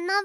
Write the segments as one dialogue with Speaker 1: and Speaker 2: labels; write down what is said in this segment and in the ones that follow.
Speaker 1: の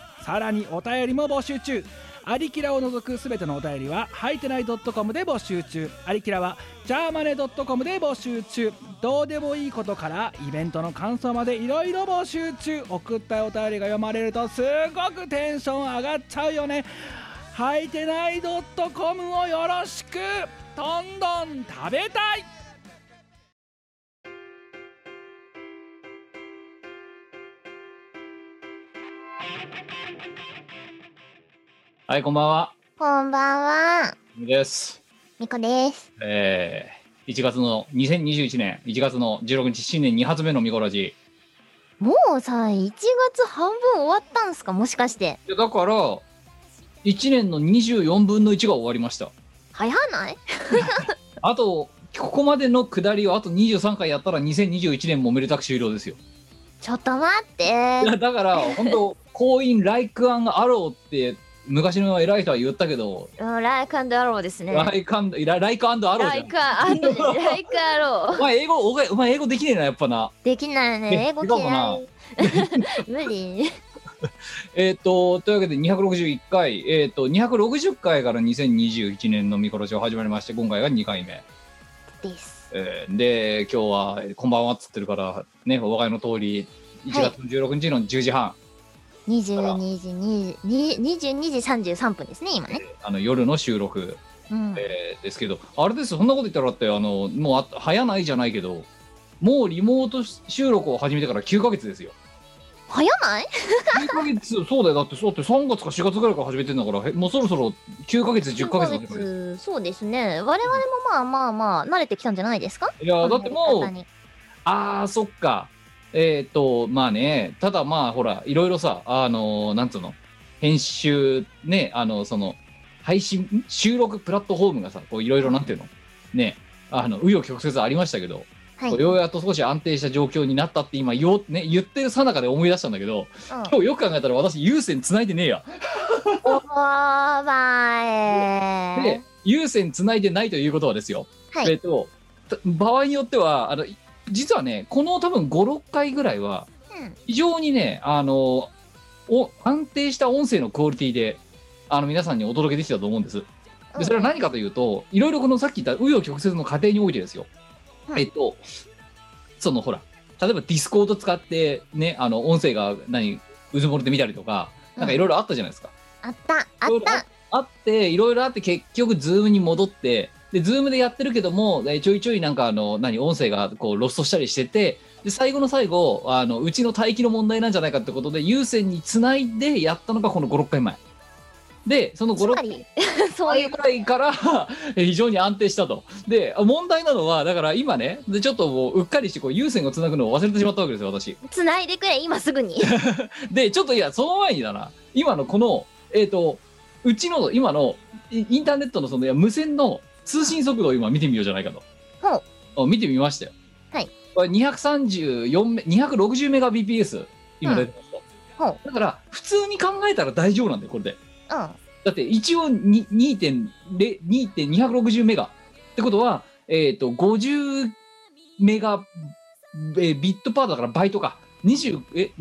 Speaker 2: さらにお便りも募集中アリキラを除くすべてのお便りは、はいてない .com で募集中。アリキラは、ジャーマネ .com で募集中。どうでもいいことから、イベントの感想までいろいろ募集中。送ったお便りが読まれると、すごくテンション上がっちゃうよね。はいてない .com をよろしくどんどん食べたい
Speaker 3: はい、こんばんは。
Speaker 1: こんばんは
Speaker 3: です。
Speaker 1: みこです
Speaker 3: えー、1月の、2021年1月の16日、新年2発目のミコラジ。
Speaker 4: もうさ、1月半分終わったんすかもしかして。
Speaker 3: いやだから、1年の24分の1が終わりました。
Speaker 4: 早ない
Speaker 3: あと、ここまでの下りをあと23回やったら2021年もめでたく終了ですよ。
Speaker 4: ちょっと待って
Speaker 3: い。やだから、本当婚姻ライクアンアローって、昔の偉い人は言ったけど、
Speaker 4: うんライクアンドアローですね。
Speaker 3: ライクアンド、ラライクアンドアロー
Speaker 4: ラ
Speaker 3: じゃ
Speaker 4: イ
Speaker 3: ん。
Speaker 4: クアンド、ライクアロ
Speaker 3: お
Speaker 4: ー。
Speaker 3: 前英語、お前お前英語できねえな、やっぱな。
Speaker 4: できないね。
Speaker 3: え
Speaker 4: 英語
Speaker 3: 違うかな
Speaker 4: 嫌い。 無理。
Speaker 3: えっ、と、というわけで261回、えっ、と、260回から2021年のミコロジオ始まりまして、今回が2回目。
Speaker 4: です。
Speaker 3: えーで、今日は、えーこんばんはっつってるから、ね、お互いの通り、1月の16日の10時半、
Speaker 4: 22時、にに22時33分ですね、今ね。
Speaker 3: あの夜の収録、
Speaker 4: うん。
Speaker 3: えーですけど、あれですよそんなこと言ったらだって、あの、もうあ早ないじゃないけど、もうリモート収録を始めてから9ヶ月ですよ。
Speaker 4: 早ない
Speaker 3: 9ヶ月、そうだよ。だって、そうだって3月か4月ぐらいから始めてんだから、へもうそろそろ9ヶ月、10ヶ月
Speaker 4: 3ヶ
Speaker 3: の
Speaker 4: 月そうですね。我々もまあまあまあ、慣れてきたんじゃないですか
Speaker 3: いや、だっても
Speaker 4: 考え
Speaker 3: う
Speaker 4: 方、に
Speaker 3: あーそっかえっ、とまあねただまあほらいろいろさあのーなんつうの編集ねあのその配信ん収録プラットフォームがさこういろいろなんていうのねあの紆余曲折ありましたけど、
Speaker 4: はい。
Speaker 3: こ
Speaker 4: う
Speaker 3: うようやっと少し安定した状況になったって今言おうね、言ってるさなかで思い出したんだけど
Speaker 4: ん
Speaker 3: 今日よく考えたら私有線繋いでねえや、
Speaker 4: おーばー
Speaker 3: で
Speaker 4: え
Speaker 3: 有線繋いでないということはですよ、
Speaker 4: は
Speaker 3: えっ、
Speaker 4: い。
Speaker 3: とた場合によってはあのい実はねこの多分56回ぐらいは
Speaker 4: うん
Speaker 3: 非常にね、あの、お安定した音声のクオリティで、あの、皆さんにお届けできたと思うんです。で、それは何かというと、いろいろこのさっき言った紆余曲折の過程においてですよ。
Speaker 4: はい
Speaker 3: えっと、そのほら、例えばディスコード使って、ね、あの、音声が何、うずもれてみたりとか、なんかいろいろあったじゃないですか。
Speaker 4: あった、あっ
Speaker 3: いろいろ
Speaker 4: た。
Speaker 3: あって、いろいろあって、結局、ズームに戻って、で、ズームでやってるけども、えーちょいちょいなんか、あの、何、音声が、こう、ロストしたりしてて、で、最後の最後、あの、うちの待機の問題なんじゃないかってことで、有線につないでやったのが、この5、6回前。で、その
Speaker 4: つ
Speaker 3: 5、6
Speaker 4: ま
Speaker 3: 回
Speaker 4: り、 そうい
Speaker 3: 前
Speaker 4: う
Speaker 3: ぐらいから、 えー非常に安定したと。で、問題なのは、だから今ね、で、ちょっともう、うっかりして、こう、有線をつなぐのを忘れてしまったわけですよ、私。
Speaker 4: つないでくれ、今すぐ に。
Speaker 3: で、ちょっといや、その前にだな、今のこの、えっ、と、うちの、今の、イインターネットのその、いや無線の通信速度を今見てみようじゃないかと。あ見てみましたよ。
Speaker 4: はい。
Speaker 3: これ234メ、260メガ BPS、今出てますと。
Speaker 4: うんほ
Speaker 3: だから、普通に考えたら大丈夫なんだよ、これで。
Speaker 4: うん。
Speaker 3: だって、一応に2.0 2.260メガ。ってことは、えっ、と、50メガ、えービットパーだからバイトか。20、え、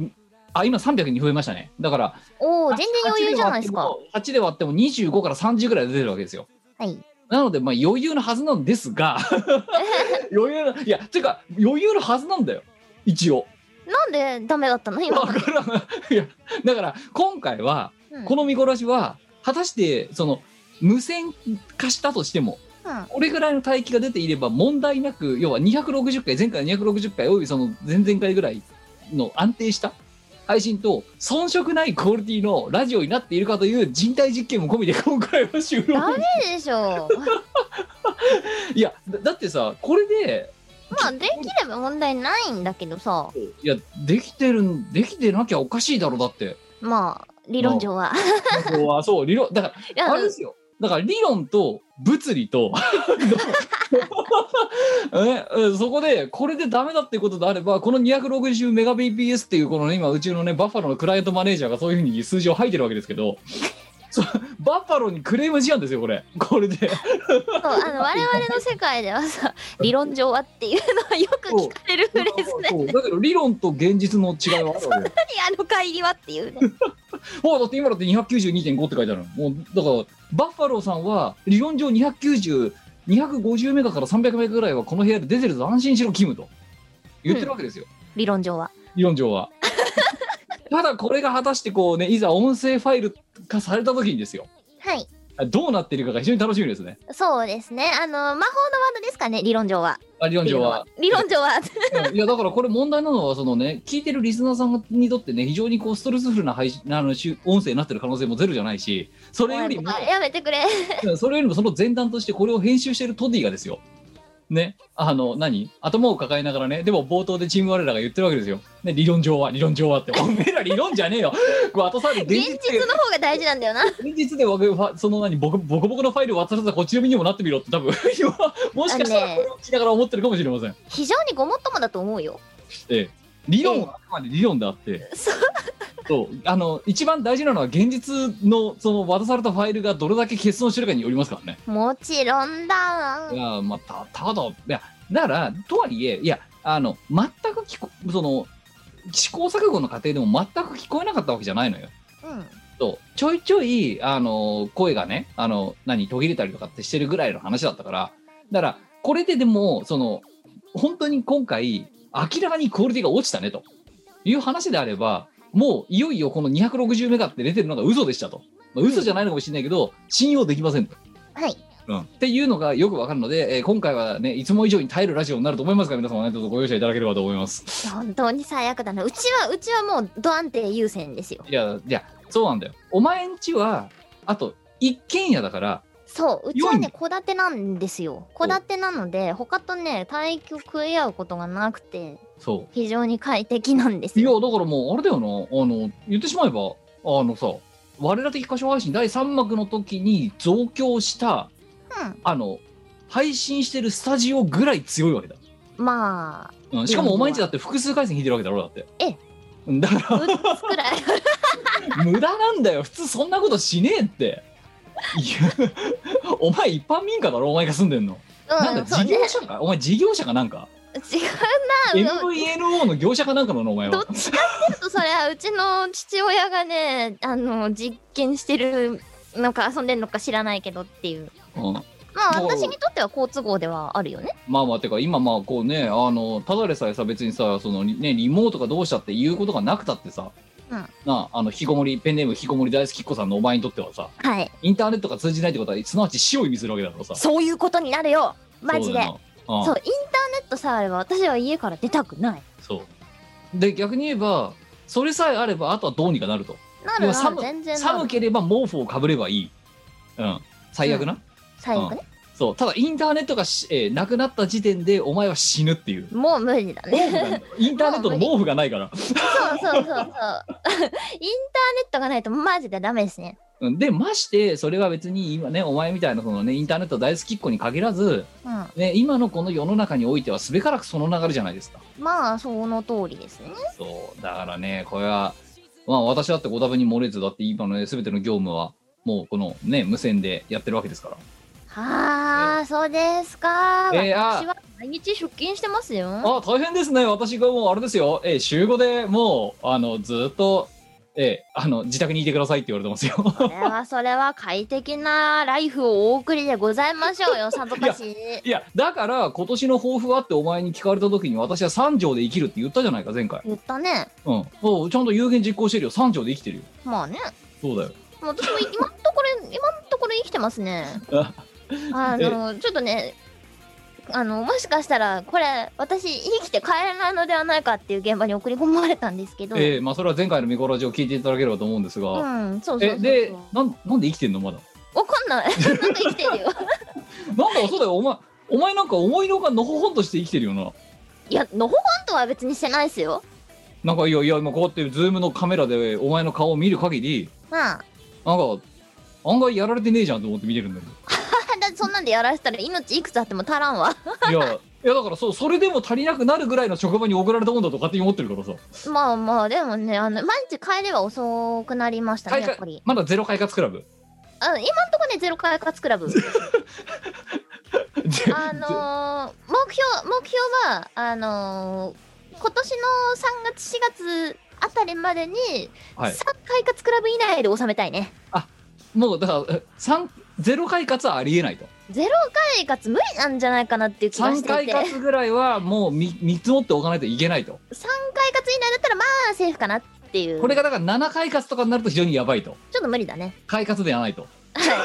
Speaker 3: あ、今300に増えましたね。だから、
Speaker 4: おお、全然余裕じゃないですか。
Speaker 3: 8で割っても25から30ぐらい出てるわけですよ。
Speaker 4: はい。
Speaker 3: なので、まあ余裕のはずなんですが、 余裕の、いや、ていうか、余裕のはずなんだよ。一応。
Speaker 4: なんでダメだったの今
Speaker 3: だ
Speaker 4: まで。
Speaker 3: からん、いや、だから、今回は、
Speaker 4: うん
Speaker 3: この見殺しは、果たして、その、無線化したとしても、
Speaker 4: うん
Speaker 3: これぐらいの帯域が出ていれば問題なく、要は260回、前回の260回、およびその前々回ぐらいの安定した配信と、遜色ないクオリティのラジオになっているかという人体実験も込みで、今回は収録。
Speaker 4: ダメでしょう。
Speaker 3: いやだ、だってさ、これで、
Speaker 4: まあ、できれば問題ないんだけどさ。
Speaker 3: いや、できてるん、できてなきゃおかしいだろ、だって。
Speaker 4: まあ、理論上は。
Speaker 3: ここはそう理論だから
Speaker 4: いや
Speaker 3: あれですよ。だから理論と物 理とねうんそこでこれでダメだっていうことであればこの 260Mbps っていうこの、ね、今うちのねバッファローのクライアントマネージャーがそういうふうに数字を吐いてるわけですけどそうバッファローにクレーム事案ですよこれこれで
Speaker 4: そうあの我々の世界ではさ理論上はっていうのはよく聞かれるフレーズね
Speaker 3: そうだけど理論と現実の違いはあるわけよ
Speaker 4: 何あの乖離はっていうね
Speaker 3: もうだって今だって292.5って書いてあるのもうだからバッファローさんは理論上290250メガから300メガぐらいはこの部屋で出てるぞ安心しろキムと言ってるわけですよ、
Speaker 4: 理論上は。
Speaker 3: 理論上は ただこれが果たしてこうねいざ音声ファイル化された時にですよ
Speaker 4: はい。
Speaker 3: どうなってるかが非常に楽しみですね
Speaker 4: そうですね。あの魔法のワードですかね理論上は。
Speaker 3: あ理論上は
Speaker 4: 理論上は。
Speaker 3: うんいやだからこれ問題なのはそのね聞いてるリスナーさんにとってね非常にこうストレスフルな配信あのしゅ音声になってる可能性もゼロじゃないしそれよりも
Speaker 4: あやめてくれ。
Speaker 3: うんそれよりもその前段としてこれを編集してるトディがですよ。ね、あの何頭を抱えながらねでも冒頭でチーム我らが言ってるわけですよ、ね、理論上は理論上はっておめえら理論じゃねえよこう後さ現
Speaker 4: 現
Speaker 3: 実
Speaker 4: 実の方が大事なんだよな。
Speaker 3: 現実でわけわその何ボコボコボコのファイルを渡さずこっちの身にもなってみろって多分 今もしかしたらこれを聞きながら思ってるかもしれません、
Speaker 4: 非常にごもっともだと思うよ。
Speaker 3: ええ、理論はあくまで理論であって、
Speaker 4: そう
Speaker 3: そうあの一番大事なのは現実のその渡されたファイルがどれだけ欠損してるかによりますからね
Speaker 4: もちろんだわ
Speaker 3: い。やまあたただいやだからとはいえいやあの全く聞こその試行錯誤の過程でも全く聞こえなかったわけじゃないのよ。
Speaker 4: うん。
Speaker 3: とちょいちょいあの声がねあの何途切れたりとかってしてるぐらいの話だったからだからこれででもその本当に今回明らかにクオリティが落ちたねという話であればもういよいよこの260メガって出てるのが嘘でしたと、まあ、嘘じゃないのかもしれないけど信用できませんと。
Speaker 4: はい。
Speaker 3: っていうのがよくわかるので、えー今回はね、いつも以上に耐えるラジオになると思いますが、皆様ね、どうぞご容赦いただければと思います。
Speaker 4: 本当に最悪だな。うちは、うちはもうド安定優先ですよ。
Speaker 3: いや、いや、そうなんだよ。お前んちは、あと、一軒家だから、
Speaker 4: そう、うちは
Speaker 3: 良いんだ
Speaker 4: ね、戸建てなんですよ。戸建てなので、他とね、耐久食い合うことがなくて、
Speaker 3: そ
Speaker 4: 非常に快適なんです
Speaker 3: う。いや、
Speaker 4: よ。
Speaker 3: だからもう、あれだよな、あの、言ってしまえば、あのさ、我ら的歌唱配信第3幕の時に増強した、
Speaker 4: うん
Speaker 3: あの、配信してるスタジオぐらい強いわけだ。
Speaker 4: ま
Speaker 3: うん、しかもお前んちだって複数回線弾いてるわけだろ、だって。
Speaker 4: ええ
Speaker 3: うん。だから、
Speaker 4: あ、6つくらい。
Speaker 3: 無駄なんだよ普通そんなことしねえっていや お前一般民家だろお前が住んでんの、 な
Speaker 4: うんん、
Speaker 3: か
Speaker 4: そう
Speaker 3: 事
Speaker 4: ね。
Speaker 3: 業者かお前事業者かなんか
Speaker 4: 違うな。うん
Speaker 3: MVNO の業者かなんかなのお前
Speaker 4: ど
Speaker 3: は
Speaker 4: っちかっていうと、それはうちの父親がね、あの、実験してるのか遊んでるのか知らないけどっていう。
Speaker 3: うん、
Speaker 4: まあ、
Speaker 3: もう
Speaker 4: 私にとっては好都合ではあるよね。
Speaker 3: まあまあてか今まあこうねあのただでさえさ別にさそのねリモートがどうしたって言うことがなくたってさ、
Speaker 4: うん
Speaker 3: なああの引きこもりペンネーム引きこもり大好きっ子さんのお前にとってはさ
Speaker 4: はい。
Speaker 3: インターネットが通じないってことはすなわち死を意味するわけだからさ
Speaker 4: そういうことになるよマジで。
Speaker 3: そう,、うん、
Speaker 4: そう、インターネットさえあれば私は家から出たくない。
Speaker 3: そうで逆に言えばそれさえあればあとはどうにかなると
Speaker 4: な
Speaker 3: で
Speaker 4: る
Speaker 3: も
Speaker 4: なる、
Speaker 3: 寒
Speaker 4: 全然なる
Speaker 3: 寒ければ毛布をかぶればいい、うん、最悪な、
Speaker 4: 最悪ね。
Speaker 3: そうただインターネットがし、えーなくなった時点でお前は死ぬ っていう
Speaker 4: もう無理だ
Speaker 3: 毛
Speaker 4: ね。
Speaker 3: 布なんだよインターネットの毛布がないから、
Speaker 4: そうそうそうそう。インターネットがないとマジでダメですね。
Speaker 3: うん、でましてそれは別に今ねお前みたいなその、ね、インターネット大好きっ子に限らず、
Speaker 4: うん。
Speaker 3: ね、今のこの世の中においてはすべからくその流れじゃないですか
Speaker 4: まあ、その通りですね。
Speaker 3: そうだからねこれはまあ私だってご多分に漏れずだって今のね全ての業務はもうこのね無線でやってるわけですから
Speaker 4: はあ、そうですか。
Speaker 3: えーあ
Speaker 4: 私は毎日出勤してますよ。
Speaker 3: あ大変ですね、私がもうあれですよ、えー週5でもうあのずっと、えーあの自宅にいてくださいって言われてますよ。
Speaker 4: それはそれは快適なライフをお送りでございましょうよ、さぞかし。
Speaker 3: いや、だから今年の抱負はってお前に聞かれた時に、私は3条で生きるって言ったじゃないか、前回。
Speaker 4: 言ったね。
Speaker 3: うん、そうちゃんと有言実行してるよ、3条で生きてるよ。
Speaker 4: まあね。
Speaker 3: そうだよ。
Speaker 4: もう私も今のところ今のところ生きてます ね
Speaker 3: あ。
Speaker 4: あのちょっとねあのもしかしたらこれ私生きて帰れないのではないかっていう現場に送り込まれたんですけど、
Speaker 3: えーまあ、それは前回のミコラジを聞いていただければと思うんですが、
Speaker 4: うんそうそうそう
Speaker 3: え
Speaker 4: そう
Speaker 3: でなん、なんで生きてんの、まだ。
Speaker 4: わかんない なんか生きてるよ
Speaker 3: なんかそうだよ、お前、お前なんか思いのほかのほほんとして生きてるよな。
Speaker 4: いやのほほんとは別にしてないですよ
Speaker 3: なんかいやいや、今こうやって、ズームのカメラでお前の顔を見る限り、
Speaker 4: まあ
Speaker 3: なんか案外やられてねえじゃんと思って見てるんだけ
Speaker 4: だってそんなんでやらせたら命いくつあっても足らんわ
Speaker 3: どいやいやだからそうそれでも足りなくなるぐらいの職場に送られたもんだと勝手に思ってるからさ
Speaker 4: まあまあでもねあの毎日帰れば遅くなりましたね
Speaker 3: 快
Speaker 4: やっ
Speaker 3: 活
Speaker 4: ぱり
Speaker 3: まだゼロ快活クラブ
Speaker 4: あ今んとこねゼロ快活クラブあのー目
Speaker 3: ゼゼ
Speaker 4: 標目標はあのー今年の3月4月あたりまでに、
Speaker 3: はい
Speaker 4: 3快活クラブ以内で収めたいね
Speaker 3: もうだからえ三ゼロ快活はありえないと
Speaker 4: ゼロ快活無理なんじゃないかなっていう気がし
Speaker 3: 3
Speaker 4: てい
Speaker 3: 快
Speaker 4: て3
Speaker 3: 活ぐらいはもう見見積もっておかないといけないと
Speaker 4: 快活以内だったらまあセーフかなっていう
Speaker 3: これがだから7快活とかになると非常にやばいと
Speaker 4: ちょっと無理だね
Speaker 3: 快活ではないと
Speaker 4: はいそれは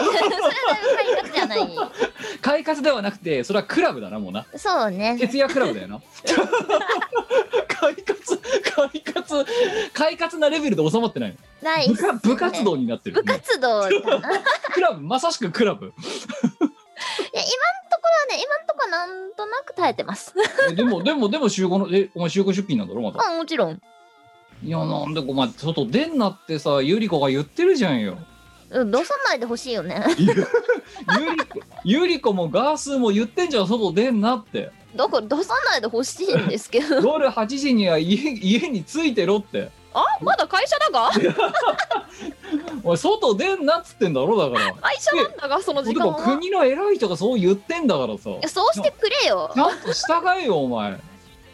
Speaker 4: 快活じゃない
Speaker 3: 快活ではなくてそれはクラブだなもうな
Speaker 4: そうね
Speaker 3: 徹夜クラブだよな快活快活快活なレベルで収まってない
Speaker 4: ない
Speaker 3: 部活部活動になってる
Speaker 4: 部活動だないや今んところはね
Speaker 3: クラブまさしくクラブ
Speaker 4: 今んとこはなんとなく耐えてます
Speaker 3: えでもでもでも週5のえお前週5出勤なんだろまだ
Speaker 4: まあもちろん
Speaker 3: いやなんでお前外出んなってさゆり子が言ってるじゃんよ
Speaker 4: うん出さないでほしいよね
Speaker 3: ゆり子 ゆり子もガースーも言ってんじゃん外出んなって
Speaker 4: だから出さないでほしいんですけど
Speaker 3: 夜8時には家家に着いてろって
Speaker 4: あまだ会社だが
Speaker 3: おい外出んなっつってんだろだから
Speaker 4: 会社なんだがその時
Speaker 3: で
Speaker 4: 間
Speaker 3: も
Speaker 4: は
Speaker 3: 国の偉い人がそう言ってんだからさ
Speaker 4: いやそうしてくれよ
Speaker 3: ちゃんと従えよお前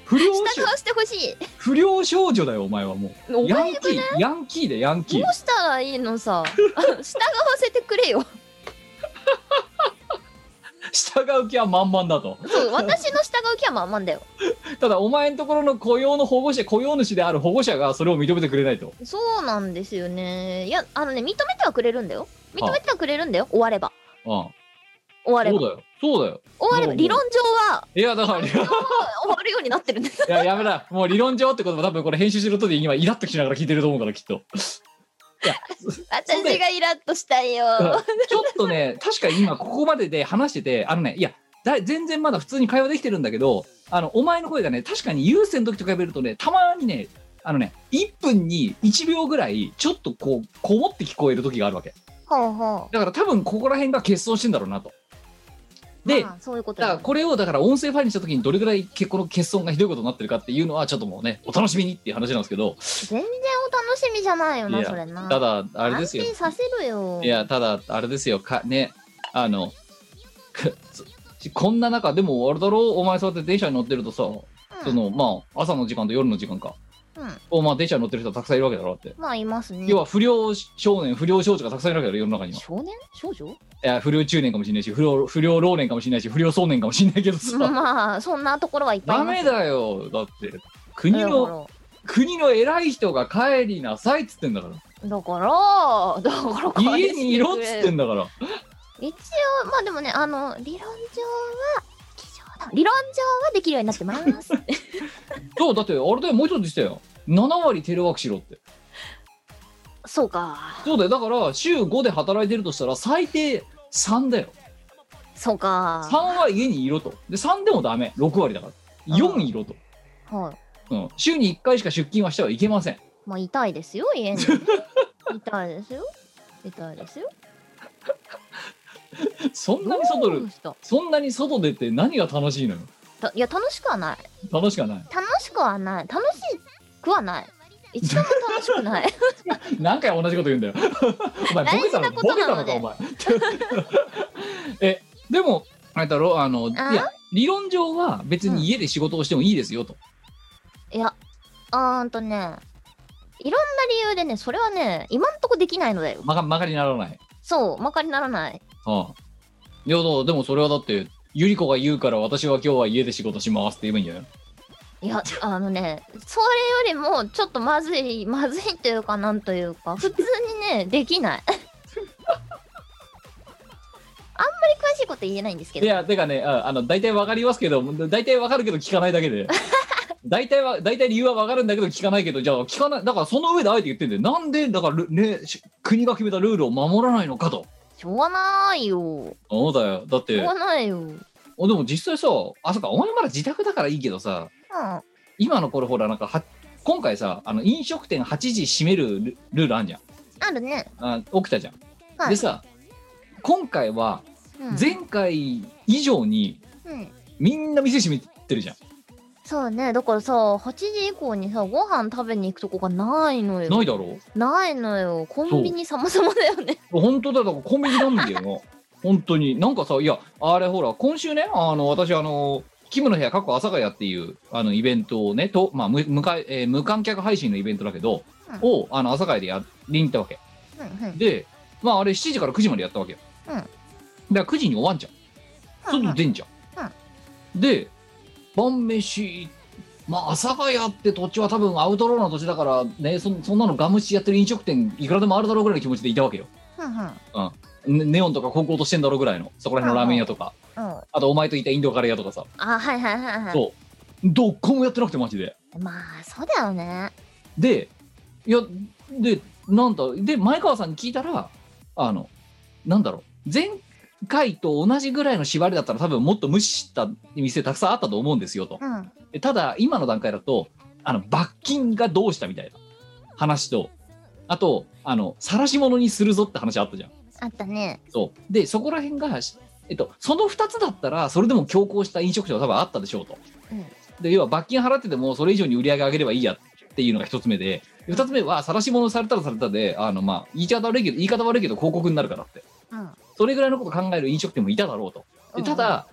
Speaker 3: 不良
Speaker 4: 従
Speaker 3: 少
Speaker 4: わしてほしい
Speaker 3: 不良少女だよお前はも
Speaker 4: お
Speaker 3: うヤ
Speaker 4: 前
Speaker 3: ンキーヤンキーでヤンキー
Speaker 4: どうしたらいいのさ 従わせてくれよ
Speaker 3: 従う気は満々だと
Speaker 4: そう私の従う気はまあまんだよ
Speaker 3: ただお前のところの雇用の保護者雇用主である保護者がそれを認めてくれないと
Speaker 4: そうなんですよねいやあのね認めてはくれるんだよ認めてはくれるんだよ終われば
Speaker 3: うん
Speaker 4: 終われ
Speaker 3: そう
Speaker 4: ば
Speaker 3: だよそうだよ
Speaker 4: 終われば
Speaker 3: もう
Speaker 4: 理論上は
Speaker 3: いやだからい
Speaker 4: 終わるようになってるんです
Speaker 3: ややめなもう理論上ってことも多分これ編集するとで今イラッとしながら聞いてると思うからきっと
Speaker 4: 私がイラッとしたいよ。
Speaker 3: ちょっとね、確かに今ここまでで話してて、あのね、いや、だい全然まだ普通に会話できてるんだけど、あの、お前の声がね、確かに優先の時と比べるとね、たまにね、あのね、1分に1秒ぐらい、ちょっとこう、こもって聞こえる時があるわけ。
Speaker 4: ほうほ
Speaker 3: だから多分ここら辺が欠損してんだろうなと。
Speaker 4: う。
Speaker 3: で、
Speaker 4: まあそういうこと
Speaker 3: だから
Speaker 4: だ。
Speaker 3: これをだから音声ファイルにした時にどれぐらいけこの欠損がひどいことになってるかっていうのはちょっともうねお楽しみにっていう話なんですけど
Speaker 4: 全然お楽しみじゃないよ
Speaker 3: い
Speaker 4: な、
Speaker 3: や
Speaker 4: それな。
Speaker 3: ただあれですよ
Speaker 4: 安定させるよ。
Speaker 3: いや、ただ、あれですよ、かね、あの、 くそこんな中、でも、あれだろう、お前そうやって電車に乗ってるとさ、
Speaker 4: うん、
Speaker 3: その、まあ、朝の時間と夜の時間か。
Speaker 4: うん
Speaker 3: おまあ、電車に乗ってる人はたくさんいるわけだろうって。
Speaker 4: まあいますね。
Speaker 3: 要は、不良少年、不良少女がたくさんいるわけだろ、世の中には。い
Speaker 4: 少年少女
Speaker 3: や、不良中年かもしれないし、不良、不良老年かもしれないし、不良壮年かもしれないけどさ、
Speaker 4: まあ、そんなところはいっぱいいます
Speaker 3: ダメ
Speaker 4: よ。
Speaker 3: だよ、だって。国の、国の偉い人が帰りなさいっつってんだから。
Speaker 4: だから、だから、だから
Speaker 3: 家にいろっつってんだから。
Speaker 4: 一応、まあでもね、あの、理論上は、基準だ理論上はできるようになって ます。
Speaker 3: そう、だって、あれだよ、もう一つ言ってたよ。7割テレワークしろって。
Speaker 4: そうか。
Speaker 3: そうだよだから週5で働いてるとしたら最低3だよ
Speaker 4: そうか。
Speaker 3: 3は家にいろとで3でもダメ6割だから
Speaker 4: うん
Speaker 3: 4いろと、
Speaker 4: はい。
Speaker 3: うん、週に1回しか出勤はしてはいけません
Speaker 4: まあ痛いですよ家に 痛いですよ痛いですよ
Speaker 3: そん
Speaker 4: ど
Speaker 3: なに外
Speaker 4: う
Speaker 3: で
Speaker 4: した
Speaker 3: そんなに外出て何が楽しいのよ
Speaker 4: たいや楽しくはない
Speaker 3: 楽しかない
Speaker 4: 楽しくはない楽しくはない一度も楽しくない
Speaker 3: 何回同じこと言うんだよ お前ボケた
Speaker 4: 大事な
Speaker 3: の
Speaker 4: こ
Speaker 3: ボ
Speaker 4: と
Speaker 3: ケ
Speaker 4: な
Speaker 3: た
Speaker 4: の
Speaker 3: の
Speaker 4: で
Speaker 3: かお前 えでもあれだろあのいや理論上は別に家で仕事をしてもいいですよと、
Speaker 4: いやうーんとねいろんな理由でねそれはね今んとこできないのだよ
Speaker 3: まがまがりならない
Speaker 4: そうまかりならない
Speaker 3: ああいやだでもそれはだってゆり子が言うから私は今日は家で仕事しますって言えばいいんじゃない
Speaker 4: いやあのねそれよりもちょっとまずいまずいというかなんというか普通にねできない あんまり詳しいこと言えないんですけ
Speaker 3: い
Speaker 4: ど
Speaker 3: やてかねああの大体わかりますけど大体わかるけど聞かないだけで大体は大体理由はわかるんだけど聞かないけどじゃあ聞かないだからその上であえて言ってんだよなんでだからルねし国が決めたルールを守らないのかと
Speaker 4: しょうがないよ
Speaker 3: そうだよだっ
Speaker 4: してょうがないよ。うん。
Speaker 3: おでも実際さあそうかお前まだ自宅だからいいけどさ今の頃ほらなんかは今回さあの飲食店8時閉めるルルールあんじゃん
Speaker 4: あるね。
Speaker 3: あ起きたじゃん。
Speaker 4: は
Speaker 3: で
Speaker 4: い。
Speaker 3: さ今回は
Speaker 4: うん
Speaker 3: 前回以上に
Speaker 4: うん。
Speaker 3: みんな店閉めてるじゃん。
Speaker 4: そうね。だからさ、8時以降にさ、ご飯食べに行くとこがないのよ。
Speaker 3: ないだろ
Speaker 4: ないのよ。コンビニ様々だよね。
Speaker 3: 本当だだからコンビニなんだよ な本当になんかさいやあれほら今週ねあの私あのキムの部屋過去朝ヶ谷っていうあのイベントをねと、まあ、む無かえー無観客配信のイベントだけど、
Speaker 4: うん
Speaker 3: をあの朝ヶ谷でやりに行ったわけ
Speaker 4: うんうん
Speaker 3: でまああれ7時から9時までやったわけよ、
Speaker 4: うん
Speaker 3: だから9時に終わんじゃん
Speaker 4: うんうん
Speaker 3: 外出んじゃん、で晩飯まあ朝ヶ谷って土地は多分アウトローな土地だからねそんそんなのガムシやってる飲食店いくらでもあるだろうぐらいの気持ちでいたわけよ
Speaker 4: うんうん
Speaker 3: ねネオンとか高校としてんだろうぐらいのそこら辺のラーメン屋とか、
Speaker 4: うん
Speaker 3: あとお前といたインドカレー屋とかさ、
Speaker 4: あ、はいはいはいはい。
Speaker 3: そうどこもやってなくてマジで
Speaker 4: まあ、そうだよね。
Speaker 3: でいやでなんだで前川さんに聞いたらあのなんだろう前回と同じぐらいの縛りだったら多分もっと無視した店たくさんあったと思うんですよと
Speaker 4: うん。うん
Speaker 3: でただ今の段階だとあの罰金がどうしたみたいな話とあとあの晒し者にするぞって話あったじゃん
Speaker 4: あったね。
Speaker 3: そうでそこら辺が、しえっと、その2つだったらそれでも強行した飲食店は多分あったでしょうと、
Speaker 4: うん
Speaker 3: で要は罰金払ってでもそれ以上に売り上げ上げればいいやっていうのが1つ目で2つ目は晒し物されたらされたであの、まあ、言い方悪いけど言い方悪いけど広告になるからって
Speaker 4: うん。
Speaker 3: それぐらいのこと考える飲食店もいただろうとでただ、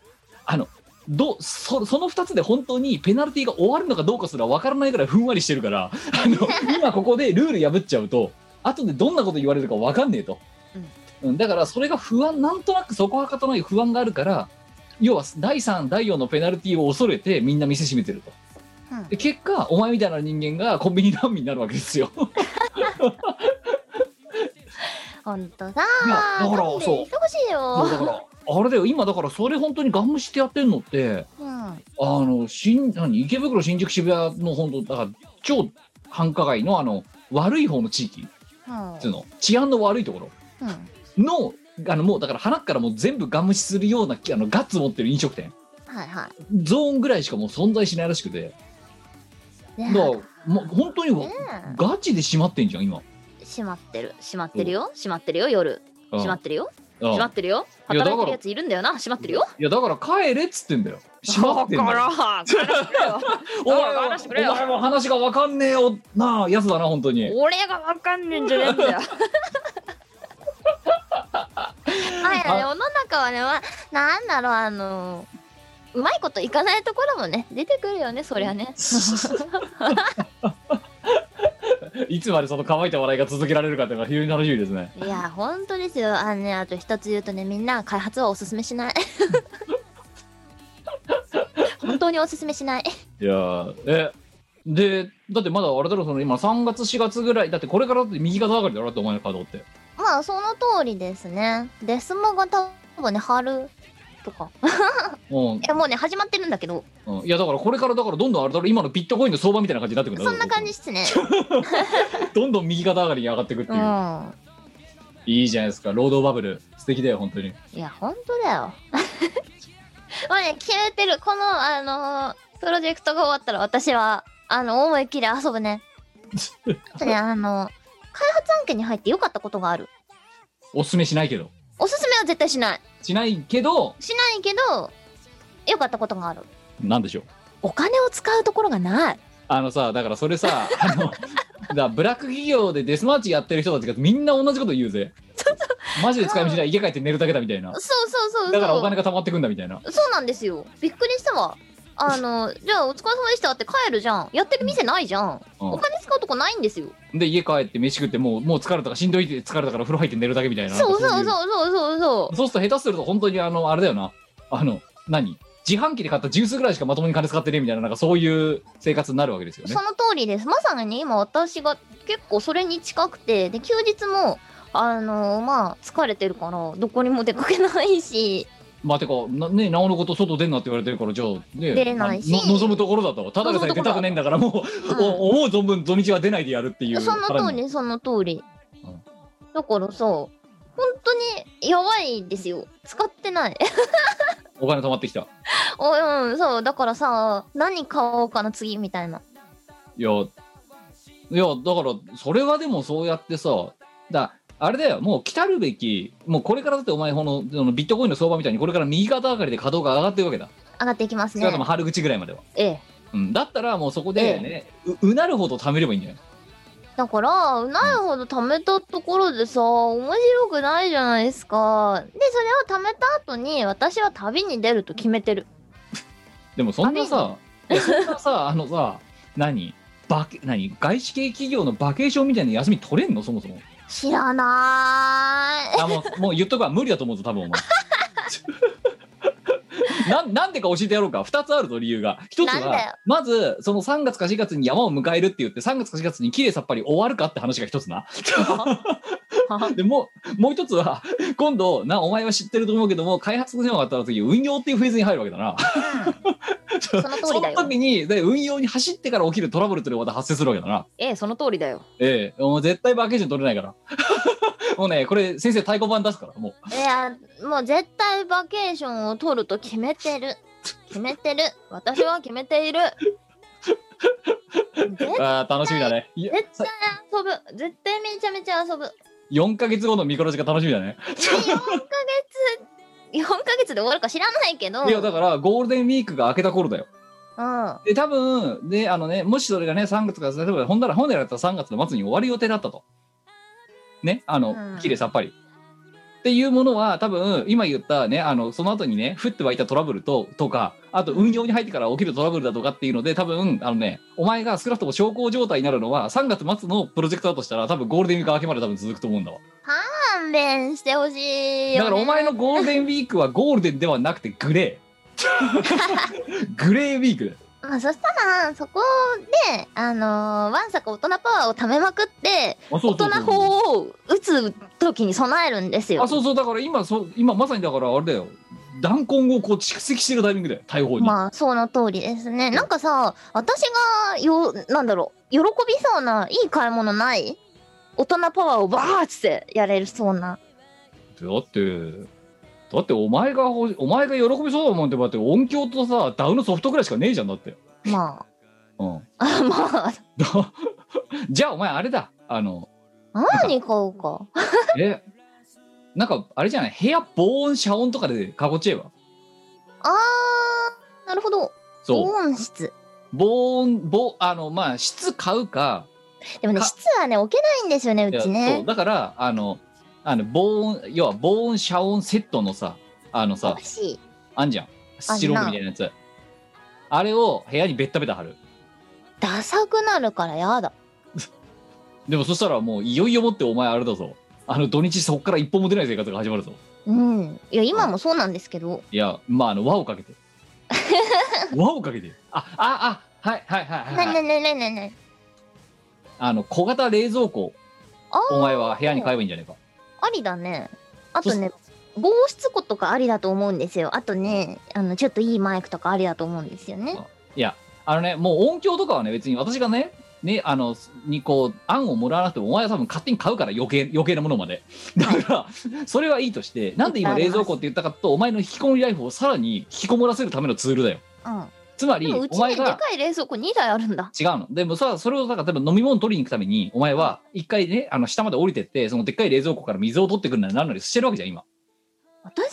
Speaker 3: あのどうそその2つで本当にペナルティが終わるのかどうかすら分からないぐらいふんわりしてるからあの 今ここでルール破っちゃうと後でどんなこと言われるか分かんねえと、うん、だからそれが不安なんとなくそこはかとない不安があるから要は第3第4のペナルティを恐れてみんな店閉めてると
Speaker 4: うん
Speaker 3: で結果お前みたいな人間がコンビニ難民になるわけですよ
Speaker 4: ほんとさ
Speaker 3: いやだ
Speaker 4: 勘
Speaker 3: から
Speaker 4: 弁
Speaker 3: そう
Speaker 4: してほしい
Speaker 3: そう
Speaker 4: よ。
Speaker 3: だからあれだよ今だからそれ本当にガン無視ってやってんのって
Speaker 4: うん。
Speaker 3: あの新何池袋新宿渋谷の本当だから超繁華街のあの悪い方の地域
Speaker 4: うん
Speaker 3: っつうの治安の悪いところ
Speaker 4: うん。
Speaker 3: のあのもうだから鼻からもう全部ガム視するようなきあのガッツ持ってる飲食店
Speaker 4: はいは
Speaker 3: ゾーンぐらいしかもう存在しないらしくて
Speaker 4: い。ね
Speaker 3: だからもう本当にわ
Speaker 4: ね
Speaker 3: ガチで閉まってんじゃん今。
Speaker 4: 閉まってる。閉まってるよ。閉まってるよ、夜。
Speaker 3: うん
Speaker 4: 閉まってるよ。
Speaker 3: うん
Speaker 4: 閉まってるよ。
Speaker 3: いやだから
Speaker 4: 働いてるやついるんだよな。閉まってるよ。
Speaker 3: いやだから帰れっつってんだよ閉まってんだ よ
Speaker 4: ら、帰らしてくれよ
Speaker 3: お前
Speaker 4: おい
Speaker 3: は
Speaker 4: 話してくれよ
Speaker 3: お前も話が分かんねえよなあやつだな本当に
Speaker 4: 俺がわかんねえんじゃねえん だよ。はいやね、世の中はね、ま、なんだろう、あのうまいこといかないところもね、出てくるよね、そりゃね。
Speaker 3: いつまでその乾いた笑いが続けられるかっていうのが非常に楽しみですね
Speaker 4: いや、本当ですよ。あのね、あと一つ言うとね、みんな開発はおすすめし ない。本当におすすめしない。
Speaker 3: いやーえでだってまだあれだろその今3月4月ぐらいだってこれからだって右肩上がりだろだってお前の稼働って
Speaker 4: まあ、その通りですね。デスマが多分ね、春とか。いや、もうね、始まってるんだけど、
Speaker 3: うん、うん、いやだからこれからだからどんどんあれだろ今のビットコインの相場みたいな感じになってくるん
Speaker 4: そ
Speaker 3: だろ
Speaker 4: んな感じっすね。
Speaker 3: どんどん右肩上がりに上がってくって
Speaker 4: う
Speaker 3: い
Speaker 4: ん
Speaker 3: う、。いいじゃないですか労働バブル素敵だよ本当に
Speaker 4: いや、本当だよ。 まあね、決めてる。この、あのープロジェクトが終わったら私は、あの、思いっきり遊ぶ ね。あとね、あの開発案件に入って良かったことがある。
Speaker 3: おすすめしないけど
Speaker 4: おすすめは絶対しない。
Speaker 3: しないけど
Speaker 4: しないけど、良かったことがある。
Speaker 3: なんでしょう
Speaker 4: お金を使うところがない。
Speaker 3: あのさだからそれさあのだからブラック企業でデスマーチやってる人たちがみんな同じこと言うぜマジで使い道ない家帰って寝るだけだみたいな
Speaker 4: そうそうそうそう。
Speaker 3: だからお金が貯まってくんだみたいな
Speaker 4: そうなんですよ。びっくりしたわ。あの、じゃあお疲れ様でしたって帰るじゃん。やってる店ないじゃん。
Speaker 3: うん
Speaker 4: お金使うとこないんですよ。
Speaker 3: で家帰って飯食ってもうもう疲れたからしんどいって疲れたから風呂入って寝るだけみたいな
Speaker 4: そう
Speaker 3: な
Speaker 4: そうそう
Speaker 3: んか
Speaker 4: そうそうそう
Speaker 3: いうそうすると下手すると本当にあのあれだよなあの何自販機で買ったジュースぐらいしかまともに金使ってねえみたいななんかそういう生活になるわけですよね
Speaker 4: その通りです。まさに今私が結構それに近くて、で、休日も、あのまあ、疲れてるから、どこにも出かけないし、
Speaker 3: まあてかなねなおのこと外出んなって言われてるからじゃあ、ね、
Speaker 4: 出れないし
Speaker 3: の望むところだとただでさえ出たくねえんだからもう
Speaker 4: うん
Speaker 3: お思う存分土日は出ないでやるっていう
Speaker 4: その通
Speaker 3: り
Speaker 4: り、その通り
Speaker 3: うん。
Speaker 4: だからさ、本当にやばいですよ。使ってない。
Speaker 3: お金貯まってきた
Speaker 4: おうん、そう、だからさ、何買おうかな、次、みたいな。
Speaker 3: いやいやだからそれはでもそうやってさだあれだよ、もう来たるべき、もうこれからだってお前、このそのビットコインの相場みたいに、これから右肩上がりで稼働が上がっていくわけだ。
Speaker 4: 上がっていきます
Speaker 3: 少
Speaker 4: ね
Speaker 3: なくとも春口ぐらいまでは。
Speaker 4: ええ
Speaker 3: うん、だったら、もうそこでね、ううなるほど貯めればいいんじゃない
Speaker 4: だからないほど貯めたところでさ面白くないじゃないですかでそれを貯めた後に私は旅に出ると決めてる
Speaker 3: でもそんなさ、いやそんなさ、あのさ、何バケ何外資系企業のバケーションみたいな休み取れんのそもそも。
Speaker 4: 知らな
Speaker 3: あもうもう言っとくわ無理だと思うぞ多分お 前なんなんでか教えてやろうか2つあるぞ理由が1つ
Speaker 4: なんだよ
Speaker 3: はまずその3月か4月に山を迎えるって言って3月か4月にきれいさっぱり終わるかって話が1つなでもうもう1つは今度なお前は知ってると思うけども開発が当たった時運用っていうフェーズに入るわけだな
Speaker 4: いその通りだよ
Speaker 3: その時にで運用に走ってから起きるトラブルっていうのがまた発生するわけだな
Speaker 4: ええその通りだよ
Speaker 3: ええもう絶対バケーション取れないから もうねこれ先生太鼓判出すからもう
Speaker 4: いやもう絶対バケーションを取ると決めてる決めてる私は決めてい る絶対
Speaker 3: あー楽しみだねいや
Speaker 4: 絶対遊ぶ絶対めちゃめちゃ 遊ぶ
Speaker 3: 4ヶ月後のミコラジが楽しみだね。
Speaker 4: 4ヶ月で終わるか知らないけど
Speaker 3: いやだからゴールデンウィークが明けた頃だよ。
Speaker 4: うん
Speaker 3: で多分であのねもしそれがね3月から例えば本なら本来だったら3月の末に終わる予定だったと。ねあの、
Speaker 4: うん
Speaker 3: きれいさっぱり。っていうものは多分今言ったねあのその後にね降って湧いたトラブルととかあと運用に入ってから起きるトラブルだとかっていうので多分あのねお前が少なくとも小康状態になるのは3月末のプロジェクトだとしたら多分ゴールデンウィーク明けまで多分続くと思うんだわ。
Speaker 4: 勘弁してほしいよ、ね、
Speaker 3: だからお前のゴールデンウィークはゴールデンではなくてグレーグレーウィークだよ
Speaker 4: まあ、そしたらそこであのーわんさか大人パワーを貯めまくって
Speaker 3: あそ
Speaker 4: 大人法を打つ時に備えるんですよ
Speaker 3: あそうそうだから今そう今まさにだからあれだよ弾痕をこう蓄積してるタイミングだよ大砲に、
Speaker 4: まあその通りですねなんかさ私がよなんだろう喜びそうないい買い物ない大人パワーをバーッつってやれるそうな
Speaker 3: だってだってお前が欲しお前が喜びそうだもんってだって音響とさダウンのソフトぐらいしかねえじゃんだって
Speaker 4: ま
Speaker 3: うん
Speaker 4: ああ まあ
Speaker 3: だ じゃあお前あれだあの
Speaker 4: 何買おうか
Speaker 3: えなんかあれじゃない部屋防音遮音とかで囲っちゃえば
Speaker 4: あーなるほど
Speaker 3: そう
Speaker 4: 音室
Speaker 3: 防音防あのまあ質買うか
Speaker 4: でもね
Speaker 3: か
Speaker 4: 室はね置けないんですよねう
Speaker 3: いや
Speaker 4: ち
Speaker 3: そう
Speaker 4: ね
Speaker 3: だからあのあの防音要は防音遮音セットのさあのさ
Speaker 4: 欲しい
Speaker 3: あんじゃんスチロールみたいなやつあれを部屋にベッタベタ貼る
Speaker 4: ダサくなるからやだ
Speaker 3: でもそしたらもういよいよもってお前あれだぞあの土日そこから一歩も出ない生活が始まるぞ
Speaker 4: うんいや今もそうなんですけど
Speaker 3: いやまああの輪をかけて輪をかけてあああはいはいはい
Speaker 4: な
Speaker 3: はい、
Speaker 4: に
Speaker 3: は、
Speaker 4: ないになになになに
Speaker 3: あの小型冷蔵庫
Speaker 4: あー
Speaker 3: お前は部屋に買えばいいんじゃないか
Speaker 4: ありだねあと
Speaker 3: そ
Speaker 4: ね防湿庫とかありだと思うんですよあとねあのちょっといいマイクとかありだと思うんですよね
Speaker 3: あのね、もう音響とかはね、別に私がね、ね、あの、にこう、案をもらわなくても、お前は多分勝手に買うから、余計、余計なものまで。だから、それはいいとして、なんで今冷蔵庫って言ったかと、お前の引きこもりライフをさらに引きこもらせるためのツールだよ。
Speaker 4: うん
Speaker 3: つまり
Speaker 4: でもう、ち
Speaker 3: お
Speaker 4: ね
Speaker 3: 前
Speaker 4: で
Speaker 3: が
Speaker 4: か、い冷蔵庫2台あるんだ
Speaker 3: 違うの。でもさ、それをだから、例えば飲み物取りに行くために、お前は、一回ね、あの、下まで降りてって、そのでっかい冷蔵庫から水を取ってくるなりなんなりしてるわけじゃん、今。
Speaker 4: 私冷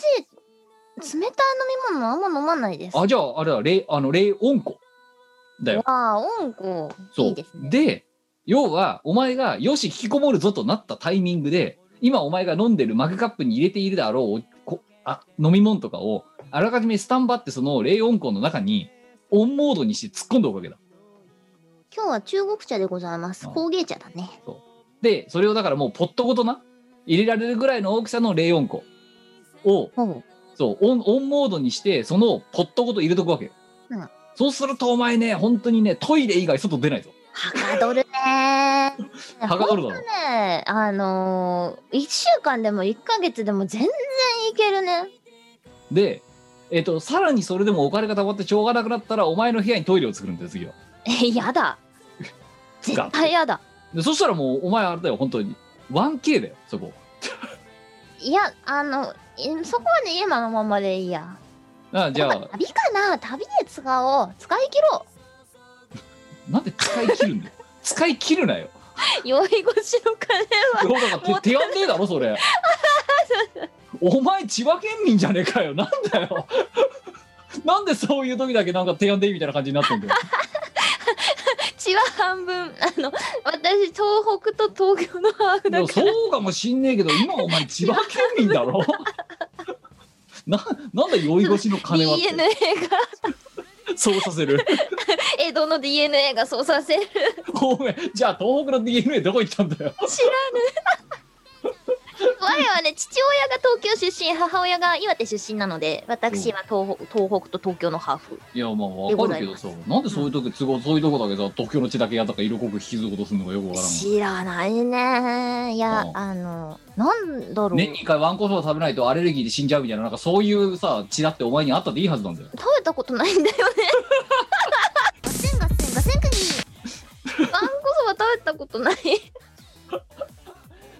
Speaker 4: たい飲み物あんま飲まないです
Speaker 3: あ、じゃあ、あれだ、冷、あの、冷温庫。だよ。
Speaker 4: あー温庫
Speaker 3: そう
Speaker 4: いいですね
Speaker 3: で要はお前がよし引きこもるぞとなったタイミングで今お前が飲んでるマグカップに入れているだろうこあ飲み物とかをあらかじめスタンバってその冷温庫の中にオンモードにして突っ込んでおくわけだ。
Speaker 4: 今日は中国茶でございます
Speaker 3: うん
Speaker 4: 工芸茶だね
Speaker 3: でそれをだからもうポットごとな入れられるぐらいの大きさの冷温庫を
Speaker 4: ほう
Speaker 3: そうオンオンモードにしてそのポットごと入れとくわけよ。
Speaker 4: うん
Speaker 3: そうするとお前ね本当にねトイレ以外外出ないぞ。
Speaker 4: はかどるねー
Speaker 3: はかどるだろ
Speaker 4: ほんとねあのー、1週間でも1ヶ月でも全然いけるね
Speaker 3: で、えっとさらにそれでもお金がたまってしょうがなくなったらお前の部屋にトイレを作るんだよ次は
Speaker 4: えやだ絶対やだ
Speaker 3: でそしたらもうお前あれだよ本当に 1K だよそこ
Speaker 4: いやあのいそこはね今のままでいいや
Speaker 3: あじゃ
Speaker 4: やっぱ
Speaker 3: あ
Speaker 4: 旅かな旅で 使おう使い切ろ
Speaker 3: なんで使い切るんだよ使い切るなよ
Speaker 4: 酔い腰の金は
Speaker 3: そうだから手手やんねえだろそれお前千葉県民じゃねえかよなんだよなんでそういう時だけなんか手やんでいいみたいな感じになってんだよ
Speaker 4: 血は半分あの私東北と東京のハーフ
Speaker 3: で
Speaker 4: だ
Speaker 3: も
Speaker 4: か
Speaker 3: そうかもしんねえけど今お前千葉県民だ ろななんだ酔い腰の
Speaker 4: ら
Speaker 3: 金はって
Speaker 4: DNA が
Speaker 3: そうさせる
Speaker 4: 江戸の DNA がそうさせる
Speaker 3: お前じゃあ東北の DNA どこ行ったんだよ
Speaker 4: 知らぬ 我はね父親が東京出身母親が岩手出身なので私は東北東北と東京のハーフ
Speaker 3: いやまあわかるけどさなんでそういう時都合そういうとこだけさ東京の血だけやったか色濃く引きずることするのかよくわからん
Speaker 4: 知らないねいや
Speaker 3: うん
Speaker 4: あのなんだろう
Speaker 3: 年に1回ワンコそば食べないとアレルギーで死んじゃうみたいななんかそういうさ血だってお前にあったっていいはずなんだよ
Speaker 4: 食べたことないんだ よね
Speaker 1: ガセンガセンガセンクニー
Speaker 4: わんこそば食べたことない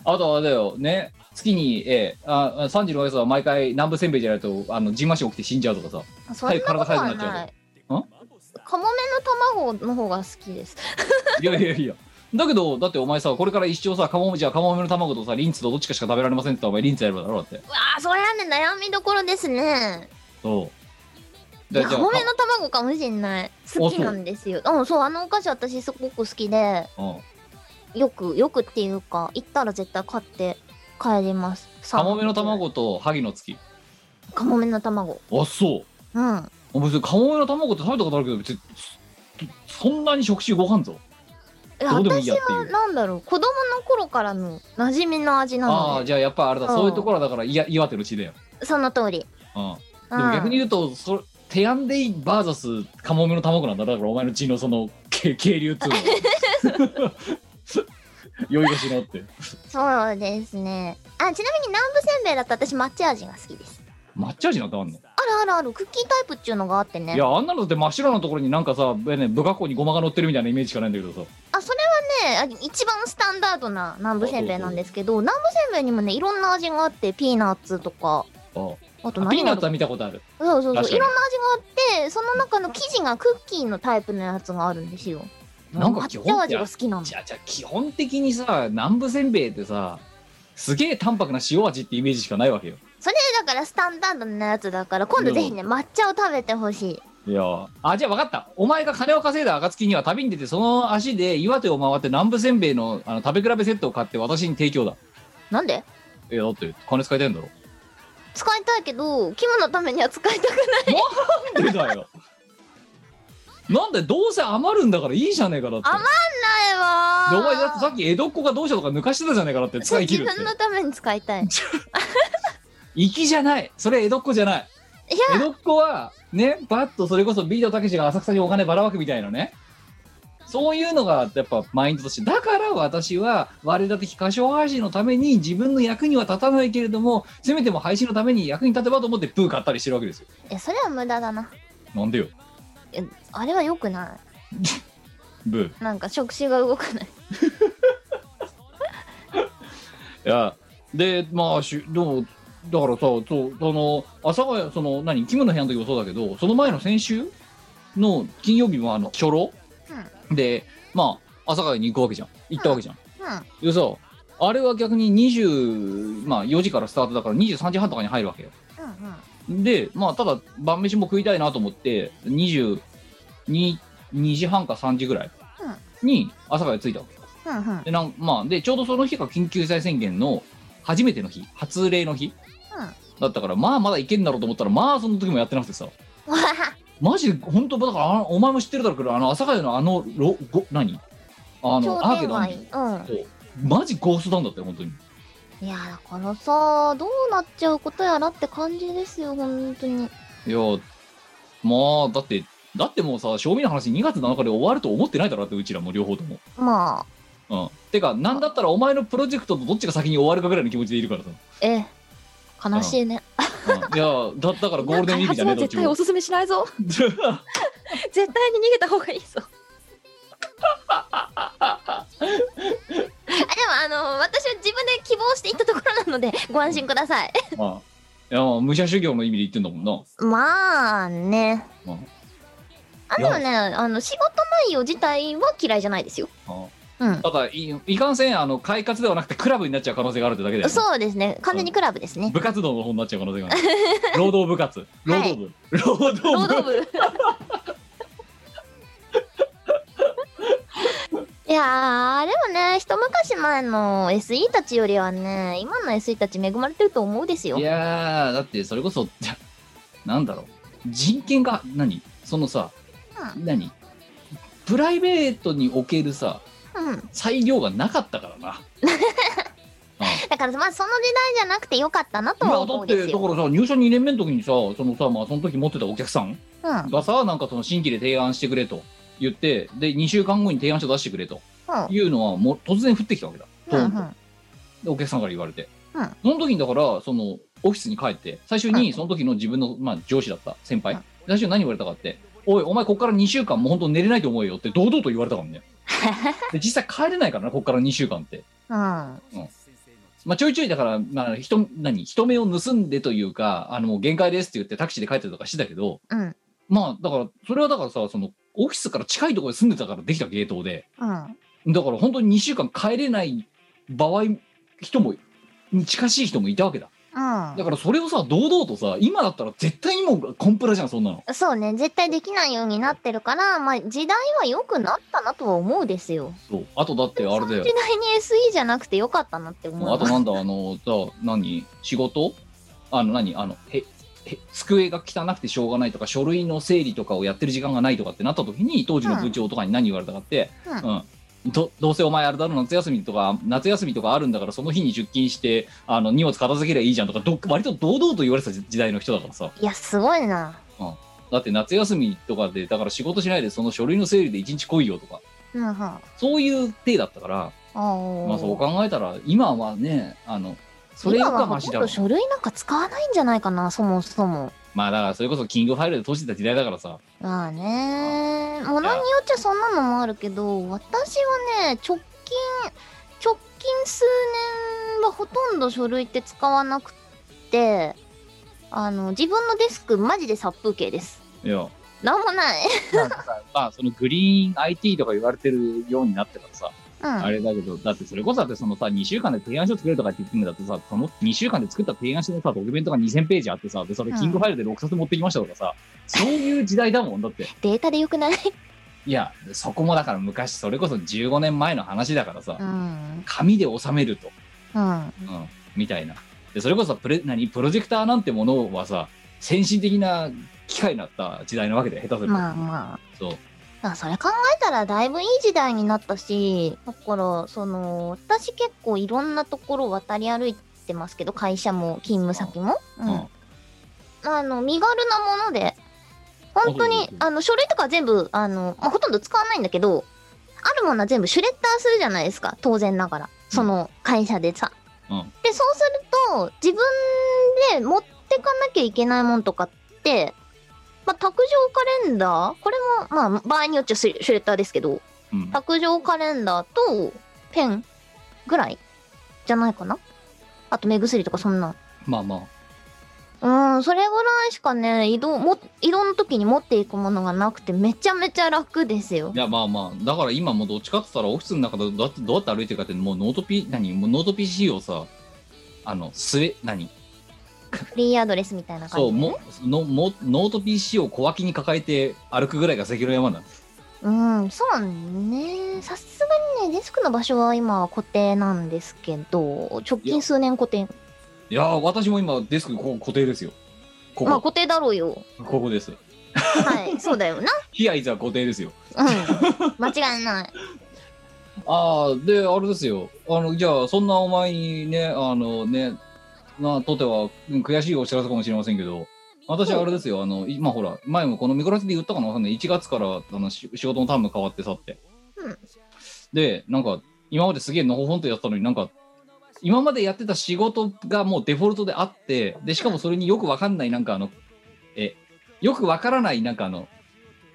Speaker 3: あとはだよね月に、えー、あ3時のおやつは毎回南部せんべいじゃないとあのジンマシン起きて死んじゃうとかさ
Speaker 4: そ んなことはない
Speaker 3: ん
Speaker 4: カモメの卵の方が好きです
Speaker 3: いやいやいやだけどだってお前さこれから一生さカモメじゃあカモメの卵とさリンツとどっちかしか食べられませんって言ったらお前リンツやるだろだって
Speaker 4: わあそれはね悩みどころですね
Speaker 3: そう
Speaker 4: いや
Speaker 3: じ
Speaker 4: カ
Speaker 3: ゃあ
Speaker 4: モメの卵かもしんない好きなんですようんそうあのお菓子私すごく好きで
Speaker 3: うん
Speaker 4: よくよくっていうか行ったら絶対買って帰ります
Speaker 3: カモメの卵と萩の月
Speaker 4: カモメの卵
Speaker 3: あそう
Speaker 4: うん
Speaker 3: お前それカモメの卵って食べたことあるけど別にそんなに食中ご飯ぞ
Speaker 4: いや
Speaker 3: どうでもいい
Speaker 4: 私
Speaker 3: やっ
Speaker 4: は
Speaker 3: ていう
Speaker 4: なんだろう子供の頃からの馴染みの味な
Speaker 3: ああ
Speaker 4: の
Speaker 3: じゃあやっぱあれだ
Speaker 4: うん
Speaker 3: そういうところはだからいや岩手の地だよ、
Speaker 4: でその通り
Speaker 3: うん、
Speaker 4: う
Speaker 3: でも
Speaker 4: ん
Speaker 3: 逆に言うとそれテヤンデイバーザスカモメの卵なんだだからお前の血のそのけ 渓流っつうのは 酔い腰のって
Speaker 4: そうですねあちなみに南部せんべいだと私抹茶味が好きです
Speaker 3: 抹茶味なんてあん
Speaker 4: あ
Speaker 3: の、
Speaker 4: るあるあるクッキータイプっていうのがあって
Speaker 3: い
Speaker 4: ね
Speaker 3: やあんなのだって真っ白なところになんかさ、ね、不格好にごまが乗ってるみたいなイメージしかないんだけどさ
Speaker 4: あそれはねあ一番スタンダードな南部せんべいなんですけど南部せんべいにもねいろんな味があってピーナッツとか
Speaker 3: あ
Speaker 4: あと
Speaker 3: あ
Speaker 4: 何
Speaker 3: ピーナッ
Speaker 4: だ
Speaker 3: ツ
Speaker 4: ろ
Speaker 3: は見たことある
Speaker 4: うそうそうそういろんな
Speaker 3: 確
Speaker 4: 味
Speaker 3: かに
Speaker 4: があってその中の生地がクッキーのタイプのやつがあるんですよ
Speaker 3: なんか基
Speaker 4: 抹茶
Speaker 3: 本
Speaker 4: 味
Speaker 3: じゃ
Speaker 4: が好きなの
Speaker 3: じゃあじゃあ基本的にさ南部せんべいってさすげえ淡白な塩味ってイメージしかないわけよ
Speaker 4: それだからスタンダードなやつだから今度ぜひね抹茶を食べてほしい
Speaker 3: いやーあじゃあ分かったお前が金を稼いだ暁には旅に出てその足で岩手を回って南部せんべいのあの食べ比べセットを買って私に提供だ
Speaker 4: なんで
Speaker 3: えだって金使いたいんだろ
Speaker 4: 使いたいけどキムのためには使いたくない
Speaker 3: なんでだよなんでどうせ余るんだからいいじゃねえかだって
Speaker 4: 余ないわー
Speaker 3: でお前だってさっき江戸っ子がどうしたとか抜かしてたじゃねえかだって
Speaker 4: そ
Speaker 3: 使
Speaker 4: う
Speaker 3: い切
Speaker 4: 自
Speaker 3: るって
Speaker 4: 分のために使いたい。
Speaker 3: 粋じゃないそれ江戸っ子じゃない
Speaker 4: い
Speaker 3: 江戸っ子はねバッとそれこそビートたけしが浅草にお金ばらまくみたいなねそういうのがやっぱマインドとしてだから私は我ら的歌唱配信のために自分の役には立たないけれどもせめても配信のために役に立てばと思ってプー買ったりしてるわけですよ
Speaker 4: いや、それは無駄だな。
Speaker 3: なんでよ
Speaker 4: いやあれは良くな
Speaker 3: ブー
Speaker 4: い。なんか触手が動かない。
Speaker 3: いやでまあしでもだからさそうその阿佐ヶ谷その何キムの部屋の時もそうだけどその前の先週の金曜日もあの初老、でまあ阿佐ヶ谷に行くわけじゃん行ったわけじゃん、
Speaker 4: う
Speaker 3: でさあれは逆に20まあ4時からスタートだから23時半とかに入るわけよ
Speaker 4: ん。うんうん。
Speaker 3: でまあただ晩飯も食いたいなと思って22 2時半か3時ぐらいに阿佐ヶ谷着いたわけ
Speaker 4: うんうん。
Speaker 3: でなんまあ、でちょうどその日が緊急事態宣言の初めての日初例の日、
Speaker 4: うん
Speaker 3: だったからまあまだいけんだろうと思ったらまあその時もやってなくてさ
Speaker 4: わは
Speaker 3: マジで本当だからあのお前も知ってるだろうけどあの阿佐ヶ谷のあのロご何あのアーケードあんじゃん
Speaker 4: うん。
Speaker 3: マジゴーストなんだって本当に
Speaker 4: いや、だからさ、どうなっちゃうことやらって感じですよ、本当に。
Speaker 3: いやまあだってだってもうさ賞味の話2月7日で終わると思ってないだろだってうちらも両方とも
Speaker 4: まあ、
Speaker 3: うんてかなんだったらお前のプロジェクトとどっちが先に終わるかぐらいの気持ちでいるからさ、
Speaker 4: ええ。悲しいね。
Speaker 3: うんいやだだからゴールデンウィークじゃねえ
Speaker 4: は
Speaker 3: どっち
Speaker 4: 絶対お
Speaker 3: も
Speaker 4: すすめしないぞ。 絶対に逃げた方がいいぞ。 あでもあの私は自分で希望していったところなのでご安心ください。
Speaker 3: まあ、いやまあ武者修行の意味で言ってんだもんな。
Speaker 4: まあね。
Speaker 3: うん
Speaker 4: あでもね、あの仕事内容自体は嫌いじゃないですよ。
Speaker 3: あ
Speaker 4: うん
Speaker 3: ただいいかんせんあの快活ではなくてクラブになっちゃう可能性があるってだけで、
Speaker 4: そうですね完全にクラブですね
Speaker 3: 部活動の方になっちゃう可能性がある労働部 活労働部、労働部
Speaker 4: 労働部 いやーでもね一昔前の SE たちよりはね今の SE たち恵まれてると思うですよ
Speaker 3: いやーだってそれこそ じゃなんだろう人権が何そのさ、
Speaker 4: う
Speaker 3: 何プライベートにおけるさ
Speaker 4: うん、
Speaker 3: 裁量がなかったからな、うん
Speaker 4: だからまあその時代じゃなくてよかったなと
Speaker 3: い
Speaker 4: は
Speaker 3: やだ
Speaker 4: 思う
Speaker 3: っ
Speaker 4: です
Speaker 3: てだ
Speaker 4: よ、
Speaker 3: からさ入社2年目の時にさそのさまあその時持ってたお客さん
Speaker 4: うん
Speaker 3: がさなんかその新規で提案してくれと言ってで2週間後に提案書出してくれと
Speaker 4: うん
Speaker 3: いうのはもう突然降ってきたわけだ、
Speaker 4: うん
Speaker 3: ドンとでお客さんから言われて、
Speaker 4: うん
Speaker 3: その時にだからそのオフィスに帰って最初
Speaker 4: う
Speaker 3: にその時の自分の、まあ、上司だった先輩、
Speaker 4: うん
Speaker 3: 最初に何言われたかって「おいお前こっから2週間もう本当寝れないと思うよ」って堂々と言われ たからねで実際帰れないからなこっから2週間って、
Speaker 4: うんうん
Speaker 3: まあ、ちょいちょいだから、まあ、人何人目を盗んでというかあのもう限界ですって言ってタクシーで帰ったりとかしてたけど
Speaker 4: うん
Speaker 3: まあだからそれはだからさそのオフィスから近いところに住んでたからできたゲートで
Speaker 4: うん
Speaker 3: だから本当に2週間帰れない場合人も近しい人もいたわけだだからそれをさ堂々とさ今だったら絶対にもうコンプラじゃんそんなの
Speaker 4: そうね絶対できないようになってるから、まあ、時代は良くなったなとは思うですよ
Speaker 3: そうあとだってあれだよ
Speaker 4: 時代に SE じゃなくて良かったなって思う
Speaker 3: あとなんだあのさ何仕事あの何あのへへ机が汚くてしょうがないとか書類の整理とかをやってる時間がないとかってなった時に当時の部長とかに何言われたかって、
Speaker 4: うん
Speaker 3: うんどどうせお前あれだろ夏休みとか夏休みとかあるんだからその日に出勤してあの荷物片付けりゃいいじゃんとかど割と堂々と言われてた時代の人だからさ
Speaker 4: いやすごいな
Speaker 3: だって夏休みとかでだから仕事しないでその書類の整理で一日来いよとか
Speaker 4: うんうんあ
Speaker 3: そういう体だったから、
Speaker 4: ー
Speaker 3: まあそう考えたら、今はね、あの、それよりかマシだ
Speaker 4: 今
Speaker 3: ろ
Speaker 4: はほとんど書
Speaker 3: う。
Speaker 4: 類なんか使わないんじゃないかなそもそも
Speaker 3: まあだからそれこそキングファイルで閉じてた時代だからさ。
Speaker 4: まあねものによっちゃそんなのもあるけど私はね直近直近数年はほとんど書類って使わなくてあの自分のデスクマジで殺風景です
Speaker 3: いや、
Speaker 4: なんもない
Speaker 3: まあそのグリーン IT とか言われてるようになってからさ、
Speaker 4: うん
Speaker 3: あれだけど、だってそれこそだってそのさ、2週間で提案書作れるとかって言ってんだってさ、その2週間で作った提案書のさ、ドキュメントが2000ページあってさ、で、それキングファイルで6冊持ってきましたとかさ、そういう時代だもん、だって。
Speaker 4: データでよくない
Speaker 3: いや、そこもだから昔、それこそ15年前の話だからさ
Speaker 4: う、ん
Speaker 3: 紙で収めると。
Speaker 4: うん
Speaker 3: うん、みたいなでそれこそプレ何プロジェクターなんてものはさ先進的な機械になった時代なわけで下手すると、
Speaker 4: まあまあ
Speaker 3: そう
Speaker 4: だからそれ考えたらだいぶいい時代になったしだからその私結構いろんなところ渡り歩いてますけど会社も勤務先も、うん
Speaker 3: うん
Speaker 4: あの身軽なもので本当
Speaker 3: そうそう
Speaker 4: に
Speaker 3: そう
Speaker 4: あの書類とかは全部あの、まあ、ほとんど使わないんだけどあるものは全部シュレッダーするじゃないですか当然ながらその会社でさ。
Speaker 3: うん
Speaker 4: でそうすると自分で持ってかなきゃいけないもんとかって、まあ、卓上カレンダーこれも、まあ、場合によっちゃシュシュレッダーですけど
Speaker 3: うん
Speaker 4: 卓上カレンダーとペンぐらいじゃないかなあと目薬とかそんな
Speaker 3: まあまあ
Speaker 4: うん、それぐらいしかね、移動も、移動の時に持っていくものがなくて、めちゃめちゃ楽ですよ
Speaker 3: い。やまあまあだから今もうどっちかって言ったらオフィスの中でどうやってどうやって歩いてるかってもうノートピ何もうノート PC をさあのすえ何
Speaker 4: フリーアドレスみたいな感じ、
Speaker 3: そうものもノート PC を小脇に抱えて歩くぐらいが関の山なんです
Speaker 4: うん、そうね。さすがにね、デスクの場所は今は固定なんですけど、直近数年固定。
Speaker 3: いやー私も今デスクここ固定ですよここ、
Speaker 4: まあ固定だろうよ。
Speaker 3: ここです
Speaker 4: はい、そうだよな。
Speaker 3: ヒアイズは固定ですよ
Speaker 4: うん。間違いない。
Speaker 3: ああ、で、あれですよ。あの、じゃあ、そんなお前にね、あのね、な、とてはうん悔しいお知らせかもしれませんけど、私あれですよ、あの、今ほら、前もこのミコラスで言ったかなわかんない。1月から、あの、し仕事のターム変わって去って。
Speaker 4: うん
Speaker 3: で、なんか、今まですげえのほほんとやってたのになんか、今までやってた仕事がもうデフォルトであって、で、しかもそれによくわかんない、なんかあの、え、よくわからない、なんかあの、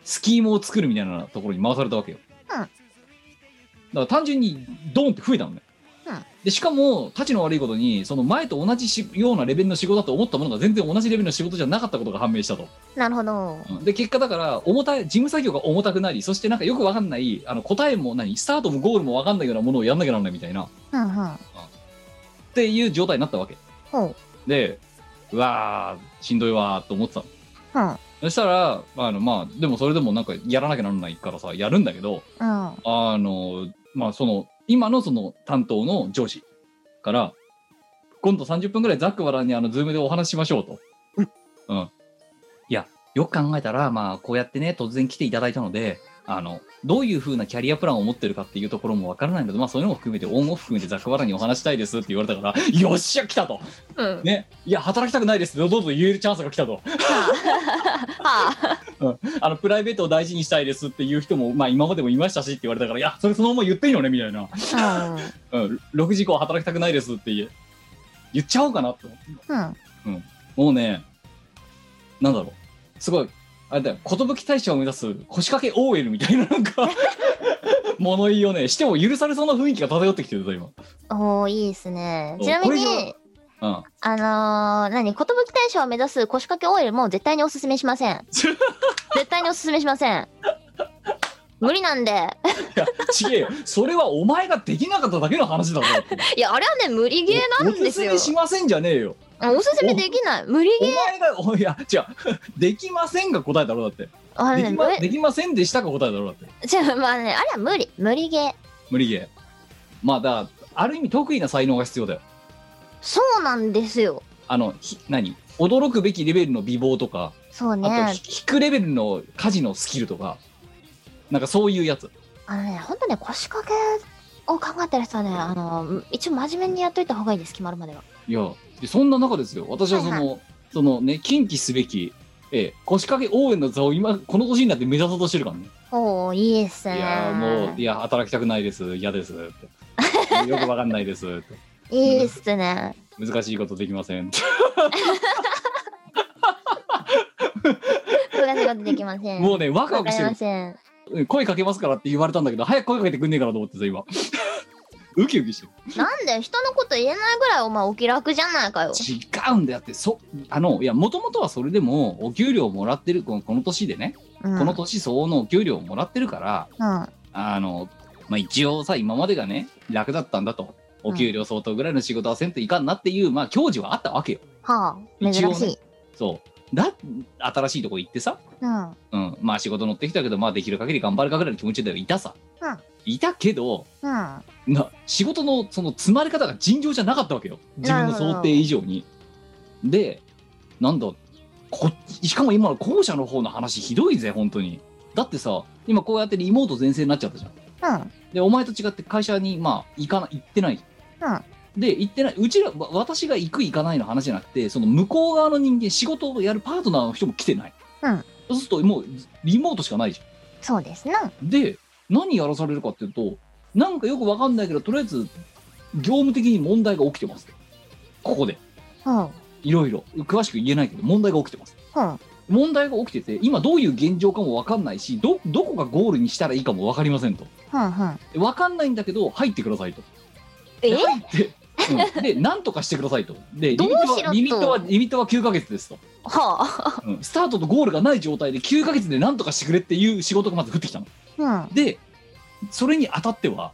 Speaker 3: スキームを作るみたいなところに回されたわけよ。だから単純にドーンって増えたのね。
Speaker 4: うん
Speaker 3: でしかもたちの悪いことにその前と同じしようなレベルの仕事だと思ったものが全然同じレベルの仕事じゃなかったことが判明したと、
Speaker 4: なるほど。
Speaker 3: うんで結果だから重たい事務作業が重たくなりそしてなんかよくわかんないあの答えも何スタートもゴールもわかんないようなものをやんなきゃならないみたいなっ
Speaker 4: うんうん。
Speaker 3: ていう状態になったわけ
Speaker 4: ほう。
Speaker 3: でうわーしんどいわーと思ってたの
Speaker 4: うん。
Speaker 3: そしたらあのまあでもそれでもなんかやらなきゃならないからさやるんだけど
Speaker 4: うん。
Speaker 3: あのまあその今のその担当の上司から今度30分ぐらいざっくばらんにあのズームでお話ししましょうと。うん。いやよく考えたらまあこうやってね突然来ていただいたのであのどういう風なキャリアプランを持ってるかっていうところもわからないのでまあそういうのも含めてオンオフ含めてざっくばらんにお話したいですって言われたからよっしゃ来たと。
Speaker 4: うん。
Speaker 3: ね。いや働きたくないですどうぞ言えるチャンスが来たと。
Speaker 4: はあ。
Speaker 3: あのプライベートを大事にしたいですっていう人もまあ今までもいましたしって言われたからいやそれそのまま言っていいよねみたいな。
Speaker 4: うん。
Speaker 3: うん、6時以降働きたくないですって言え言っちゃおうかなと思って
Speaker 4: うん。
Speaker 3: もうねなんだろうすごいあれだよ寿大社を目指す腰掛け OL みたいななんか物言いをねしても許されそうな雰囲気が漂ってきてるぞ今、
Speaker 4: おー、いいですね。
Speaker 3: そう
Speaker 4: ちなみ
Speaker 3: これ
Speaker 4: に、
Speaker 3: うん、
Speaker 4: あのー、何、寿大賞を目指す腰掛けオイルも絶対におすすめしま せん。絶対におすすめしません。無理なんで。
Speaker 3: いや違えよそれはお前ができなかっただけの話だぞ
Speaker 4: いや、あれはね、無理ゲーなんですよ。
Speaker 3: おおすすめしませんじゃねえよ
Speaker 4: うんおすすめできない。無理
Speaker 3: お
Speaker 4: ゲー。
Speaker 3: 前がおいや違う できませんが答えだろだって
Speaker 4: あれ
Speaker 3: で
Speaker 4: ね、
Speaker 3: き,、
Speaker 4: 無
Speaker 3: ま、できませんでしたが答えだろだって
Speaker 4: じゃあまあね、あれは無理。無理ゲー。
Speaker 3: 無理ゲーまあだからある意味得意な才能が必要だよ
Speaker 4: そうなんですよ。
Speaker 3: あのひ何驚くべきレベルの美貌とか
Speaker 4: そう
Speaker 3: あと
Speaker 4: ね。
Speaker 3: ひ引くレベルの家事のスキルとかなんかそういうやつ
Speaker 4: あのね、ほんとね、腰掛けを考えてる人はね、あの、一応真面目にやっといた方がいいです、決まるまでは。
Speaker 3: いやでそんな中ですよ私はその、
Speaker 4: はい
Speaker 3: そのね近畿すべき、ええ、腰掛け応援の座を今この年になって目指そうとしてるからね
Speaker 4: おー、いいですね。
Speaker 3: いやーもういや働きたくないです嫌ですってよくわかんないですって
Speaker 4: いいっすね。
Speaker 3: 難しいことでき ません
Speaker 4: こういうことできません。
Speaker 3: もうねワクワ
Speaker 4: わか
Speaker 3: クし
Speaker 4: り
Speaker 3: てる
Speaker 4: ません。
Speaker 3: うん声かけますからって言われたんだけど早く声かけてくんねえかなと思ってさ今 ウキウキしてる
Speaker 4: なんで人のこと言えないぐらいお前お気楽じゃないかよ。
Speaker 3: 違うんだよってそあのいやもともとはそれでもお給料もらってるこのこの年でね、
Speaker 4: うん、
Speaker 3: この年相応のお給料もらってるから
Speaker 4: うん。
Speaker 3: あの、まあ、一応さ今までがね楽だったんだとお給料相当ぐらいの仕事はせんといかんなっていう、まあ矜持はあったわけよ
Speaker 4: はあ、珍
Speaker 3: 一応
Speaker 4: しい。
Speaker 3: ねそうだ新しいとこ行ってさ、
Speaker 4: うん。
Speaker 3: うん、まあ仕事乗ってきたけどまあできる限り頑張るかぐらいの気持ちではいたさ、
Speaker 4: うん
Speaker 3: いたけど
Speaker 4: うん。
Speaker 3: な仕事のその詰まり方が尋常じゃなかったわけよ自分の想定以上に。でなんだこしかも今の後者の方の話ひどいぜ本当にだってさ今こうやってリモート全盛になっちゃったじゃん
Speaker 4: うん。
Speaker 3: でお前と違って会社にまあ行かな行ってないじゃん、で行ってないうちらわ私が行く行かないの話じゃなくてその向こう側の人間仕事をやるパートナーの人も来てない、
Speaker 4: うん
Speaker 3: そうするともうリモートしかないじゃん
Speaker 4: そうですな。
Speaker 3: で何やらされるかっていうとなんかよくわかんないけどとりあえず業務的に問題が起きてますここで
Speaker 4: うん。うん。
Speaker 3: いろいろ詳しく言えないけど問題が起きてます問題が起きてて今どういう現状かもわかんないしどどこがゴールにしたらいいかもわかりませんと
Speaker 4: うん。うん。
Speaker 3: でわかんないんだけど入ってくださいと
Speaker 4: え
Speaker 3: で入って、うんでなんとかしてくださいとでリミ
Speaker 4: どう
Speaker 3: ット
Speaker 4: しろ
Speaker 3: は
Speaker 4: と
Speaker 3: リミットはリミットは9ヶ月ですと、
Speaker 4: はあ。
Speaker 3: うんスタートとゴールがない状態で9ヶ月でなんとかしてくれっていう仕事がまず降ってきたの
Speaker 4: うん。
Speaker 3: でそれにあたっては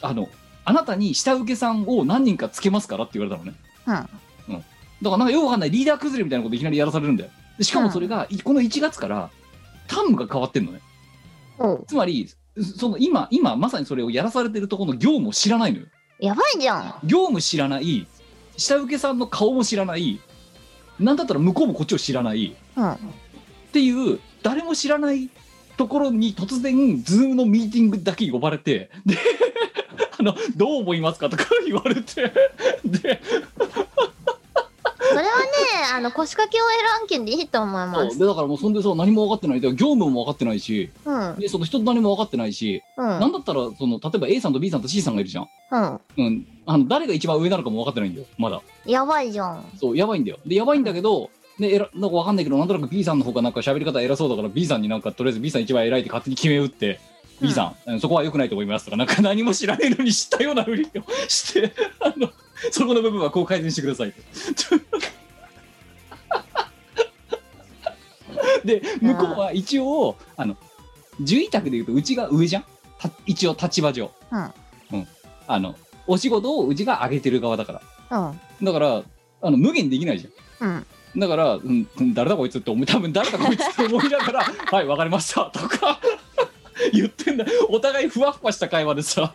Speaker 3: あのあなたに下請けさんを何人かつけますからって言われたのね、うんだからなんかよくわかんないリーダー崩れみたいなこといきなりやらされるんだよでしかもそれが、いこの1月からタームが変わってんのね
Speaker 4: おう
Speaker 3: つまりその今今まさにそれをやらされてるところの業務を知らないのよ
Speaker 4: やばいじゃん。
Speaker 3: 業務知らない下請けさんの顔も知らないなんだったら向こうもこっちを知らない
Speaker 4: うん。
Speaker 3: っていう誰も知らないところに突然ズームのミーティングだけ呼ばれてで あの「どう思いますか?」とか言われて で
Speaker 4: それはね、あの、腰掛けを選んけんでいいと思い
Speaker 3: そ
Speaker 4: ま
Speaker 3: う
Speaker 4: す。
Speaker 3: でだからもうそんでそう何も分かってないで業務も分かってないし
Speaker 4: うん。
Speaker 3: でその人と何も分かってないし、
Speaker 4: うん。
Speaker 3: なんだったらその例えば A さんと B さんと C さんがいるじゃん、
Speaker 4: うん。
Speaker 3: うん、あの誰が一番上なのかも分かってないんだよまだ
Speaker 4: やばいじゃん。
Speaker 3: そうやばいんだよでやばいんだけどでえらなんか分かんないけどなんとなく B さんの方がなんか喋り方偉そうだから B さんになんかとりあえず B さん一番偉いって勝手に決め打って B さん、うんそこは良くないと思いますとか、なんか何も知らないのに知ったようなふりをして、あの、そこの部分はこう改善してくださ いと。で、向こうは一応、あの、獣医宅でいうと、うちが上じゃんた一応立場上。うん。あの、お仕事をうちが上げてる側だから。
Speaker 4: うん
Speaker 3: だから、あの、無限にできないじゃん。
Speaker 4: うん
Speaker 3: だから、うん、うん誰だこいつって思う多分誰だこいつって思いながら 「はいわかりました」とか 言ってんだお互いふわふわした会話でさ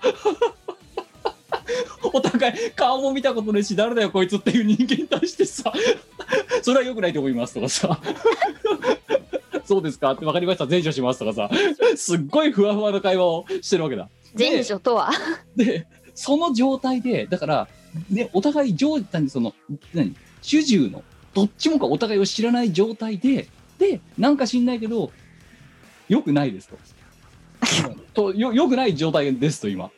Speaker 3: お互い顔も見たことないし誰だよこいつっていう人間に対してさ 「それはよくないと思います」とかさ 「そうですか」って「わかりました善処します」とかさすっごいふわふわな会話をしてるわけだ。で
Speaker 4: 前書とは
Speaker 3: でその状態でだから、ね、お互い上何その何主従のどっちもがお互いを知らない状態ででなんか知んないけどよくないですとうんとよよくない状態ですと今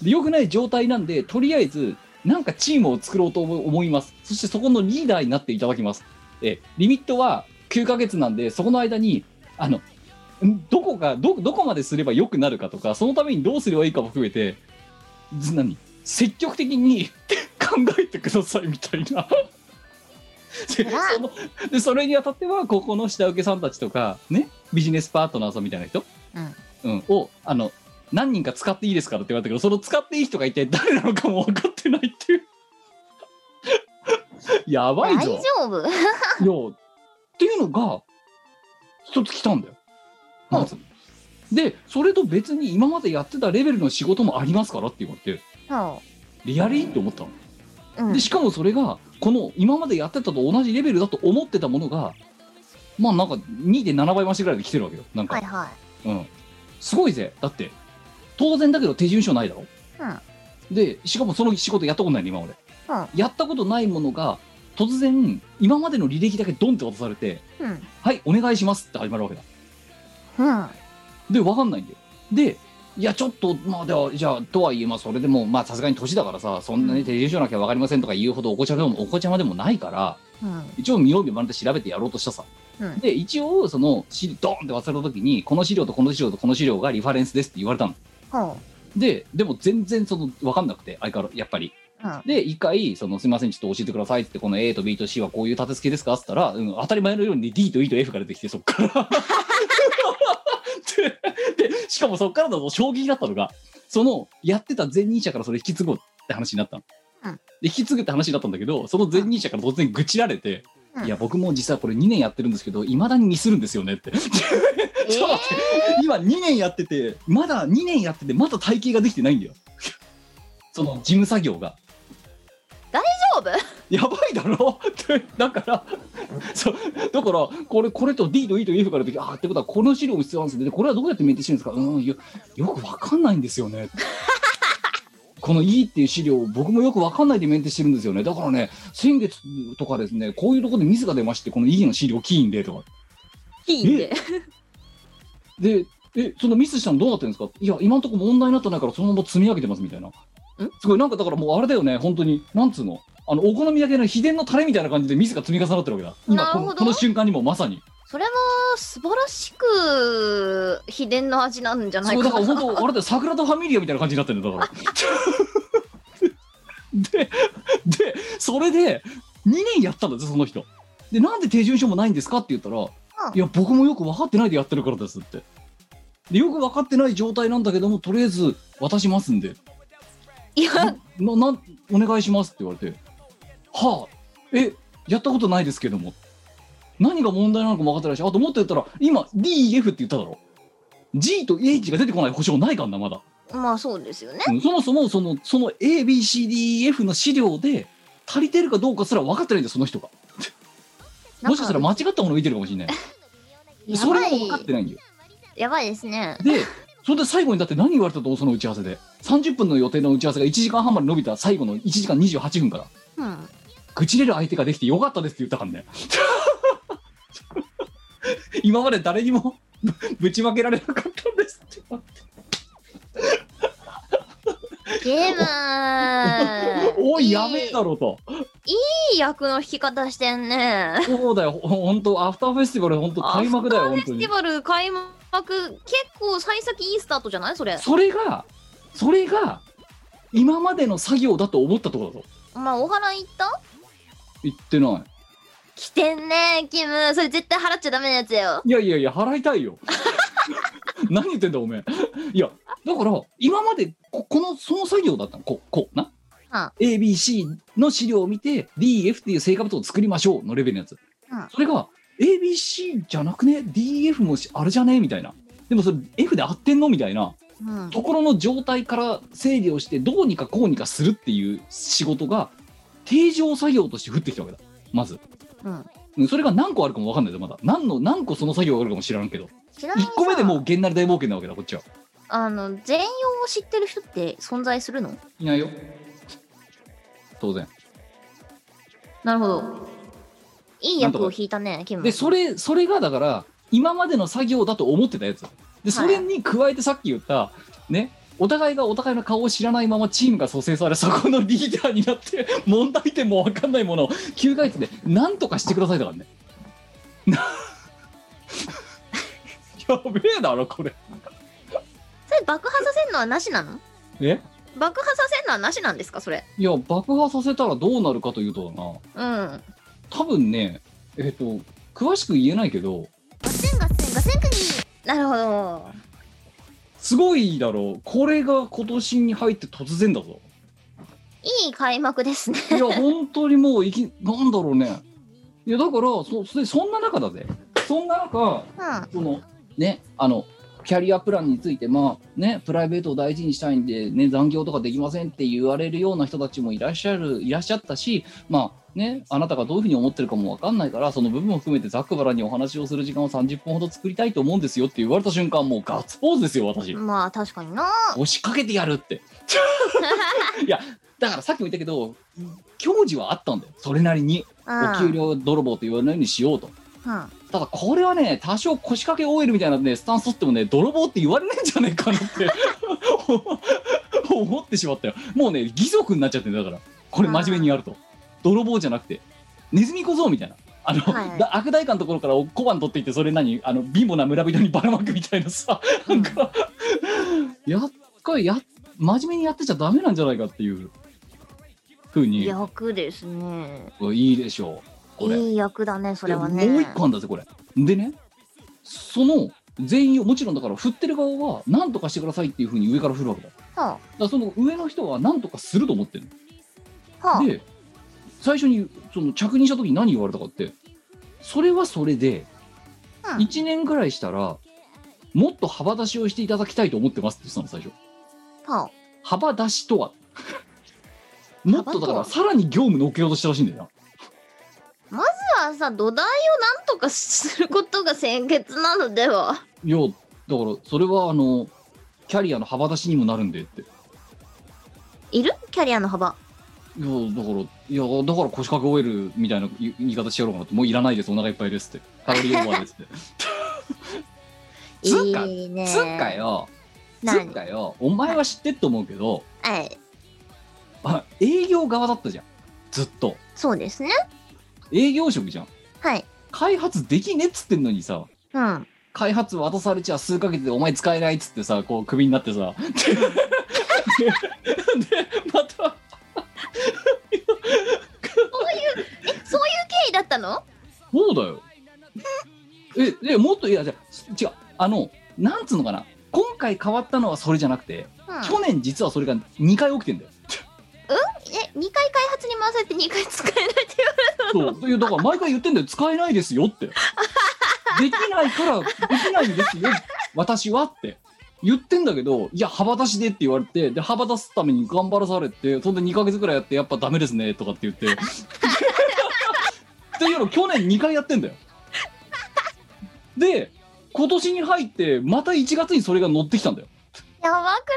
Speaker 3: でよくない状態なんでとりあえずなんかチームを作ろうと思思いますそしてそこのリーダーになっていただきますえリミットは9ヶ月なんでそこの間にあのんどこがどどこまですれば良くなるかとかそのためにどうすればいいかも含めてず何積極的に 考えてくださいみたいな。で
Speaker 1: 偉い
Speaker 3: そのでそれにあたってはここの下請けさんたちとか、ね、ビジネスパートナーさんみたいな人、うんをあの何人か使っていいですからって言われたけどその使っていい人が一体誰なのかも分かってないっていう やば
Speaker 4: 大
Speaker 3: いぞ。
Speaker 4: 丈夫
Speaker 3: いや、っていうのが、一つ来たんだよ。
Speaker 4: うん
Speaker 3: まずで、それと別に今までやってたレベルの仕事もありますからって言われて、
Speaker 4: そ
Speaker 3: リアリーって思ったの。
Speaker 4: ううん
Speaker 3: で、しかもそれが、この今までやってたと同じレベルだと思ってたものが、まあなんか2.7倍増しぐらいで来てるわけよ。なんか、
Speaker 4: はいは
Speaker 3: うん。すごいぜ。だって、当然だけど手順書ないだろ。で、しかもその仕事やったことないの、今まで。
Speaker 4: う
Speaker 3: やったことないものが、突然、今までの履歴だけドンって渡されて、
Speaker 4: いうん
Speaker 3: はい、お願いしますって始まるわけだ。
Speaker 4: うん
Speaker 3: で、わかんないんだよ。で、いや、ちょっと、まあ、では、じゃあ、とはいえ、まあ、それでも、まあ、さすがに年だからさ、そんな
Speaker 4: う
Speaker 3: に
Speaker 4: ん
Speaker 3: 手順書なきゃわかりませんとか言うほどお子ちゃまでも、お子ちゃまでもないから、
Speaker 4: うん
Speaker 3: 一応、見よう見まねて調べてやろうとしたさ。
Speaker 4: うん
Speaker 3: で、一応、その、資ドーンって渡された時に、この資料とこの資料とこの資料がリファレンスですって言われたの。
Speaker 4: ほ
Speaker 3: で、でも、全然、その、わかんなくて、相変わらず、やっぱり。
Speaker 4: ううん
Speaker 3: で、一回、その、すみません、ちょっと教えてくださいって、この A と B と C はこういう立て付けですかって言ったら、うん、当たり前のように D と E と F が出てきて、そっから。 で、でしかもそっからだと衝撃だったのが、その、やってた前任者からそれ引き継ごうって話になったの。
Speaker 4: うん
Speaker 3: で、引き継ぐって話になったんだけど、その前任者から突然愚痴られて、
Speaker 4: うん
Speaker 3: いや、僕も実はこれ2年やってるんですけど、いまだにミスるんですよねって。
Speaker 4: え
Speaker 3: ちょっと待って今2年やっててまだ2年やっててまだ体型ができてないんだよその事務作業が
Speaker 4: 大丈夫
Speaker 3: やばいだろってだからそうだからこれこれと D と E と F からできあーってことはこの資料も必要なんですねでこれはどうやってメンテしてるんですかうんよよくわかんないんですよねこの E っていう資料僕もよくわかんないでメンテしてるんですよねだからね先月とかですねこういうところでミスが出ましてこの E の資料キーンでとか
Speaker 4: いいんで
Speaker 3: で、え、そのミスしたのどうなってるんですかいや、今のところ問題になってないから、そのまま積み上げてますみたいな。すごい、なんかだからもうあれだよね、本当に、なんつうの、あの、お好み焼きの秘伝のタレみたいな感じでミスが積み重なってるわけだ。今
Speaker 4: なる
Speaker 3: こ
Speaker 4: ほど
Speaker 3: の、この瞬間にもまさに。
Speaker 4: それは素晴らしく秘伝の味なんじゃない
Speaker 3: そう、だ
Speaker 4: か
Speaker 3: から
Speaker 4: な
Speaker 3: 本当、あれだよ、サグラダ・ファミリアみたいな感じになってるんだ、だから。で、で、それで、2年やったんだぜ、その人。で、なんで手順書もないんですかって言ったら、いや、僕もよく分かってないでやってるからですって。で、よく分かってない状態なんだけども、とりあえず渡しますんで、
Speaker 4: いや
Speaker 3: ななんお願いしますって言われて「はあえやったことないですけども何が問題なのかも分かってないしあともっと言ったら今 DEF って言っただろ G と H が出てこない保証ないからなまだ、
Speaker 4: まあそうですよね
Speaker 3: うんそもそもそのその ABCDEF の資料で足りてるかどうかすら分かってないんだよその人が もしかしたら間違ったもの見てるかもしれない
Speaker 4: や
Speaker 3: それ
Speaker 4: ば
Speaker 3: も分かって
Speaker 4: い
Speaker 3: ないんだよ
Speaker 4: やばいですね
Speaker 3: でそれで最後にだって何言われたと思うその打ち合わせで30分の予定の打ち合わせが1時間半まで伸びた最後の1時間28分か
Speaker 4: う
Speaker 3: ら
Speaker 4: ん
Speaker 3: 愚痴れる相手ができてよかったですって言ったからね 今まで誰にも ぶちまけられなかったんですって
Speaker 4: ゲーム
Speaker 3: おいやべえだろと
Speaker 4: いい役の引き方してんね
Speaker 3: そうだよほほんとアフターフェスティバルほんと開幕だよ
Speaker 4: フ
Speaker 3: ほん
Speaker 4: ェ
Speaker 3: と
Speaker 4: ス
Speaker 3: に
Speaker 4: ティバル開幕結構幸先いいスタートじゃないそれ
Speaker 3: それがそれが今までの作業だと思ったところだぞ
Speaker 4: まあお払い行った
Speaker 3: 言ってない
Speaker 4: 来てんねキムそれ絶対払っちゃダメなやつだよ
Speaker 3: いやいやいや払い たいよ何言ってんだおめえいやだから今までここのその作業だったのこうこうな、
Speaker 4: う
Speaker 3: ABC の資料を見て DF っていう成果物を作りましょうのレベルのやつ、
Speaker 4: ん
Speaker 3: それが ABC じゃなくね DF もしあれじゃねみたいなでもそれ F で合ってんのみたいな
Speaker 4: うん
Speaker 3: ところの状態から整理をしてどうにかこうにかするっていう仕事が定常作業として降ってきたわけだまず
Speaker 4: うん
Speaker 3: うんそれが何個あるかも分かんないぞまだ何の何個その作業があるかも知らんけど
Speaker 4: ちなみに
Speaker 3: 1
Speaker 4: さ
Speaker 3: 個目でもうげんなり大冒険なわけだこっちは
Speaker 4: あの全容を知ってる人って存在するの
Speaker 3: いないよ当然
Speaker 4: なるほどいい役を引いたねキム
Speaker 3: でそれそれがだから今までの作業だと思ってたやつでそれに加えてさっき言ったねお互いがお互いの顔を知らないままチームが蘇生されそこのリーダーになって 問題点も分かんないものを9ヶ月で何とかしてくださいだから ねなやべえだろこれ
Speaker 4: それ爆破させるのはなしなの
Speaker 3: え
Speaker 4: 爆破させるのはなしなんですかそれ
Speaker 3: いや爆破させたらどうなるかというとだな
Speaker 4: うん
Speaker 3: 多分ねえっ、と詳しく言えないけど
Speaker 1: ガセンガセンガセンクニー
Speaker 4: なるほど
Speaker 3: すごいだろうこれが今年に入って突然だぞ
Speaker 4: いい開幕ですね
Speaker 3: いや本当にもういきなんだろうねいやだからそそそんな中だぜそんな中
Speaker 4: うん
Speaker 3: そのねあのキャリアプランについてまあねプライベートを大事にしたいんでね残業とかできませんって言われるような人たちもいらっしゃるいらっしゃったしまあねあなたがどういうふうに思ってるかもわかんないからその部分も含めてざっくばらんにお話をする時間を30分ほど作りたいと思うんですよって言われた瞬間もうガッツポーズですよ私
Speaker 4: まあ確か にな
Speaker 3: 押しかけてやるってだからさっきも言ったけど矜持はあったんだよそれなりにお給料泥棒と言われないようにしようと
Speaker 4: うんうん
Speaker 3: ただこれはね多少腰掛け OL みたいなねスタンス取ってもね泥棒って言われないんじゃないかなって 思ってしまったよもうね義足になっちゃってんだからこれ真面目にやると泥棒じゃなくてネズミ小僧みたいなあの、
Speaker 4: はいはい
Speaker 3: だ悪代官のところから小判取っていってそれ何あの貧乏な村人にばらまくみたいなさなんかやっこれや真面目にやってちゃダメなんじゃないかっていうふうにい
Speaker 4: 役ですね
Speaker 3: いでしょうこれ。
Speaker 4: いい役だねそれはね
Speaker 3: いやもう一個あんだぜこれでねその全員をもちろんだから振ってる側は何とかしてくださいっていうふうに上から振るわけだだか
Speaker 4: は
Speaker 3: らその上の人は何とかすると思ってる
Speaker 4: あはあ
Speaker 3: で最初にその着任した時に何言われたかってそれはそれで
Speaker 4: うん
Speaker 3: 1年ぐらいしたらもっと幅出しをしていただきたいと思ってますって言ってたの最初
Speaker 4: はあ
Speaker 3: 幅出しとはもっと
Speaker 4: 幅
Speaker 3: だから
Speaker 4: とは
Speaker 3: さらに業務乗っけようとしたらしいんだよな
Speaker 4: まずはさ土台をなんとかすることが先決なのではい
Speaker 3: やだからそれはあのキャリアの幅出しにもなるんでって
Speaker 4: いるキャリアの幅
Speaker 3: いやだからいやだから腰掛け OL みたいな言い言い方してやろうかなってもういらないですお腹いっぱいですってカロリーオーバーですってつうか
Speaker 4: いいね
Speaker 3: つっかよつっ
Speaker 4: 何
Speaker 3: かよお前は知ってっと思うけど
Speaker 4: はい
Speaker 3: あ営業側だったじゃんずっと
Speaker 4: そうですね
Speaker 3: 営業職じゃん
Speaker 4: はい
Speaker 3: 開発できねっつってんのにさ
Speaker 4: うん
Speaker 3: 開発渡されちゃ数ヶ月でお前使えないっつってさこうクビになってさ ででまた
Speaker 4: 経緯だったの
Speaker 3: そうだよ。え、でもっといやじゃあ違うあのなんつうのかな今回変わったのはそれじゃなくて、
Speaker 4: うん
Speaker 3: 去年実はそれが2回起きてんだよ。
Speaker 4: え2回開発に回されて2回使えないって言われ
Speaker 3: そういやだから毎回言ってんだよ使えないですよって。できないからできないんですよ私はって。言ってんだけど、いや、幅出しでって言われて、で、幅出すために頑張らされて、そんで2ヶ月くらいやって、やっぱダメですね、とかって言って。っていうのを去年2回やってんだよ。で、今年に入って、また1月にそれが乗ってきたんだよ。
Speaker 4: やばく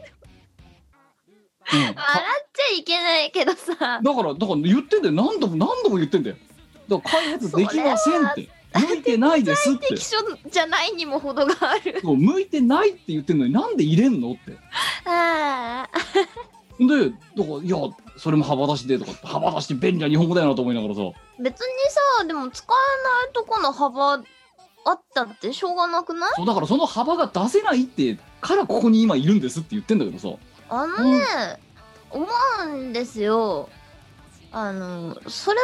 Speaker 4: ない
Speaker 3: うん
Speaker 4: 笑っちゃいけないけどさ
Speaker 3: だから、だから言ってんだよ。何度も何度も言ってんだよ。だから開発できませんって。向いてないですって。
Speaker 4: 適所じゃないにも程がある
Speaker 3: そう向いてないって言ってんのになんで入れんのって。
Speaker 4: ああ
Speaker 3: で、だから、いや、それも幅出しでとか、幅出しって便利な日本語だよなと思いながらさ。
Speaker 4: 別にさでも使わないとこの幅あったってしょうがなくない
Speaker 3: そうだからその幅が出せないってからここに今いるんですって言ってんだけどさ
Speaker 4: あのね、思うんですよ。あの、それ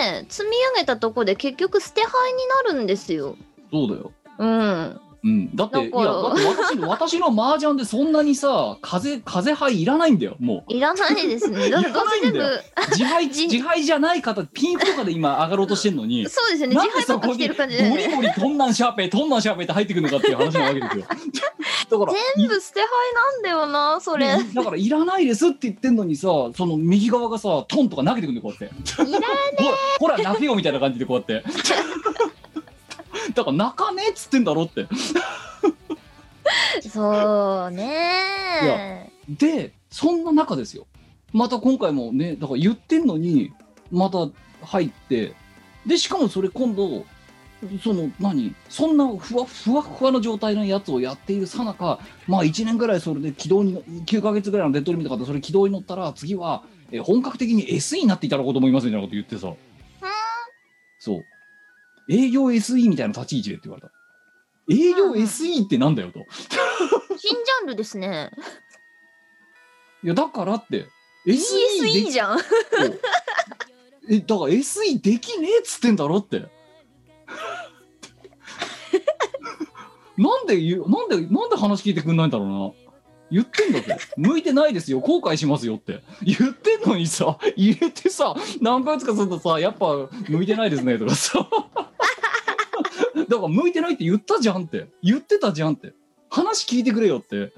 Speaker 4: はね、積み上げたとこで結局捨て牌になるんですよ。
Speaker 3: そうだよ
Speaker 4: うん。
Speaker 3: うん、だって
Speaker 4: だ
Speaker 3: い
Speaker 4: から
Speaker 3: やだって私の私の麻雀でそんなにさ風風牌いらないんだよも
Speaker 4: いらないです ね。だってどうせ全
Speaker 3: いらな
Speaker 4: 部、
Speaker 3: う 自牌
Speaker 4: じ
Speaker 3: 自牌じゃない方ピンクとかで今上がろうとしてんの に
Speaker 4: そうですよね。
Speaker 3: な
Speaker 4: 自
Speaker 3: んで
Speaker 4: 牌ば
Speaker 3: そ
Speaker 4: っか
Speaker 3: こ
Speaker 4: 来
Speaker 3: に
Speaker 4: てる
Speaker 3: ボ
Speaker 4: 感じだよ
Speaker 3: リ
Speaker 4: ね。
Speaker 3: ボリトンナン シャーペイトンナンシャーペイって入ってくるのかっていう話なわけで すよだから
Speaker 4: 全部捨て牌なんだよな、それ。いら
Speaker 3: ねだからいらないですって言ってんのにさその右側がさトンとか投げてくんでこうやって
Speaker 4: ない。
Speaker 3: ほらほら泣けよみたいな感じでこうやって だから泣かねえっつってんだろって
Speaker 4: そうね。
Speaker 3: でそんな中ですよまた今回もねだから言ってんのにまた入ってでしかもそれ今度その何そんなふわふわふわの状態のやつをやっているさなかまあ1年ぐらいそれで軌道に9ヶ月ぐらいのデッドリミットがあってそれ軌道に乗ったら次はえー本格的に SE になっていただこうと思いますみたいなこと言ってさそう営業 SE みたいな立ち位置でって言われた営業 SE ってなんだよと
Speaker 4: 新ジャンルですね。
Speaker 3: いやだからって
Speaker 4: SE じゃん。
Speaker 3: えだから SE できねえっつってんだろって なんで言うなんでなんで話聞いてくんないんだろうな言ってんだって向いてないですよ後悔しますよって言ってんのにさ入れてさ何ヶ月かするとさやっぱ向いてないですねとかさ だから向いてないって言ったじゃんって言ってたじゃんって話聞いてくれよって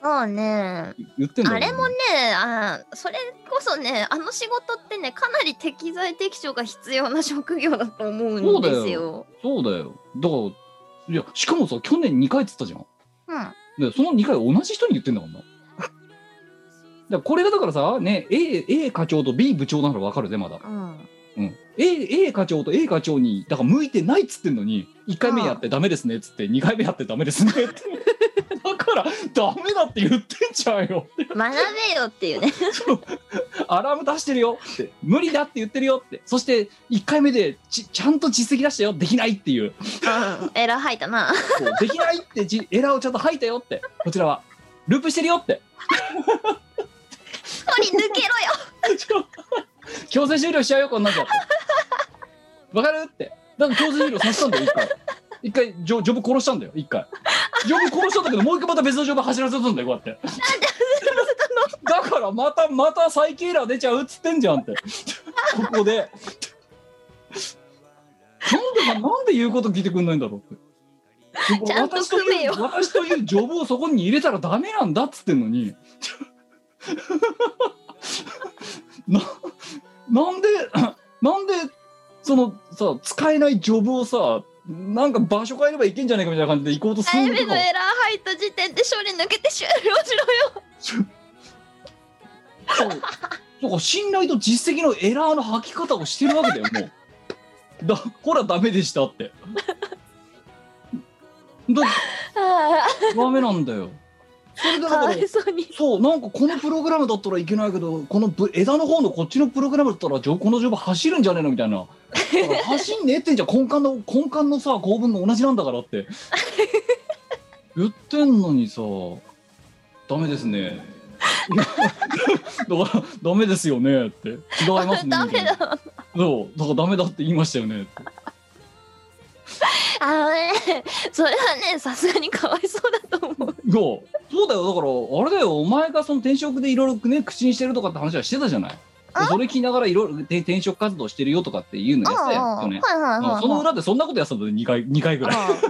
Speaker 4: そうね。
Speaker 3: 言ってんだろ
Speaker 4: あ
Speaker 3: うな
Speaker 4: れもねあーそれこそねあの仕事ってねかなり適材適所が必要な職業だと思うんで
Speaker 3: そう
Speaker 4: す
Speaker 3: だ
Speaker 4: よ。
Speaker 3: そうだよだからいやしかもさ去年2回っつったじゃん
Speaker 4: うん、
Speaker 3: でその2回同じ人に言ってんだもんな。だからこれがだからさ、ね、A, A 課長と B 部長ならわかるぜ、まだ。
Speaker 4: うん、
Speaker 3: うん。A, A 課長と A 課長に、だから向いてないっつってんのに、1回目やってダメですねっつって、2回目やってダメですね って。だから、ダメだって言ってんじゃんよ。
Speaker 4: 学べよっていう ね
Speaker 3: アラーム出してるよって。無理だって言ってるよって。そして、1回目でちちゃんと実績出したよ。できないっていう。
Speaker 4: うんエラー吐いたな
Speaker 3: こうできないってじエラーをちゃんと吐いたよって。こちらは。ループしてるよって。
Speaker 4: こり抜けろよ
Speaker 3: 強制終了しちゃうよこんなんじゃってわかるってだから強制終了させたんだよ 一回一回ジョジョブ殺したんだよ一回ジョブ殺したんだけどもう一回また別のジョブ走らせたんだよこうやってだからまたまたサイキエラー出ちゃうっつってんじゃんってここでなんでなんで言うこと聞いてくんないんだろうって
Speaker 4: ちゃんと組めよ
Speaker 3: 私という私というジョブをそこに入れたらダメなんだっつってん のにななんでなんでそのさ使えないジョブをさなんか場所変えればいけんじゃないかみたいな感じで行こうと
Speaker 4: 1
Speaker 3: す
Speaker 4: 回
Speaker 3: るの
Speaker 4: 目
Speaker 3: と
Speaker 4: の
Speaker 3: か
Speaker 4: エラー吐いた時点で処理抜けて終了しろよ
Speaker 3: そうそうか信頼と実績のエラーの吐き方をしてるわけだよ もうだほらダメでしたってだ
Speaker 4: あ
Speaker 3: ダメなんだよそれで
Speaker 4: あ
Speaker 3: だ
Speaker 4: か
Speaker 3: か
Speaker 4: わ
Speaker 3: ら
Speaker 4: いそうに
Speaker 3: そうなんかこのプログラムだったらいけないけどこのぶ枝の方のこっちのプログラムだったらじょこのジョブ走るんじゃねえのみたいなだから走んねえってんじゃん根幹の根幹のさ構文が同じなんだからって言ってんのにさダメですね いやだからダメですよねって違います ね
Speaker 4: ダメだわ
Speaker 3: そうだからダメだって言いましたよねって
Speaker 4: あのねそれはねさすがにかわいそうだと思う
Speaker 3: いやそうだよだからあれだよお前がその転職でいろいろね口にしてるとかって話はしてたじゃないでそれ聞きながらいろいろで転職活動してるよとかっていうのやってたよ去
Speaker 4: うんうん
Speaker 3: 年
Speaker 4: はいはいはい、
Speaker 3: う
Speaker 4: は
Speaker 3: ん
Speaker 4: い、
Speaker 3: その裏でそんなことやってたんだね2回二回ぐらい
Speaker 4: う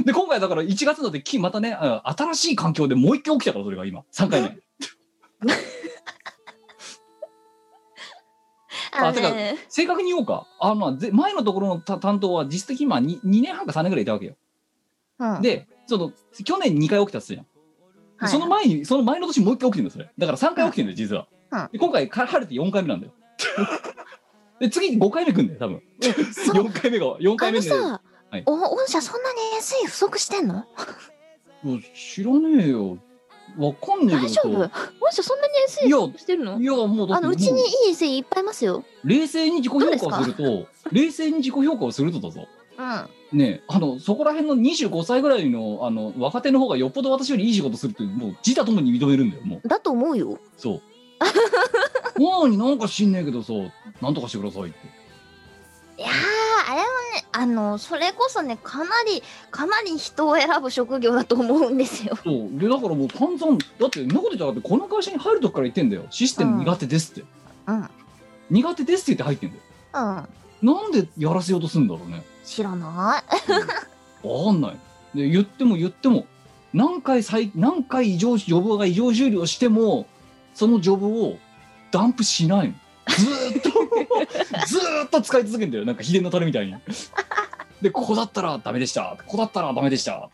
Speaker 4: ん
Speaker 3: で今回だから1月になってきまたねあ新しい環境でもう一回起きたからそれが今3回目
Speaker 4: あの
Speaker 3: てか
Speaker 4: ね
Speaker 3: 正確に言おうかあのぜ前のところのた担当は実質的に今 2, 2年半か3年ぐらいいたわけよ
Speaker 4: うん
Speaker 3: でその去年2回起きたっつうじゃん
Speaker 4: はい
Speaker 3: その前に、その前の年もう一回起きてるんですよね。だから3回起きてるんだよ、実は。
Speaker 4: うん
Speaker 3: で今回、か晴れて4回目なんだよ。で、次5回目来んだよ、多分。
Speaker 4: そう
Speaker 3: 4回目が、4
Speaker 4: あ
Speaker 3: 回目
Speaker 4: の
Speaker 3: で。
Speaker 4: さ、
Speaker 3: はい
Speaker 4: お御社そんなに SE 不足してんの
Speaker 3: いや知らねえよ。わかんねえけ
Speaker 4: 大
Speaker 3: ど
Speaker 4: 丈
Speaker 3: さ。
Speaker 4: 夫御社そんなに SE
Speaker 3: いや
Speaker 4: 不足してるの
Speaker 3: いや、もうだ
Speaker 4: あ
Speaker 3: って
Speaker 4: の
Speaker 3: もう
Speaker 4: うちにいい SE いっぱいいますよ
Speaker 3: 冷静に自己評価
Speaker 4: どう
Speaker 3: をす
Speaker 4: で
Speaker 3: ると、冷静に自己評価をするとだぞ。
Speaker 4: うんうん。
Speaker 3: ねあのそこら辺の25歳ぐらいのあの若手の方がよっぽど私よりいい仕事するってもう自他ともに認めるんだよもう
Speaker 4: だと思うよ。
Speaker 3: そ うもうになんか知んねえけどさなんとかしてくださいって
Speaker 4: いやー、あれはね、あの、それこそね、かなり、かなり人を選ぶ職業だと思うんですよ。
Speaker 3: そうでだからもう散々だってそんなこと言ったらだってこの会社に入る時から言ってんだよシステム苦手ですって、
Speaker 4: うん。うん。
Speaker 3: 苦手ですって言って入ってんだよなんでやらせようとするんだろ うね
Speaker 4: 知らない。
Speaker 3: わかんない。で言っても言っても何回再何回異常ジョブが異常終了してもそのジョブをダンプしないの。ずーっと ずーっと使い続けるんだよなんか秘伝のタレみたいに。でここだったらダメでしたここだったらダメでした。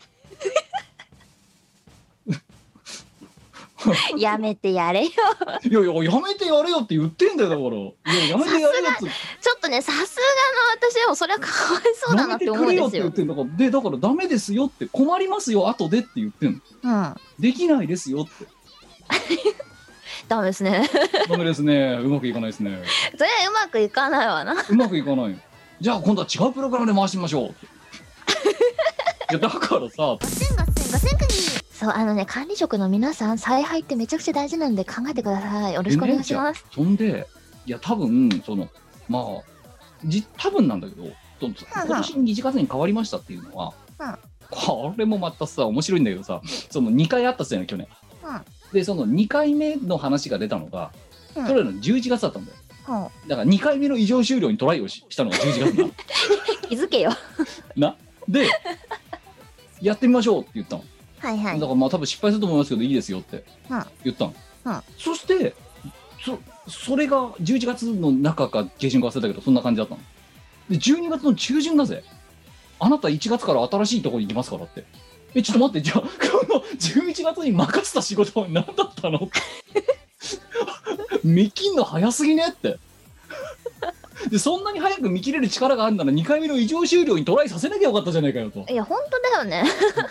Speaker 4: やめてやれよ。
Speaker 3: いやいややめてやれよって言ってんだよだから。いややめてやれよって
Speaker 4: ちょっとね、さすがの私でもそれはかわいそうだな
Speaker 3: や
Speaker 4: っ
Speaker 3: めて
Speaker 4: て
Speaker 3: く
Speaker 4: 思うん
Speaker 3: れ
Speaker 4: で
Speaker 3: よっ
Speaker 4: す
Speaker 3: て言っ
Speaker 4: よ。
Speaker 3: てんだからでだからダメですよって困りますよ後でって言ってんの。
Speaker 4: うん。
Speaker 3: できないですよって
Speaker 4: ダメですね。
Speaker 3: ダメですねうまくいかないですね。
Speaker 4: それはうまくいかないわな。
Speaker 3: うまくいかないよじゃあ今度は違うプログラムで回してみまし ょういやだからさ
Speaker 1: ガセンガセンガセンクニー
Speaker 4: そう、あのね、管理職の皆さん、采配ってめちゃくちゃ大事なんで考えてください。よろしくお願いします。
Speaker 3: そんでいや多分そのまあじ多分なんだけどその今年に2次課税に変わりましたっていうのは、
Speaker 4: うん
Speaker 3: これもまたさ面白いんだけどさその2回あったっすよね去年、
Speaker 4: うん
Speaker 3: でその2回目の話が出たのが、
Speaker 4: うん
Speaker 3: それの11月だったんだよ
Speaker 4: うん
Speaker 3: だから2回目の異常終了にトライをししたのが11月なの
Speaker 4: 気づけよ。
Speaker 3: でやってみましょうって言ったの
Speaker 4: はいは
Speaker 3: だからまあ多分失敗すると思いますけどいいですよって
Speaker 4: うん
Speaker 3: 言ったの、
Speaker 4: うん
Speaker 3: そしてそそれが11月の中か下旬か忘れたけどそんな感じだったので12月の中旬だぜあなた1月から新しいところに行きますからってえちょっと待ってじゃあこの11月に任せた仕事は何だったのって 見切んの早すぎねってでそんなに早く見切れる力があるなら2回目の異常終了にトライさせなきゃよかったじゃないかよと
Speaker 4: いや、本当だよね。
Speaker 3: だか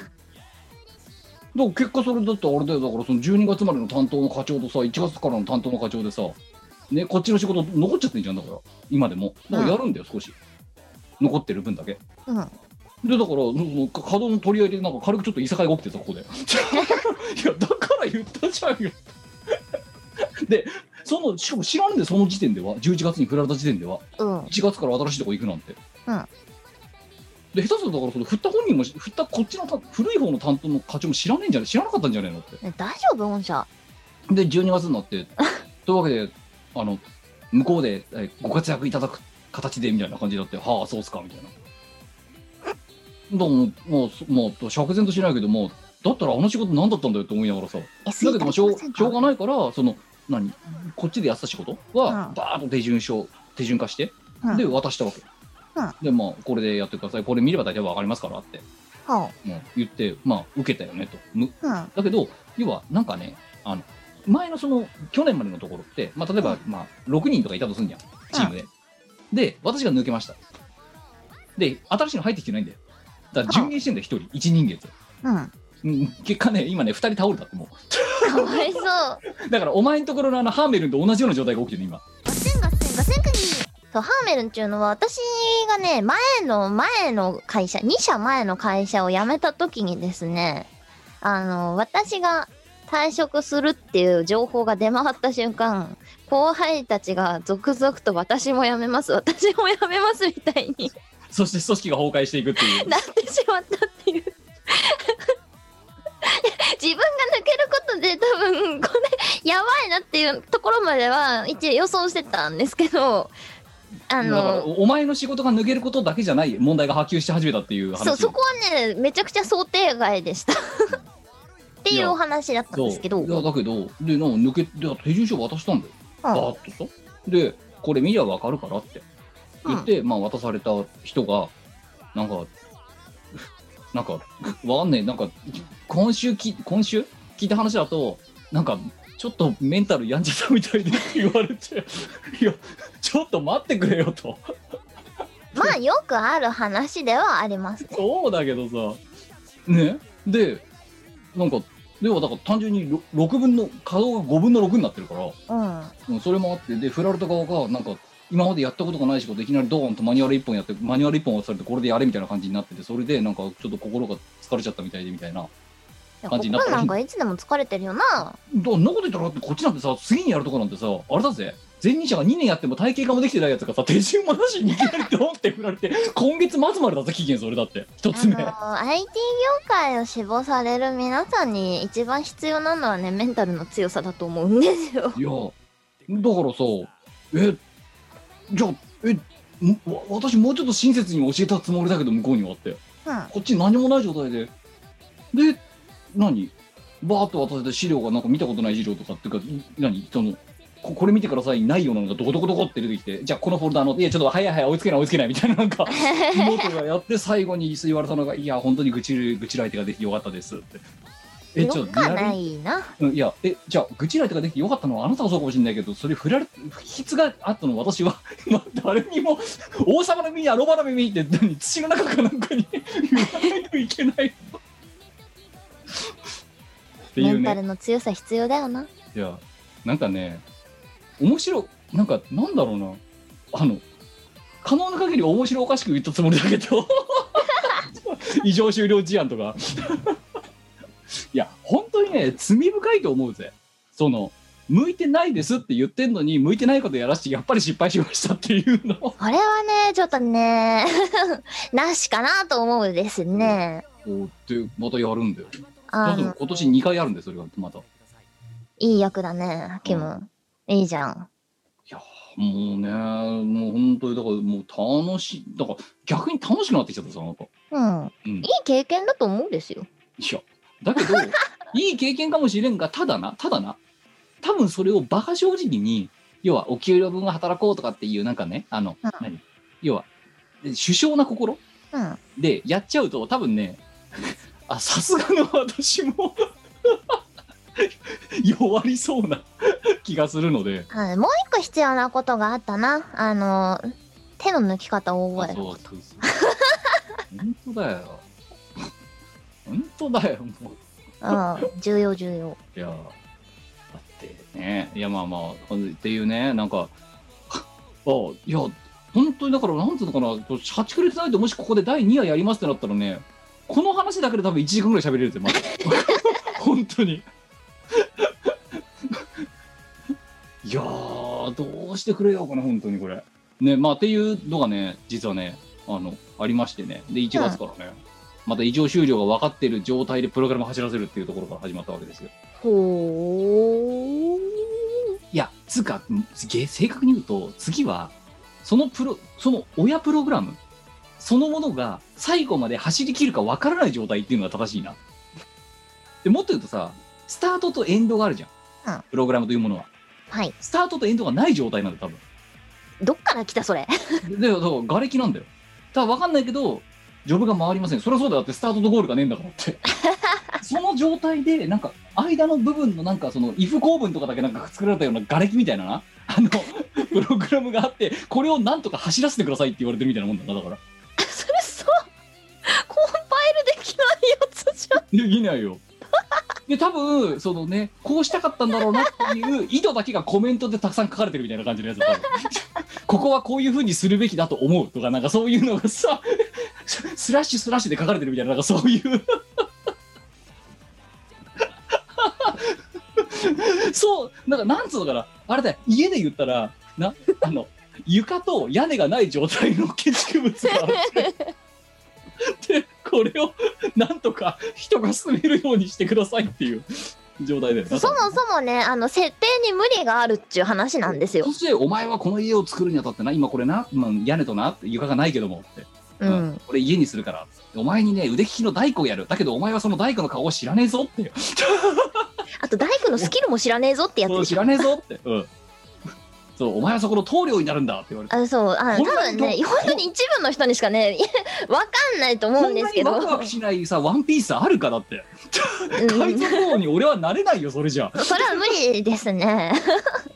Speaker 3: ら結果それだってあれだよだからその12月までの担当の課長とさ1月からの担当の課長でさねこっちの仕事残っちゃってんじゃんだから今でもだからやるんだよ少し、残ってる分だけ
Speaker 4: うん。
Speaker 3: でだからその稼働の取り合いでなんか軽くちょっといさかいが起きてさここで いやだから言ったじゃんよ でそのしかも知らんでその時点では11月に振られた時点では
Speaker 4: うん。
Speaker 3: 1月から新しいとこ行くなんて、
Speaker 4: うん
Speaker 3: で下手するとだからその振った本人もし振ったこっちのた古い方の担当の課長も知らねえんじゃね知らなかったんじゃねえのって
Speaker 4: ね大丈夫御社。
Speaker 3: で12月になってというわけであの向こうでえご活躍いただく形でみたいな感じになってはあそうっすかみたいなどうももうそもう釈然としないけどもだったらあの仕事何だったんだよって思いながらさ
Speaker 4: え、
Speaker 3: だけどもしょう
Speaker 4: 衰退しませんか
Speaker 3: しょうがないからその何こっちでやってた仕事は、
Speaker 4: うん
Speaker 3: バーッと手順書手順化して、
Speaker 4: うん
Speaker 3: で渡したわけ、でまあこれでやってくださいこれ見れば大体わかりますからって、
Speaker 4: は
Speaker 3: もう言ってまあ受けたよねとむ
Speaker 4: あうん。
Speaker 3: だけど要はなんかねあの前のその去年までのところって、まあ、例えば、まあ、6人とかいたとすんじゃんチームで、で私が抜けましたで新しいの入ってきてないんだよだから順延してんだよ1人1人月
Speaker 4: うん。
Speaker 3: うん結果ね今ね2人倒れたっても
Speaker 4: かわいそう。
Speaker 3: うだからお前のところのあのハーメルンと同じような状態が起きてる今
Speaker 1: ガセンガセンガセンクニー
Speaker 4: そう、ハーメルンっていうのは、私がね、前の前の会社、2社前の会社を辞めた時にですね、あの、私が退職するっていう情報が出回った瞬間、後輩たちが続々と私も辞めます、私も辞めますみたいに
Speaker 3: そして組織が崩壊していくっていう
Speaker 4: なってしまったっていう。 自分が抜けることで多分これやばいなっていうところまでは一応予想してたんですけどあ
Speaker 3: だから
Speaker 4: の
Speaker 3: おお前の仕事が抜けることだけじゃない問題が波及し始めたっていう話
Speaker 4: そうそこはねめちゃくちゃ想定外でした っていうお話だったん
Speaker 3: そう
Speaker 4: ですけど
Speaker 3: いやだけどでなんか抜けで手順書渡したんだよ
Speaker 4: うん
Speaker 3: バーッとさでこれ見りゃわかるからって言って、まあ渡された人がなんか なんかわかんねえなんか今週き今週聞いた話だとなんかちょっとメンタルやんじゃったみたいでって 言われていやちょっと待ってくれよと
Speaker 4: まあよくある話ではありますね
Speaker 3: そうだけどさねでなんかではだから単純にろ6分の稼働が5分の6になってるから
Speaker 4: うん
Speaker 3: うんそれもあってで振られた側がなんか今までやったことがない仕事いきなりドーンとマニュアル1本やってマニュアル1本渡されてこれでやれみたいな感じになっててそれでなんかちょっと心が疲れちゃったみたいでみたいない
Speaker 4: やこ
Speaker 3: 感
Speaker 4: こ
Speaker 3: じになった
Speaker 4: なんかいつでも疲れてるよな
Speaker 3: どんなこと言ったらだってこっちなんてさ次にやるとこなんてさあれだぜ前任者が2年やっても体系化もできてないやつがさ手順もなしにいきなりドーンって振られて今月末までだぜ期限それだって一
Speaker 4: あ
Speaker 3: つ
Speaker 4: の
Speaker 3: 目
Speaker 4: IT 業界を志望される皆さんに一番必要なのはねメンタルの強さだと思うんですよ
Speaker 3: いや、だからさ、え、じゃあ、え、んわ私もうちょっと親切に教えたつもりだけど、向こうにはあって。
Speaker 4: うん
Speaker 3: こっち何もない状態で。で、何バーッと渡せて資料がなんか見たことない資料とかっていうか、い何その、ここれ見てください、ないようなのがどこどこどこって出てきて、じゃあこのフォルダーの、いやちょっと早い早い追いつけない追いつけないみたいななんか、妹がやって最後に言われたのが、いや、本当に愚痴る、愚痴る相手ができてよかったですって。え、ちょ
Speaker 4: よ
Speaker 3: っと
Speaker 4: か
Speaker 3: リアル
Speaker 4: な
Speaker 3: に
Speaker 4: いな
Speaker 3: うん、いや、え、じゃあ、愚痴らいとかできてよかったのはあなたはそうかもしれないけど、それ振られ、不筆があったの私は、 まあ、誰にも、王様の耳やロバの耳って、何、土の中かなんかに 言わないといけない。 ってい
Speaker 4: メ
Speaker 3: う
Speaker 4: ンタル
Speaker 3: ね、
Speaker 4: の強さ必要だよない
Speaker 3: や、なんかね、面白、なんか、なんだろうな、あの、可能な限り面白おかしく言ったつもりだけど、 異常終了事案とか。 いや、本当にね、罪深いと思うぜ。その、向いてないですって言ってんのに、向いてないことやらして、やっぱり失敗しましたっていうの。
Speaker 4: これはねちょっとね なしかなと思うですね
Speaker 3: こうで、またやるんだよ。
Speaker 4: あ
Speaker 3: 多分
Speaker 4: の
Speaker 3: 今年2回やるんだよ、それが、また。い
Speaker 4: いい役だねキム、いいじゃん
Speaker 3: やーもうね、もう本当に、だからもう楽しい、だから逆に楽しくなってきちゃったさ、あなた。
Speaker 4: うん
Speaker 3: うん
Speaker 4: いい経験だと思うんですよ
Speaker 3: いや、だけど、 いい経験かもしれんが、ただな、ただな、多分それを馬鹿正直に、要はお給料分が働こうとかっていう、なんかね、あの、
Speaker 4: うん
Speaker 3: 何要は、首相な心
Speaker 4: うん
Speaker 3: でやっちゃうと、多分ね、 あ、さすがの私も、弱りそうな気がするので、
Speaker 4: あもう一個必要なことがあったなあの手の抜き方を覚える
Speaker 3: そうそうそう。本当だよ。本当だよ、もう。
Speaker 4: うん重要重要
Speaker 3: いやーだってねいやまあまあほんっていうねなんか あいや本当にだからなんつうのかなこう社畜れてないともしここで第2話やりますってなったらねこの話だけで多分1時間ぐらい喋れるぜまだ 本当に いやーどうしてくれようかな本当にこれねまあっていうのがね実はねあのありましてねで1月からね、また異常終了が分かっている状態でプログラムを走らせるっていうところから始まったわけですよ
Speaker 4: ほ
Speaker 3: いや、つうか、げ正確に言うと、次は、そのプロ、その親プログラム、そのものが最後まで走り切るかわからない状態っていうのが正しいな。でもっと言うとさ、スタートとエンドがあるじゃん。
Speaker 4: うん
Speaker 3: プログラムというものは。
Speaker 4: はい
Speaker 3: スタートとエンドがない状態なんだよ、
Speaker 4: どっから来たそれ
Speaker 3: 多分。で、だから、瓦礫なんだよ。ただ、わかんないけど、ジョブが回りません。そりゃそうだよだって、スタートとゴールがねえんだからって。その状態で、なんか、間の部分のなんか、その、if 構文とかだけなんか作られたような瓦礫みたいなな、あの、プログラムがあって、これをなんとか走らせてくださいって言われてるみたいなもんだな、だから。
Speaker 4: それそうコンパイルできないやつじゃん
Speaker 3: できないよ。で、多分、そのね、こうしたかったんだろうなっていう意図だけがコメントでたくさん書かれてるみたいな感じのやつだ多分ここはこういうふうにするべきだと思うとか、なんかそういうのがさ、 スラッシュスラッシュで書かれてるみたいな、なんかそう いう。そう、なんかなんつうのかな、あれだよ、家で言ったら、な、あの、床と屋根がない状態の建築物があって、で、これをなんとか人が住めるようにしてくださいっていう状態だよな
Speaker 4: そもそもねあの設定に無理があるっちゅう話なんですよ
Speaker 3: そしてお前はこの家を作るにあたってな今これな、まあ、屋根とな床がないけどもって、
Speaker 4: う
Speaker 3: うん
Speaker 4: ん
Speaker 3: これ家にするからお前にね腕利きの大工をやるだけどお前はその大工の顔を知らねえぞって
Speaker 4: あと大工のスキルも知らねえぞってやつ
Speaker 3: そう
Speaker 4: でし
Speaker 3: 知
Speaker 4: ょ
Speaker 3: らねえぞって、うんそうお前はそこの棟梁になるんだって言われて。
Speaker 4: あそうあの
Speaker 3: こん
Speaker 4: 多
Speaker 3: なに
Speaker 4: 分ね
Speaker 3: ど
Speaker 4: 本当に一部の人にしかね わかんないと思
Speaker 3: こ
Speaker 4: うん
Speaker 3: ん
Speaker 4: で
Speaker 3: な
Speaker 4: す
Speaker 3: に
Speaker 4: けど
Speaker 3: ワクワクしないさワンピースあるかだって
Speaker 4: う
Speaker 3: 海
Speaker 4: ん
Speaker 3: 賊王に俺はなれないよそれじゃ
Speaker 4: それは無理ですね。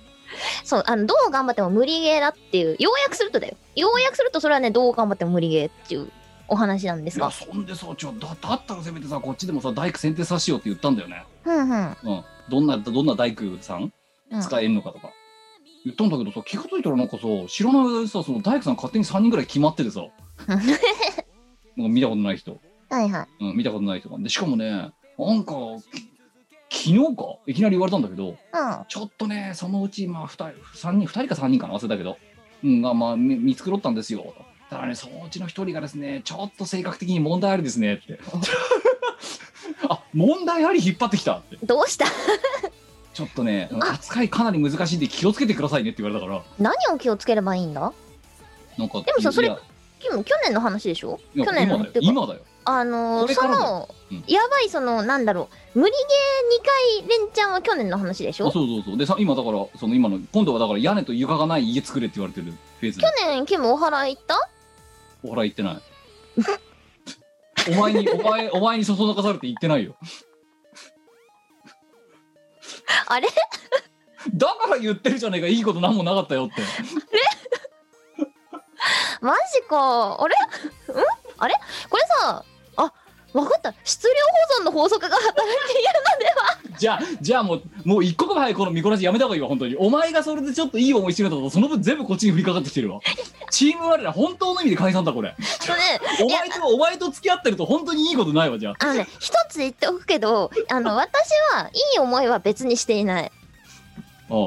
Speaker 4: そうあのどう頑張っても無理ゲーだっていう要約するとだよ要約するとそれはねどう頑張っても無理ゲーっていうお話なんです
Speaker 3: いや
Speaker 4: が
Speaker 3: そんでさちょだだったらせめてさこっちでもさ大工選定させようって言ったんだよね
Speaker 4: ふんふん
Speaker 3: うんどんなどんな大工さん
Speaker 4: うん
Speaker 3: 使えんのかとか、言ったんだけどさ気が付いたらなんかさ知らない間にさその大工さん勝手に3人ぐらい決まっててさなんか見たことない人、
Speaker 4: はいはい。
Speaker 3: うん、見たことない人がでしかもねなんかき昨日かいきなり言われたんだけど
Speaker 4: うん。
Speaker 3: ちょっとねそのうちまあ2人3人2人か3人かな忘れたけど、うん、がまあみ見繕ったんですよただねそのうちの1人がですねちょっと性格的に問題ありですねってあ問題あり引っ張ってきたって
Speaker 4: どうした
Speaker 3: ちょっとね扱いかなり難しいんで気をつけてくださいねって言われたから
Speaker 4: 何を気をつければいいんだ
Speaker 3: なんか
Speaker 4: でもさそれ
Speaker 3: いや
Speaker 4: でも去年の話でしょ
Speaker 3: いや
Speaker 4: 去年の
Speaker 3: 今だ
Speaker 4: っ
Speaker 3: よ
Speaker 4: ていうか
Speaker 3: 今だよ
Speaker 4: あの
Speaker 3: こ
Speaker 4: ー
Speaker 3: れ
Speaker 4: そ
Speaker 3: からだ
Speaker 4: の、
Speaker 3: うん
Speaker 4: やばいそのなんだろう無理ゲー2回連チャンは去年の話でし
Speaker 3: あ
Speaker 4: ょ去
Speaker 3: そうそうそうでさ今だからその今の今度はだから屋根と床がない家作れって言われてるフェーズで
Speaker 4: 年キムお祓い行った
Speaker 3: お払い行ってないお前にお前お前にそそのかされて行ってないよ
Speaker 4: あれ
Speaker 3: だから言ってるじゃねえかいいこと何もなかったよって
Speaker 4: マジかあれ うんあれこれさあわかった質量保存の法則が働いている
Speaker 3: じゃあじゃあもうもう一刻も早くこの見こなしやめた方がいいわ本当にお前がそれでちょっといい思いしてるんだとその分全部こっちに降りかかってきてるわチーム我ら本当の意味で解散だこれ
Speaker 4: のね
Speaker 3: お前とお前と付き合ってると本当にいいことないわじゃあ
Speaker 4: あのね一つ言っておくけどあ の私はいい思いは別にしていない
Speaker 3: あ
Speaker 4: う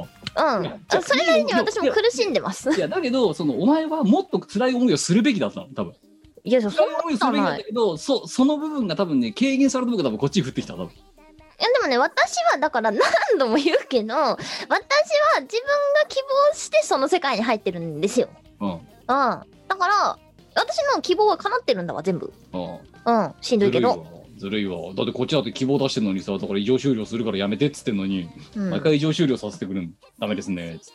Speaker 4: ん
Speaker 3: じゃあ
Speaker 4: それなりに
Speaker 3: いいよ
Speaker 4: 私も苦しんでます
Speaker 3: あいやだけどそのお前はもっと辛い思いをするべきだったの多分
Speaker 4: いやそんな
Speaker 3: 辛い
Speaker 4: こ
Speaker 3: 思いを
Speaker 4: と
Speaker 3: す
Speaker 4: は
Speaker 3: るべき
Speaker 4: な
Speaker 3: だっ
Speaker 4: い
Speaker 3: たけどそその部分が多分ね軽減された部分が多分こっちに降ってきた多分
Speaker 4: いやでもね私はだから何度も言うけど私は自分が希望してその世界に入ってるんですよ。
Speaker 3: うん
Speaker 4: うん。だから私の希望は叶ってるんだわ全部。
Speaker 3: ああ
Speaker 4: うん。しんどいけ
Speaker 3: わ
Speaker 4: ど。
Speaker 3: ずるいわだってこっちだって希望出してんのにさだから異常終了するからやめてっつってんのに、
Speaker 4: うん、
Speaker 3: 毎回異常終了させてくるのダメです ねっつっ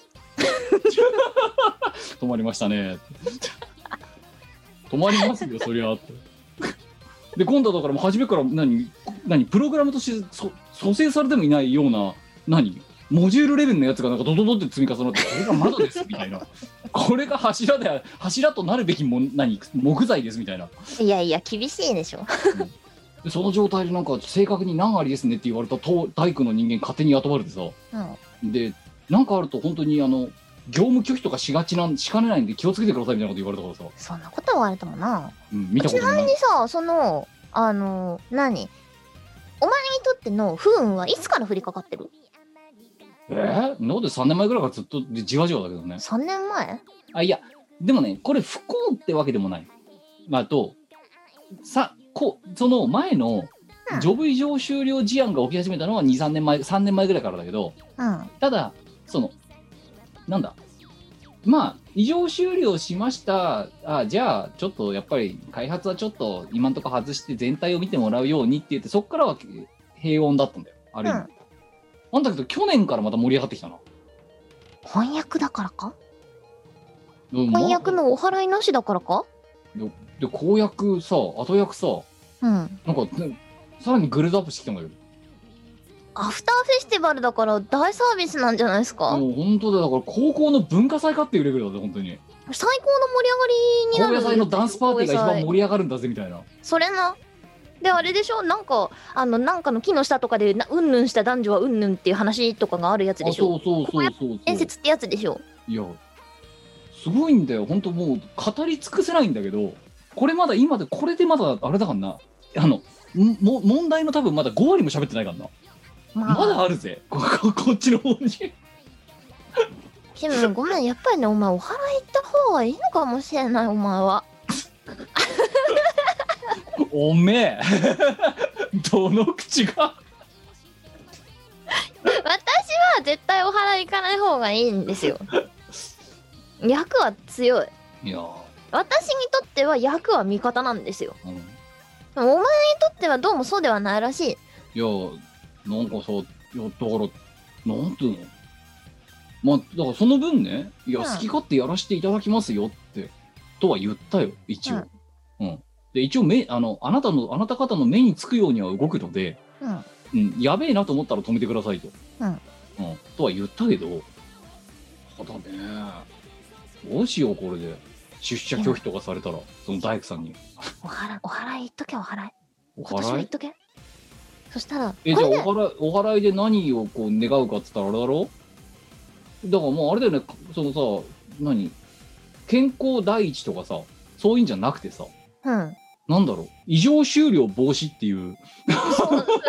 Speaker 3: て止まりましたね止まりますよそりゃってで今度はだからもう初めから何何プログラムとしてそ蘇生されてもいないような何モジュールレベルのやつがなんかドドドって積み重なってこれが窓ですみたいなこれが柱で柱となるべきもん何木材ですみたいない
Speaker 4: やいや厳しいでしょ。
Speaker 3: でその状態でなんか正確に何ありですねって言われたと大工の人間勝手に雇われてさ
Speaker 4: うん。
Speaker 3: で何かあると本当にあの業務拒否とかしがちなんしかねないんで気をつけてくださいみたいなこと言われたからさ、
Speaker 4: そんなこと言われてもな。
Speaker 3: うん、見たことない
Speaker 4: でさそのあの何お前にとっての不運はいつから降りかかってる
Speaker 3: えー、なんで3年前ぐらいからずっとでじわじわだけどね
Speaker 4: ?3 年前
Speaker 3: あいやでもねこれ不幸ってわけでもないまああとさこうその前の
Speaker 4: うん
Speaker 3: ジョブ異常終了事案が起き始めたのは23年前3年前ぐらいからだけど
Speaker 4: うん。
Speaker 3: ただそのなんだまあ異常終了しましたあじゃあちょっとやっぱり開発はちょっと今んとこ外して全体を見てもらうようにって言ってそっからは平穏だったんだよある意味、
Speaker 4: うん
Speaker 3: なんだけど去年からまた盛り上がってきたな、
Speaker 4: 翻訳だからか
Speaker 3: うん、
Speaker 4: 翻訳
Speaker 3: も
Speaker 4: のお払いなしだからか
Speaker 3: うで公約さ後役さ
Speaker 4: うん。
Speaker 3: なんかねさらにグレードアップしてきたんだけど
Speaker 4: アフターフェスティバルだから大サービスなんじゃないですか
Speaker 3: もう本当だよだから高校の文化祭かっていうレベルだぜ本当に
Speaker 4: 最高の盛り上がりに
Speaker 3: 高
Speaker 4: な
Speaker 3: 野
Speaker 4: る
Speaker 3: 祭のダンスパーティーが一番
Speaker 4: 高野
Speaker 3: 盛り上がるんだぜみたいな
Speaker 4: 祭それなであれでしょなんかあのなんかの木の下とかでなうんぬんした男女はうんぬんっていう話とかがあるやつ
Speaker 3: あ
Speaker 4: でしょ
Speaker 3: そうそうそうそうそう
Speaker 4: 伝説ってやつでしょ
Speaker 3: いやすごいんだよ本当もう語り尽くせないんだけどこれまだ今でこれでまだあれだからなあのんも問題の多分まだ5割も喋ってないからな
Speaker 4: ま
Speaker 3: まだ
Speaker 4: あ
Speaker 3: あるぜこ ここっちの方に
Speaker 4: キムごめんやっぱりねお前お払い行った方がいいのかもしれないお前 は
Speaker 3: おめえ どの口が
Speaker 4: 私は絶対お払い行かない方がいいんですよ役は強い
Speaker 3: いや
Speaker 4: 私にとっては役は味方なんですよ
Speaker 3: うんい
Speaker 4: お前にとってはどうもそうではないらしい
Speaker 3: やなんかさいやだからなんていうのまあだからその分ねいや
Speaker 4: うん
Speaker 3: 好き勝手やらせていただきますよってとは言ったよ一応、
Speaker 4: うん
Speaker 3: で一応目あのあなたのあなた方の目につくようには動くので、
Speaker 4: うん
Speaker 3: うん、やべえなと思ったら止めてくださいと、
Speaker 4: うん
Speaker 3: うんとは言ったけどただねどうしようこれで出社拒否とかされたらその大工さんに
Speaker 4: お払いお払い言っとけお払い
Speaker 3: お
Speaker 4: 今年は
Speaker 3: 払
Speaker 4: 言っ
Speaker 3: い
Speaker 4: とけそしたらこ
Speaker 3: え
Speaker 4: れ
Speaker 3: じゃあお
Speaker 4: で
Speaker 3: 払いお払いで何をこう願うかっつったらあれだろだからもうあれだよねそのさ何健康第一とかさそういうんじゃなくてさ
Speaker 4: うん。
Speaker 3: なんだろう異常終了防止っていう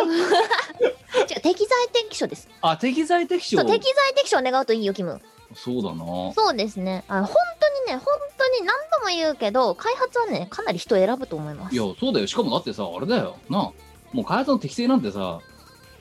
Speaker 4: 違う、適材適所です。
Speaker 3: あ適材適所
Speaker 4: そう、適材適所を願うといいよ、キム。
Speaker 3: そうだな
Speaker 4: そうですね。あ本当にね、本当に何度も言うけど、開発はね、かなり人を選ぶと思います。
Speaker 3: いやそうだよしかもだってさあれだよなあもう開発の適性なんてさ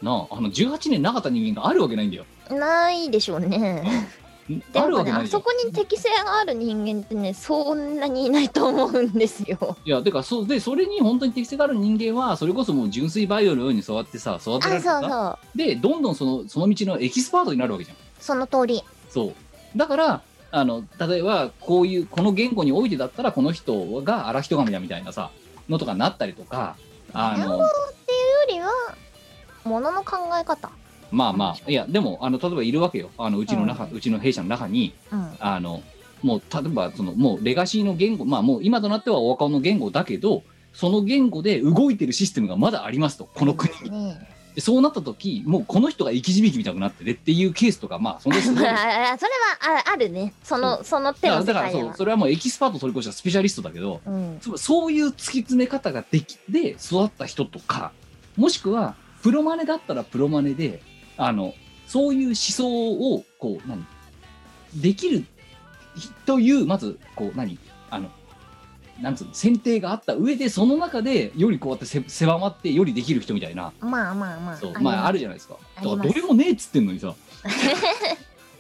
Speaker 3: なああの18年なかった人間があるわけないんだよ
Speaker 4: ないでしょうね。
Speaker 3: ん
Speaker 4: で
Speaker 3: ある
Speaker 4: も
Speaker 3: わけ
Speaker 4: ね、
Speaker 3: な
Speaker 4: あ
Speaker 3: い
Speaker 4: そ
Speaker 3: よ
Speaker 4: こに適性がある人間ってね、そんなにいないと思うんですよ。
Speaker 3: いやてかそうでそれに本当に適性がある人間はそれこそもう純粋培養のように育ってさ育て
Speaker 4: あ、
Speaker 3: られてさ
Speaker 4: そうそう。
Speaker 3: でどんどんそのその道のエキスパートになるわけじゃん
Speaker 4: その通り。
Speaker 3: そうだからあの例えばこういうこの言語においてだったらこの人が荒人神だみたいなさのとかなったりとかあの
Speaker 4: よりは、ものの考え方。
Speaker 3: まあまあいやでもあの例えばいるわけよあのうちの中、うちの弊社の中に
Speaker 4: うん。
Speaker 3: あのもう例えばそのもうレガシーの言語まあもう今となってはオワコンの言語だけどその言語で動いてるシステムがまだありますとこの国に
Speaker 4: ね
Speaker 3: でそうなった時もうこの人が生き字引みたくなっててっていうケースとかまあそんな
Speaker 4: え、
Speaker 3: すごい
Speaker 4: まあ、 それはああるね。その、その手の世
Speaker 3: だから
Speaker 4: 界で
Speaker 3: そう
Speaker 4: は。
Speaker 3: それはもうエキスパート取り越したスペシャリストだけど
Speaker 4: うん。
Speaker 3: つまりそういう突き詰め方ができて育った人とかもしくはプロマネだったらプロマネであのそういう思想をこう何できるというまずこう何あのなんつうの選定があった上でその中でよりこうやってせ狭まってよりできる人みたいな
Speaker 4: まあまあまあ。
Speaker 3: そう
Speaker 4: り
Speaker 3: ま
Speaker 4: ま
Speaker 3: ああ
Speaker 4: す
Speaker 3: るじゃないですかだから
Speaker 4: あります
Speaker 3: どれもねえっつってんのにさ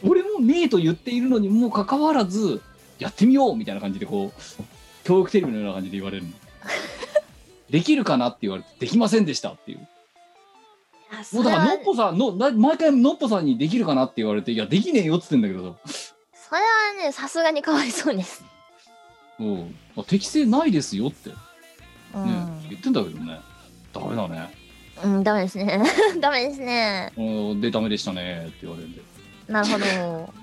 Speaker 3: どれもねえと言っているのにもかかわらずやってみようみたいな感じでこう教育テレビのような感じで言われ るのできるかなって言われてできませんでしたっていう
Speaker 4: あそ
Speaker 3: もう
Speaker 4: れ
Speaker 3: だからの
Speaker 4: は
Speaker 3: っぽさんのな毎回のっぽさんにできるかなって言われていやできねえよっつってんだけどさ
Speaker 4: それはね、さすがにかわいそうです。
Speaker 3: うんあ適性ないですよって、ね
Speaker 4: うん
Speaker 3: 言ってんだけどねダメだね
Speaker 4: うん、ダメですね。 ダメですね。
Speaker 3: うんでダメでしたねって言われるんで
Speaker 4: なるほど。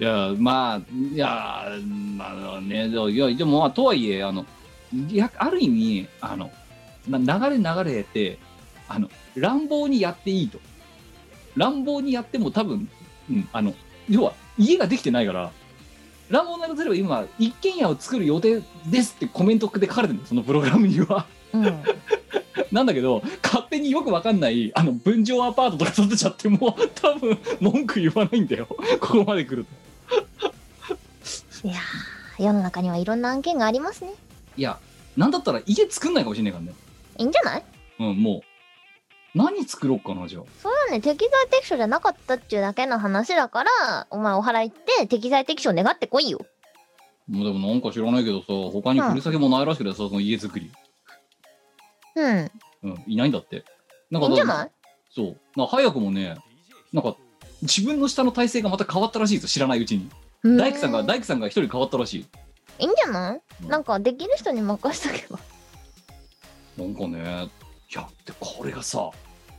Speaker 3: いやまあいやまあねでもいやでもまあとはいえあのいやある意味あのな流れ流れってあの乱暴にやっていいと乱暴にやっても多分、うん、あの要は家ができてないから乱暴なことすれば今一軒家を作る予定ですってコメントで書かれてるのそのプログラムには
Speaker 4: うん。
Speaker 3: なんだけど勝手によくわかんないあの分譲アパートとか建てちゃっても多分文句言わないんだよここまで来ると。
Speaker 4: いやー世の中にはいろんな案件がありますね。
Speaker 3: いや、なんだったら家作んないかもしれないからね。
Speaker 4: いいんじゃない
Speaker 3: うん、もう。何作ろうかな、じゃあ。
Speaker 4: それはね、適材適所じゃなかったっていうだけの話だから、お前お払い行って適材適所願ってこいよ。
Speaker 3: もうでもなんか知らないけどさ、他に振り先もないらしくてさ、その家作り。
Speaker 4: うん。
Speaker 3: うん、いないんだって。なん
Speaker 4: い
Speaker 3: か
Speaker 4: いんじゃない
Speaker 3: そう。なんか早くもね、なんか、自分の下の体勢がまた変わったらしいですよ、知らないうちに。大工さんが、
Speaker 4: うんい
Speaker 3: 大工さんが一人変わったらしい。
Speaker 4: いんじゃない
Speaker 3: うん
Speaker 4: なんかできる人に任せとけば。
Speaker 3: なんかね、いや、で、これがさ、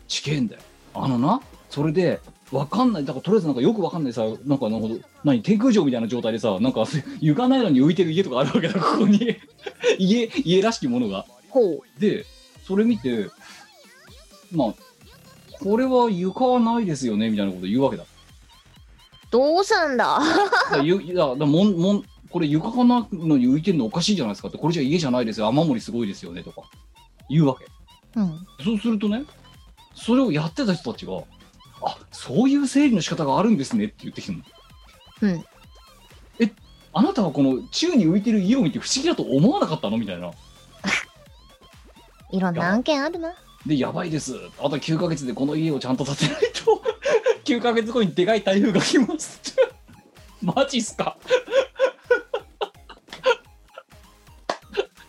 Speaker 3: 地んだよ。あのな、それで、わかんない、だからとりあえずなんかよくわかんないさ、なんかなるほど、何、天空城みたいな状態でさ、なんか 床ないのに浮いてる家とかあるわけだ、 ここに。家、家らしきものが。
Speaker 4: ほう。
Speaker 3: で、それ見て、まあ、これは床はないですよね、みたいなこと言うわけだ。
Speaker 4: どうすんだ
Speaker 3: だからゆ いや、だからもん、もん、これ床がないのに浮いてるのおかしいじゃないですかって、これじゃ家じゃないですよ、雨漏りすごいですよね、とか、言うわけ。
Speaker 4: うん。
Speaker 3: そうするとね、それをやってた人たちが、あそういう整理の仕方があるんですねって言ってきたの。
Speaker 4: うん。
Speaker 3: え、あなたはこの宙に浮いてる家を見て不思議だと思わなかったのみたいな。
Speaker 4: いろんな案件あるな。
Speaker 3: で、やばいです。あと9ヶ月でこの家をちゃんと建てないと、9ヶ月後にでかい台風が来ます って。マジっすか。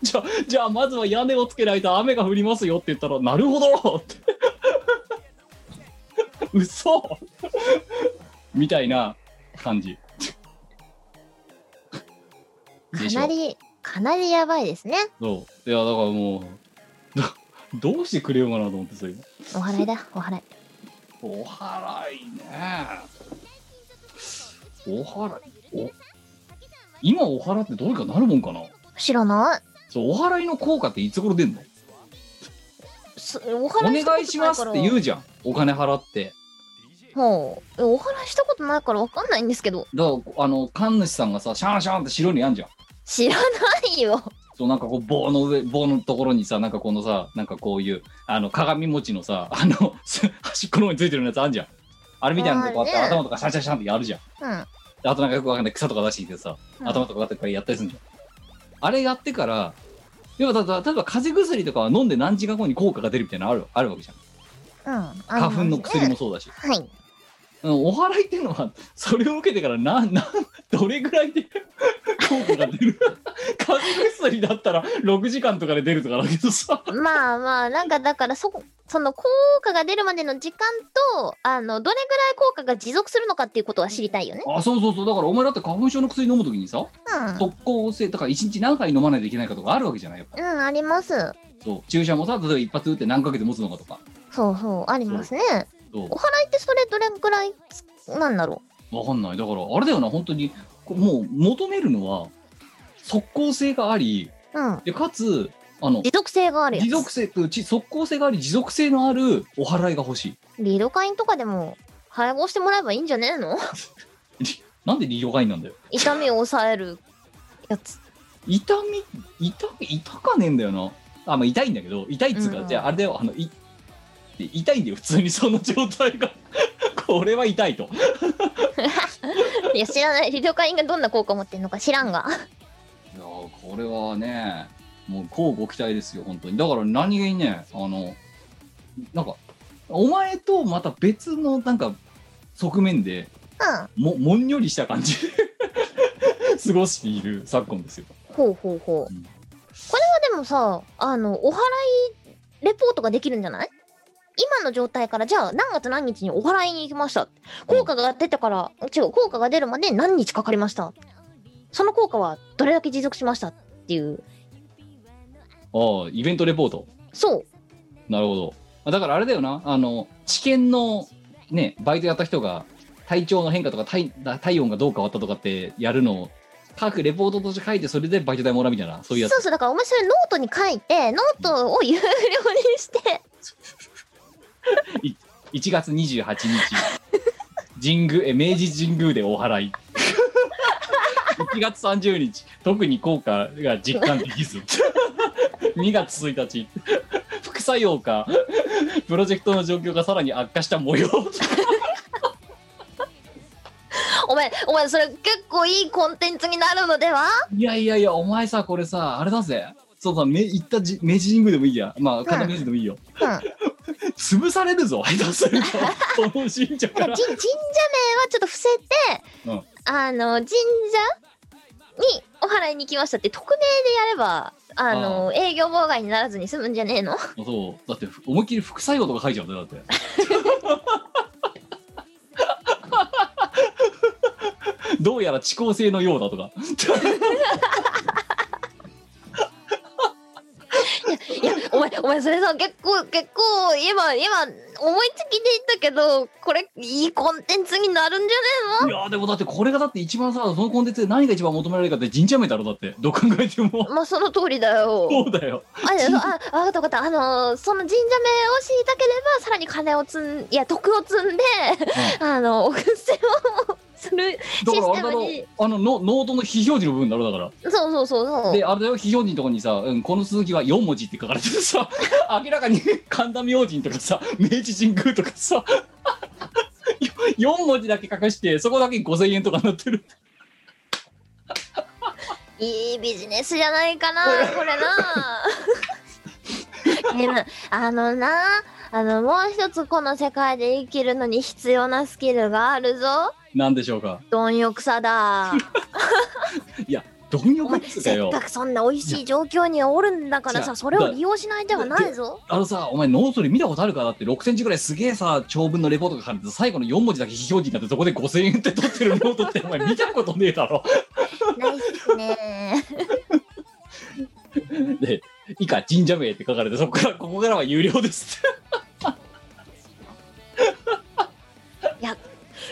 Speaker 3: じゃあ、じゃあまずは屋根をつけないと雨が降りますよって言ったら、なるほど って。嘘 みたいな感じ。で
Speaker 4: か
Speaker 3: しょ
Speaker 4: なり、かなりやばいですね。
Speaker 3: そう。いや、だからもう、どどうしてくれようかなと思ってさ、今。
Speaker 4: お払いだ、お払い。
Speaker 3: お払いねお払いお今お払ってどうにかなるもんかな
Speaker 4: 知らない。
Speaker 3: そうお払いの効果っていつ頃出んの
Speaker 4: すお
Speaker 3: お
Speaker 4: 払いしたことなから
Speaker 3: 願いしますって言うじゃんお金払って
Speaker 4: ほう。お話ししたことないからわかんないんですけど。
Speaker 3: だからあの神主さんがさシャンシャンって白いのやんじゃん
Speaker 4: 知らないよ。
Speaker 3: そうなんかこう棒の上棒のところにさなんかこのさなんかこういうあの鏡餅のさあのす端っこの方についてるやつあんじゃんあれみたいなのこうやって
Speaker 4: あるね
Speaker 3: 頭とかシャンシャンシャンってやるじゃん
Speaker 4: うん。
Speaker 3: であとなんかよくわかんない草とか出してきてさ
Speaker 4: うん
Speaker 3: 頭とかこうやってこうやったりするんじゃんあれやってから要はだだ例えば風邪薬とかは飲んで何時間後に効果が出るみたいなのあるあるわけじゃん
Speaker 4: うん。
Speaker 3: 花粉の薬
Speaker 4: も。
Speaker 3: もそうだし、
Speaker 4: はい。
Speaker 3: うん、お祓いっていうのはそれを受けてからなんなんどれぐらいで 効果が出る風邪薬だったら6時間とかで出るとかだけどさ
Speaker 4: まあまあ、なんかだからそ、その効果が出るまでの時間と、あの、どれぐらい効果が持続するのかっていうことは知りたいよね。
Speaker 3: あそうそうそうだからお前だって花粉症の薬飲むときにさ
Speaker 4: うん。
Speaker 3: 特効性とか一日何回飲まないといけないかとかあるわけじゃないやっぱ
Speaker 4: うん、あります。
Speaker 3: そう注射もさ例えば一発打って何ヶ月持つのかとか
Speaker 4: そうそう、ありますね。
Speaker 3: そう
Speaker 4: お祓いってそれどれぐらいなんだろ
Speaker 3: わかんないだからあれだよな本当にこうもう求めるのは即効性があり
Speaker 4: う。うん。
Speaker 3: でかつあの
Speaker 4: 持続性があるやつ。
Speaker 3: 持続性とち即効性があり持続性のあるお祓いが欲しい
Speaker 4: リドカインとかでも配合してもらえばいいんじゃねえの
Speaker 3: なんで利用外なんだよ
Speaker 4: 痛みを抑えるやつ。
Speaker 3: 痛み痛痛かねえんだよなあまあ痛いんだけど痛いっつうか、
Speaker 4: うん
Speaker 3: じゃああれだよあのい痛いんだよ普通にその状態が これは痛いと
Speaker 4: いや、知らない。リドカインがどんな効果を持ってるのか知らんが。
Speaker 3: いやーこれはねもうこうご期待ですよ本当にだから何気にねあのなんかお前とまた別のなんか側面で
Speaker 4: う
Speaker 3: ももんよりした感じで 過ごしている昨今ですよ
Speaker 4: ん。ほうほうほう。
Speaker 3: うん
Speaker 4: これはでもさ、あの、お祓いレポートができるんじゃない今の状態から、じゃあ何月何日にお祓いに行きました。効果が出てから、違う、効果が出るまで何日かかりました。その効果はどれだけ持続しましたっていう。
Speaker 3: ああイベントレポート
Speaker 4: そう。
Speaker 3: なるほどあだからあれだよなあの知見のねバイトやった人が体調の変化とか体体温がどう変わったとかってやるのを各レポートとして書いてそれでバイト代もらうみたいなそういうやつ
Speaker 4: そうそう、だからお前それノートに書いて、ノートを有料にして、
Speaker 3: 1月28日神宮え明治神宮でお祓い1月30日特に効果が実感できず2月1日副作用かプロジェクトの状況がさらに悪化した模様
Speaker 4: お前、お前それ結構いいコンテンツになるのではい
Speaker 3: やいやいやお前さこれさあれだぜそうだめ行ったじ明治神宮でもいいやまあ神田明治でもいいよ、
Speaker 4: うん。いや、
Speaker 3: 潰されるぞ 下手するとこの神社
Speaker 4: じ
Speaker 3: か
Speaker 4: 神社名
Speaker 3: ら
Speaker 4: はちょっと伏せて、
Speaker 3: うん
Speaker 4: あの、神社にお祓いに来ましたって、匿名でやれば、あの、営業妨害にならずに済むんじゃねえの
Speaker 3: そうだって思いっきり副作用とか書いちゃうんだよだってどうやら遅効性のようだとか
Speaker 4: いや、お前、お前それさ、結構、結構、今、今、思いつきで言ったけど、これ、いいコンテンツになるんじ
Speaker 3: いやーでもだってこれがだって一番さそのコンテンツで何が一番求められるかって神社名だろだってどう考えて
Speaker 4: ゃねえ
Speaker 3: も
Speaker 4: のまあ、その通りだよ。
Speaker 3: そうだよ
Speaker 4: あ、そうあ、あわかったわかった。あのーその神社名を知りたければ、さらに金を積ん、いや、徳を積んで、あの、お布施をする。
Speaker 3: だからあ
Speaker 4: システ
Speaker 3: れだろ
Speaker 4: ムに
Speaker 3: あののノートの非表示の部分だろだから
Speaker 4: そうそうそうそう。
Speaker 3: であれだよ非表示のところにさ、うん、この続きは4文字って書かれててさ 明らかに神田明神とかさ明治神宮とかさ4文字だけ隠してそこだけ5000円とかになってる
Speaker 4: いいビジネスじゃないか な、これな。 えなあのな、あの、もう一つこの世界で生きるのに必要なスキルがあるぞ。
Speaker 3: なんでしょうか
Speaker 4: 貪欲さ だ。
Speaker 3: 貪
Speaker 4: お
Speaker 3: 欲
Speaker 4: 前
Speaker 3: っつうか
Speaker 4: せっ
Speaker 3: よ
Speaker 4: かくそんな美味しい状況におるんだから
Speaker 3: いや
Speaker 4: さ、それを利用しない手はないぞ。
Speaker 3: あのさお前ノートに見たことあるかだって6センチぐらいすげえさ長文のレポートが書かれて最後の4文字だけ非表示になってそこで5000円って取ってるノートってお前見たことねえだろ
Speaker 4: ないっすね。
Speaker 3: で以下神社名って書かれてそこからここからは有料ですって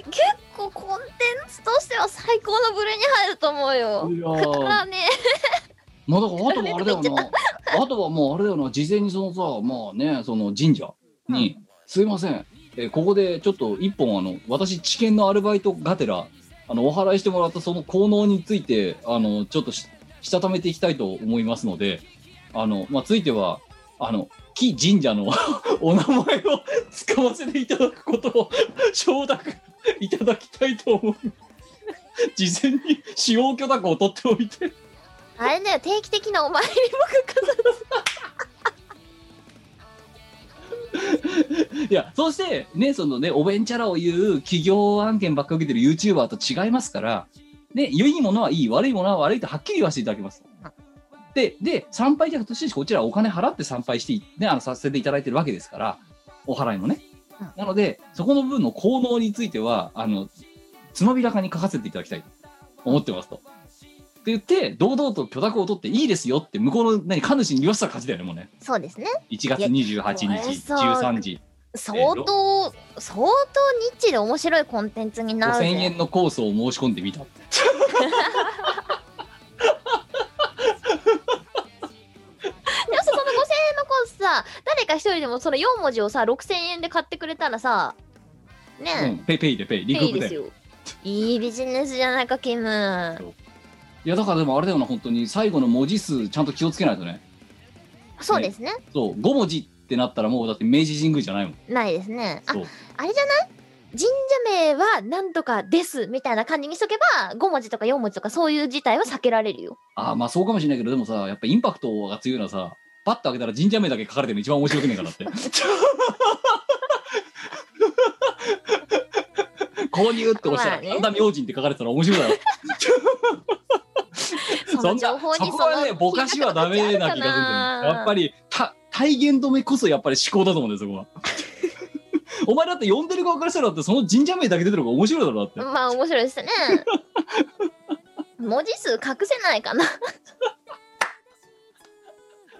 Speaker 4: 結構コンテンツとしては最高の部類に入ると思うよ。
Speaker 3: いや
Speaker 4: だ
Speaker 3: ー
Speaker 4: からね、
Speaker 3: まあだからあとはあれだ
Speaker 4: ダ
Speaker 3: よ
Speaker 4: メ
Speaker 3: なあとはもうあれだよな事前にそのさまあねその神社に「すいませんえーここでちょっと一本あの私知見のアルバイトがてらあのお払いしてもらったその効能についてあのちょっとししたためていきたいと思いますのであの、まあ、ついてはあの木神社の お名前を使わせていただくことを承諾いただきたいと思います事前に使用許諾を取っておいて
Speaker 4: あれだよ、定期的なお参りもかかる。
Speaker 3: いやそしてねそのねおべんちゃらを言う企業案件ばっか受けてる YouTuber と違いますからね良いものはいい悪いものは悪いとはっきり言わせていただきますでで参拝客としてこちらはお金払って参拝して、ね、あのさせていただいてるわけですからお払いもね、
Speaker 4: うん
Speaker 3: なのでそこの部分の効能についてはあのつまびらかに書かせていただきたいと思ってますとって言って堂々と許諾を取っていいですよって向こうの何神主に言わせたら勝ちだよねもうね
Speaker 4: そうですね。
Speaker 3: 1月28
Speaker 4: いやこれ
Speaker 3: 日
Speaker 4: さ
Speaker 3: 13時
Speaker 4: 相当、相当ニッチで面白いコンテンツになる
Speaker 3: 5000
Speaker 4: ぜ。
Speaker 3: 円のコースを申し込んでみた
Speaker 4: でもさ、その5000円のコースさ、誰か一人でもその4文字をさ、6000円で買ってくれたらさ、
Speaker 3: う
Speaker 4: ね
Speaker 3: ん、ペイペイでペイ、
Speaker 4: え、
Speaker 3: リク
Speaker 4: いい
Speaker 3: ープ
Speaker 4: です
Speaker 3: で。
Speaker 4: よ。いいビジネスじゃないか、キム。
Speaker 3: いや、だからでもあれだよな、本当に、最後の文字数、ちゃんと気をつけないとね。
Speaker 4: そうですね。
Speaker 3: そう、5文字ってなったら、もうだって明治神宮じゃないもん。
Speaker 4: ないですね。あ
Speaker 3: そ、う。
Speaker 4: あれじゃない神社名はなんとかですみたいな感じにしとけば、5文字とか4文字とかそういう事態は避けられるよ。
Speaker 3: ああ、まあそうかもしれないけど、でもさ、やっぱインパクトが強いのはさ、パッと開けたら神社名だけ書かれてるの一番面白くねえかな って。購入って押した
Speaker 4: まあ
Speaker 3: ら、
Speaker 4: ね
Speaker 3: 神田明神って書かれてたら面白いだろ。
Speaker 4: そ
Speaker 3: そ
Speaker 4: の
Speaker 3: ん
Speaker 4: 情
Speaker 3: な、
Speaker 4: 報
Speaker 3: そ
Speaker 4: にそ
Speaker 3: こ
Speaker 4: の
Speaker 3: はね、ぼかしはダメな気がするんだよね。やっぱり、た、体言止めこそやっぱり思考だと思うんだよ、そこは。 お前だって呼んでる側からしたらだってその神社名だけ出てる方が面白いだろだって、
Speaker 4: まあ面白いですね。文字数隠せないか な。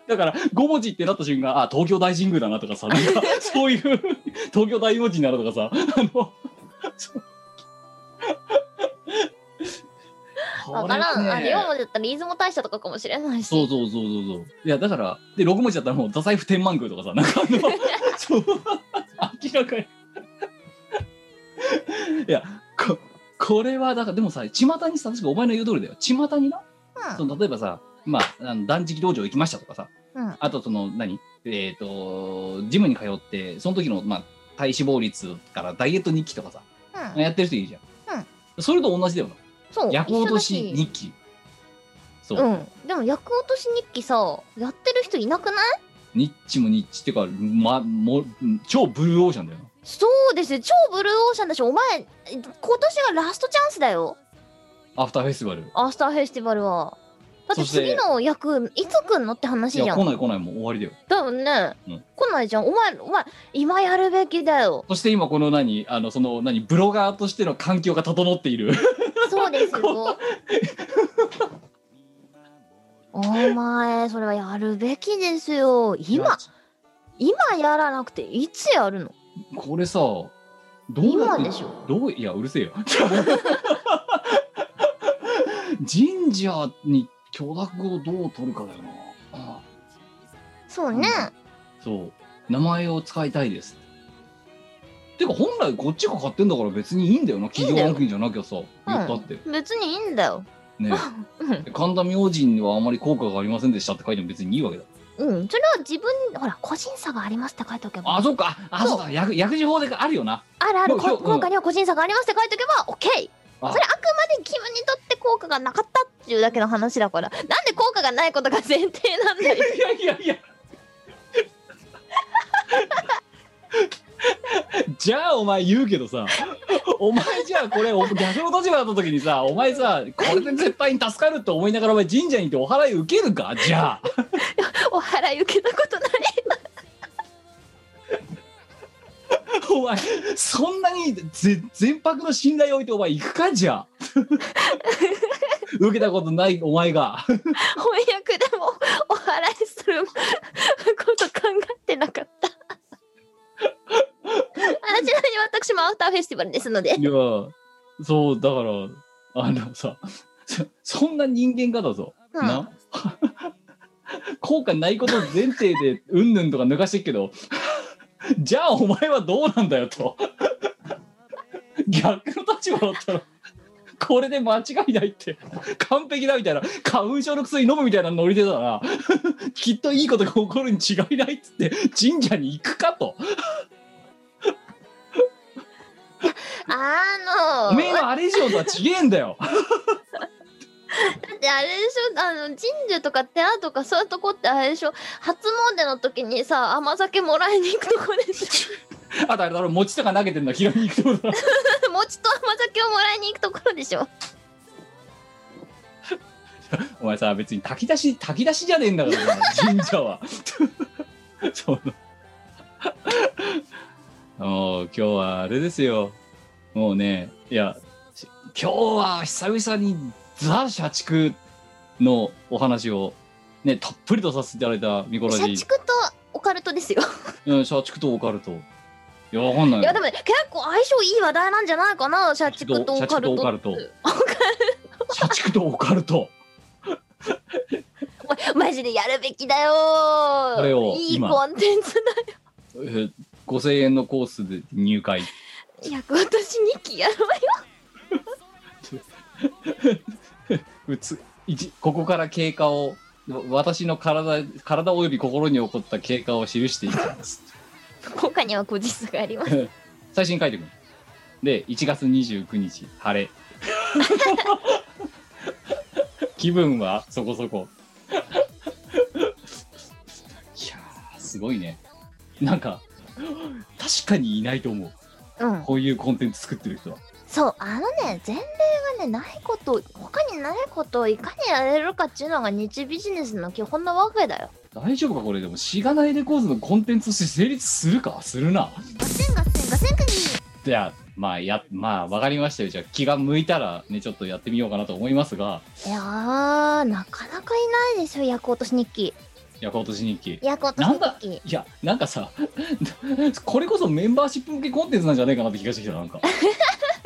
Speaker 3: だから5文字ってなった瞬間あ東京大神宮だなとかさなん かそういう東京大文字になるとかさあのそう
Speaker 4: わからん。
Speaker 3: こ
Speaker 4: あ
Speaker 3: れね
Speaker 4: れ4文字だったら出雲大社とかかもしれないし。
Speaker 3: そうそうそうそうそう。いやだからで6文字だったらもう太宰府天満宮とかさなんかあ のそう明らかに。いやここれはだからでもさ巷にさ確かお前の言う通りだよ巷にな、
Speaker 4: うん
Speaker 3: その例えばさまああの断食道場行きましたとかさ、
Speaker 4: うん
Speaker 3: あとその何えっ、とジムに通ってその時のまあ体脂肪率からダイエット日記とかさ、
Speaker 4: うん
Speaker 3: やってる人いるじゃん、それと同じだよな
Speaker 4: そう。
Speaker 3: 夜行とし
Speaker 4: 一緒だ
Speaker 3: 日記そう、
Speaker 4: うん。でも夜行とし日記さ、やってる人いなくない
Speaker 3: ニッチもニッチっていうか、ま、も超ブルーオーシャンだよな。
Speaker 4: そうですよ。超ブルーオーシャンだし、お前、今年がラストチャンスだよ。
Speaker 3: アフターフェスティバル。
Speaker 4: アスターフェスティバルは。だって
Speaker 3: そして
Speaker 4: 次の役いつ来んのって話
Speaker 3: い
Speaker 4: じ
Speaker 3: や、
Speaker 4: ゃ
Speaker 3: 来
Speaker 4: ん。
Speaker 3: ない来ない、もう終わりだよ。
Speaker 4: 多分ね、
Speaker 3: うん
Speaker 4: 来ないじゃん。お前、お前、今やるべきだよ。
Speaker 3: そして今、この何、あの、その何、ブロガーとしての環境が整っている。
Speaker 4: そうですよ。お前、それはやるべきですよ。 今、今やらなくて、いつやるの
Speaker 3: これさ、どうや
Speaker 4: 今
Speaker 3: って
Speaker 4: で、しょ。
Speaker 3: どう、いや、うるせえよ。神社に許諾をどう取るかだよな。あ
Speaker 4: そうね。
Speaker 3: そう。名前を使いたいです。てか、本来こっちが買ってんだから別にいいんだよな。企業案件じゃなきゃさ、言ったって。
Speaker 4: 別にいいんだよ。
Speaker 3: ね
Speaker 4: うん。
Speaker 3: 神田明神にはあまり効果がありませんでしたって書いても別にいいわけだ。
Speaker 4: うん。それは自分、ほら、個人差がありますって書いておけば。
Speaker 3: あ、そっか。あ、そうだ。薬薬事法であるよな。
Speaker 4: あるある、
Speaker 3: もう今
Speaker 4: こ
Speaker 3: 日
Speaker 4: 効果には個人差がありますって書いとけば OK!
Speaker 3: あ
Speaker 4: それあくまでキムにとって効果がなかったっていうだけの話だからなんで効果がないことが前提なんだよ
Speaker 3: いやいやいや。 じゃあお前言うけどさ、お前じゃあこれお逆の立場だった時にさ、お前さ、これで絶対に助かるって思いながらお前神社に行ってお払い受けるかじゃあ。
Speaker 4: お払い受けたことない
Speaker 3: お前、そんなにぜ全泊の信頼を置いてお前行くかじゃあ。受けたことないお前が。
Speaker 4: 翻訳でもお払いすること考えてなか ったあちなみに私もアフターフェスティバルですので
Speaker 3: いや、そう、だから、あのさ、そ そんな人間がだぞ。
Speaker 4: うん
Speaker 3: な 効果ないこと前提で、うんぬんとか抜かしてっけど、 じゃあお前はどうなんだよと 逆の立場だったらこれで間違いないって完璧だみたいな花粉症の薬飲むみたいなノリでだな きっといいことが起こるに違いないっつって神社に行くかと
Speaker 4: あ
Speaker 3: お
Speaker 4: の
Speaker 3: めえのあれ以上とは違えんだよ
Speaker 4: だってあれでしょあの神社とか寺とかそういうとこってあれでしょ初詣の時にさ甘酒もらいに行くとこでしょ
Speaker 3: あとあれだろ餅とか投げてんだ拾いに行くってことだ
Speaker 4: 餅と甘酒をもらいに行くところでしょ
Speaker 3: お前さ別に炊き出し炊き出しじゃねえんだからな神社は そのもう今日はあれですよもうねいやし今日は久々にザ・社畜のお話をねたっぷりとさせていただいたミコラジ
Speaker 4: 社畜とオカルトですよ
Speaker 3: うん、社畜とオカルトいやわかんない
Speaker 4: いやでもね結構相性いい話題なんじゃないかな社畜とオカルトって
Speaker 3: 社畜と社畜とオカルト
Speaker 4: お 前マジでやるべきだよ
Speaker 3: これを
Speaker 4: いい
Speaker 3: 今
Speaker 4: コンテンツ
Speaker 3: えー5000円 のコースで入会
Speaker 4: だいや私2期やろうよ
Speaker 3: うつ一ここから経過をわ私の体体および心に起こった経過を記していきます
Speaker 4: 他には個実があります
Speaker 3: 最新書いてくるで1月29日晴れ 気分はそこそこいやーすごいねなんか確かにいないと思う
Speaker 4: うん
Speaker 3: こういうコンテンツ作ってる人は
Speaker 4: そうあのね前例がねないこと他にないことをいかにやれるかっていうのが日ビジネスの基本なわけだよ
Speaker 3: 大丈夫かこれでもしがないレコーズのコンテンツとして成立するかするな
Speaker 1: ガセンガセンガセンクニー
Speaker 3: じゃあまあやまあわかりましたよじゃあ気が向いたらねちょっとやってみようかなと思いますが
Speaker 4: いやーなかなかいないですよ役落とし日記
Speaker 3: いや今年日記
Speaker 4: 役落と
Speaker 3: なん
Speaker 4: し
Speaker 3: だ
Speaker 4: 日記
Speaker 3: いやなんかさ これこそメンバーシップ向けコンテンツなんじゃないかなって気がしてきた なんか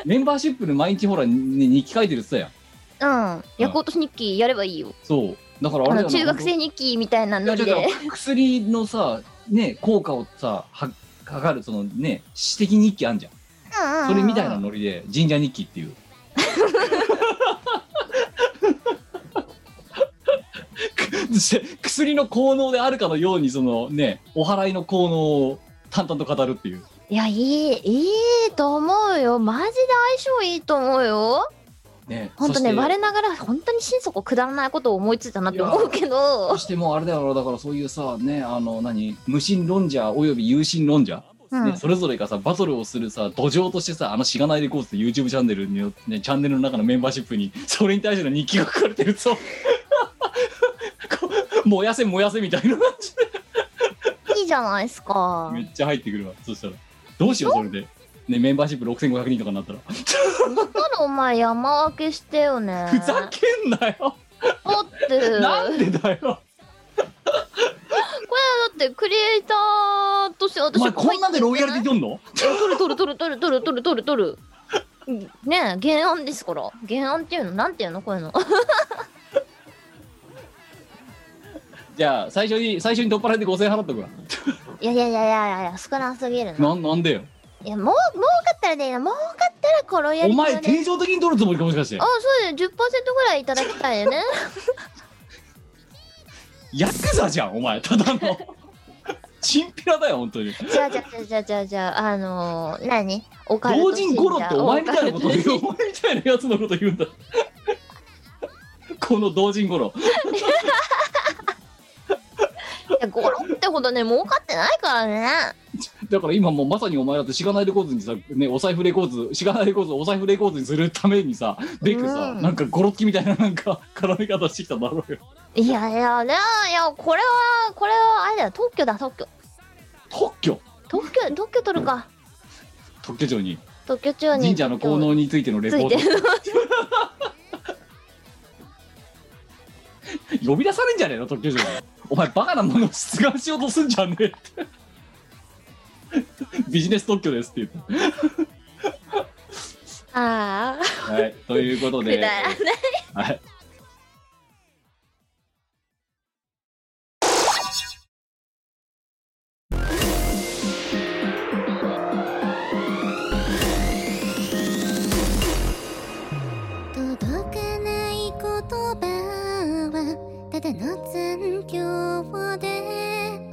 Speaker 3: メンバーシップで毎日ほら、ね、日記書いてるって言ってたやん
Speaker 4: うん役落とし日記やればいいよ
Speaker 3: そうだからあ
Speaker 4: あ
Speaker 3: れだ
Speaker 4: の
Speaker 3: よな
Speaker 4: 中学生日記みたいなノリ
Speaker 3: いやだ
Speaker 4: で
Speaker 3: から薬のさね効果をさはかかるそのね私的日記あんじゃんそれみたいなノリで神社日記っていうくせ薬の効能であるかのようにそのねお祓いの効能を淡々と語るっていう
Speaker 4: いやいいいいと思うよマジで相性いいと思うよ
Speaker 3: ね
Speaker 4: ほんとね
Speaker 3: そして
Speaker 4: 我ながら本当に心底くだらないことを思いついたなって思うけど
Speaker 3: そしてもうあれだよだからそういうさねあの何無神論者および有神論者、
Speaker 4: うん
Speaker 3: ね、それぞれがさバトルをするさ土壌としてさあのしがないレコースと YouTube チャンネルによって、ね、チャンネルの中のメンバーシップに それに対しての日記が書かれてるぞ こう燃やせ燃やせみたいな感じで
Speaker 4: いいじゃないですか
Speaker 3: めっちゃ入ってくるわそしたらどうしようそれで、ね、メンバーシップ6500人とかになったら
Speaker 4: だからお前山分けしてよね
Speaker 3: ふざけんなよ
Speaker 4: だって
Speaker 3: なん
Speaker 4: これ
Speaker 3: でだよ
Speaker 4: だってクリエイターとして
Speaker 3: お
Speaker 4: 私
Speaker 3: 前こんなんでロイヤルティ
Speaker 4: 取
Speaker 3: 取んの
Speaker 4: る取る取る取る取る取る取る取るねえ原案ですから原案っていうのなんていうのこういうの
Speaker 3: じゃあ最初に最初に取っ払いで5000円払っとくわ
Speaker 4: いやいやいやいやいや少なすぎるな
Speaker 3: ななんでよ
Speaker 4: いやもう儲かったらでいいな儲かったらこれをや
Speaker 3: お
Speaker 4: りたい
Speaker 3: 前定常的に取るつもりかもしかして
Speaker 4: あそうだよ10%ぐらいいただきたい よね
Speaker 3: ヤクザじゃんお前ただの チンピラだよ本当に
Speaker 4: じゃあじゃあじゃあじゃあじゃああのー、何オカルト
Speaker 3: 老人ゴロってお前みたいなこと
Speaker 4: 信
Speaker 3: 言
Speaker 4: 者
Speaker 3: うお前みたいなやつのこと言うんだこの同人ゴロ
Speaker 4: いやゴロってほどね儲かってないからね
Speaker 3: だから今もうまさにお前だってしがないレコーズにさ、ね、お財布レコーズしがないレコーズをお財布レコーズにするためにさべくさ、
Speaker 4: うん
Speaker 3: なんかゴロつきみたいななんか絡み方してきたんだろうよ
Speaker 4: いやいやいやいやこれはこれはあれだよ特許だ特許
Speaker 3: 特許
Speaker 4: 特 許特許取るか
Speaker 3: 特許庁に
Speaker 4: 特許中に
Speaker 3: 神社の効能についてのレ
Speaker 4: つ
Speaker 3: ポ
Speaker 4: い
Speaker 3: ート
Speaker 4: てる
Speaker 3: 呼び出されんじゃねえの特許庁にお前バカなものを出願しようとすんじゃねえってビジネス特許ですって言って
Speaker 4: ああ
Speaker 3: はいということ
Speaker 4: くだ
Speaker 3: で
Speaker 4: らない
Speaker 3: はい
Speaker 1: ガての残響で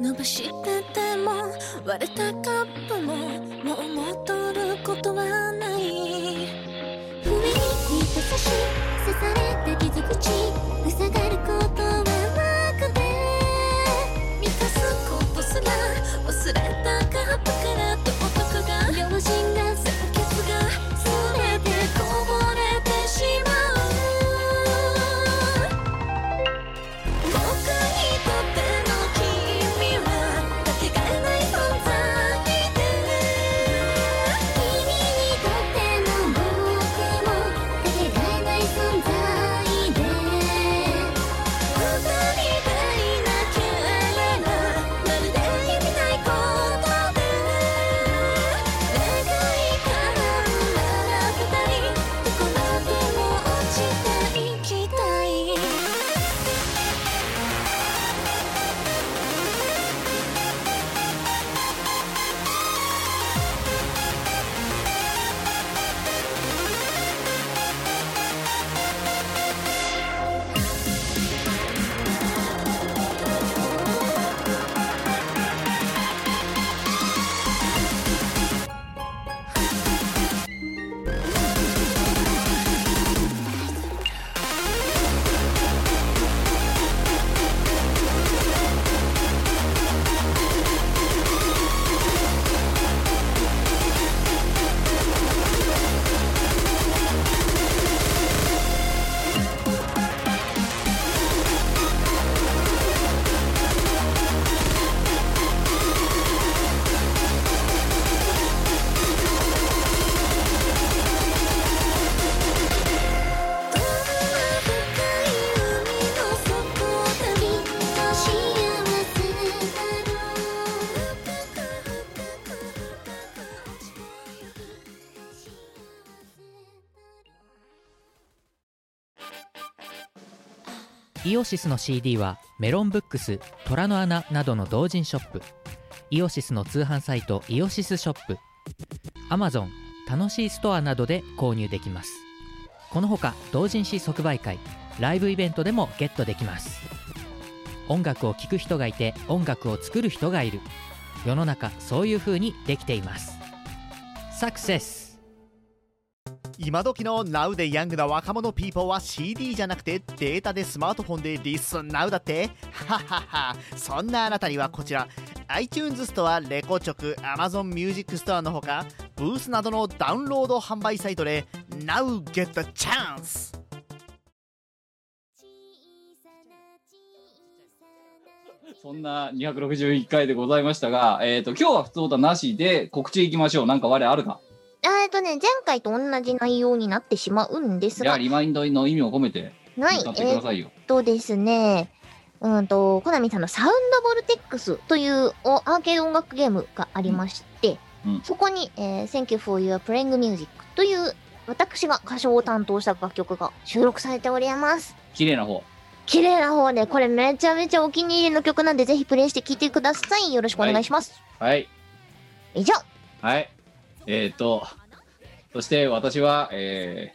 Speaker 5: 伸ばしてても割れたカップももう戻ることはない
Speaker 1: 不意にと差し刺された傷口塞がることはなくて
Speaker 5: 満たすことすら忘れたカップから道徳が
Speaker 1: 良心が
Speaker 5: 酸欠が全てこぼれてしまう僕にとっての君はかけがえない存在で
Speaker 1: 君にとっての僕もかけがえない存在で
Speaker 5: 二人でいなければまるで意味ないことで願いから生まれ二人どこまでも落ちていきたい「どんな深い海の底で
Speaker 1: 幸せだろう
Speaker 6: イオシスの CD はメロンブックス、虎の穴などの同人ショップイオシスの通販サイトイオシスショップ Amazon 楽しいストアなどで購入できますこのほか同人誌即売会ライブイベントでもゲットできます音楽を聴く人がいて音楽を作る人がいる世の中そういう風にできていますサクセス
Speaker 7: 今時の Now でヤングな若者ピーポーは CD じゃなくてデータでスマートフォンでリスン Now だってはははそんなあなたにはこちら iTunes ストア、レコチョク、Amazon Music ストアのほかブースなどのダウンロード販売サイトで Now get the chance!
Speaker 3: そんな261回でございましたが、えっ、と、今日は普通歌なしで告知いきましょう。なんか我あるか。
Speaker 4: えっとね、前回と同じ内容になってしまうんです
Speaker 3: じゃあ
Speaker 4: が、
Speaker 3: リマインドの意味を込めて
Speaker 4: はい、
Speaker 3: 歌ってく
Speaker 4: え
Speaker 3: だ
Speaker 4: っ
Speaker 3: さいよ。
Speaker 4: とですね、うんと、コナミさんのサウンドボルテックスというおアーケード音楽ゲームがありまして、
Speaker 3: うんうん
Speaker 4: そこに、えー Thank you for your playing music という私が歌唱を担当した楽曲が収録されております。
Speaker 3: 綺麗な方。
Speaker 4: 綺麗な方で、これめちゃめちゃお気に入りの曲なんで、ぜひプレイして聴いてください。よろしくお願いします。
Speaker 3: はい。
Speaker 4: 以上、
Speaker 3: はい。えっ、と、そして私は、え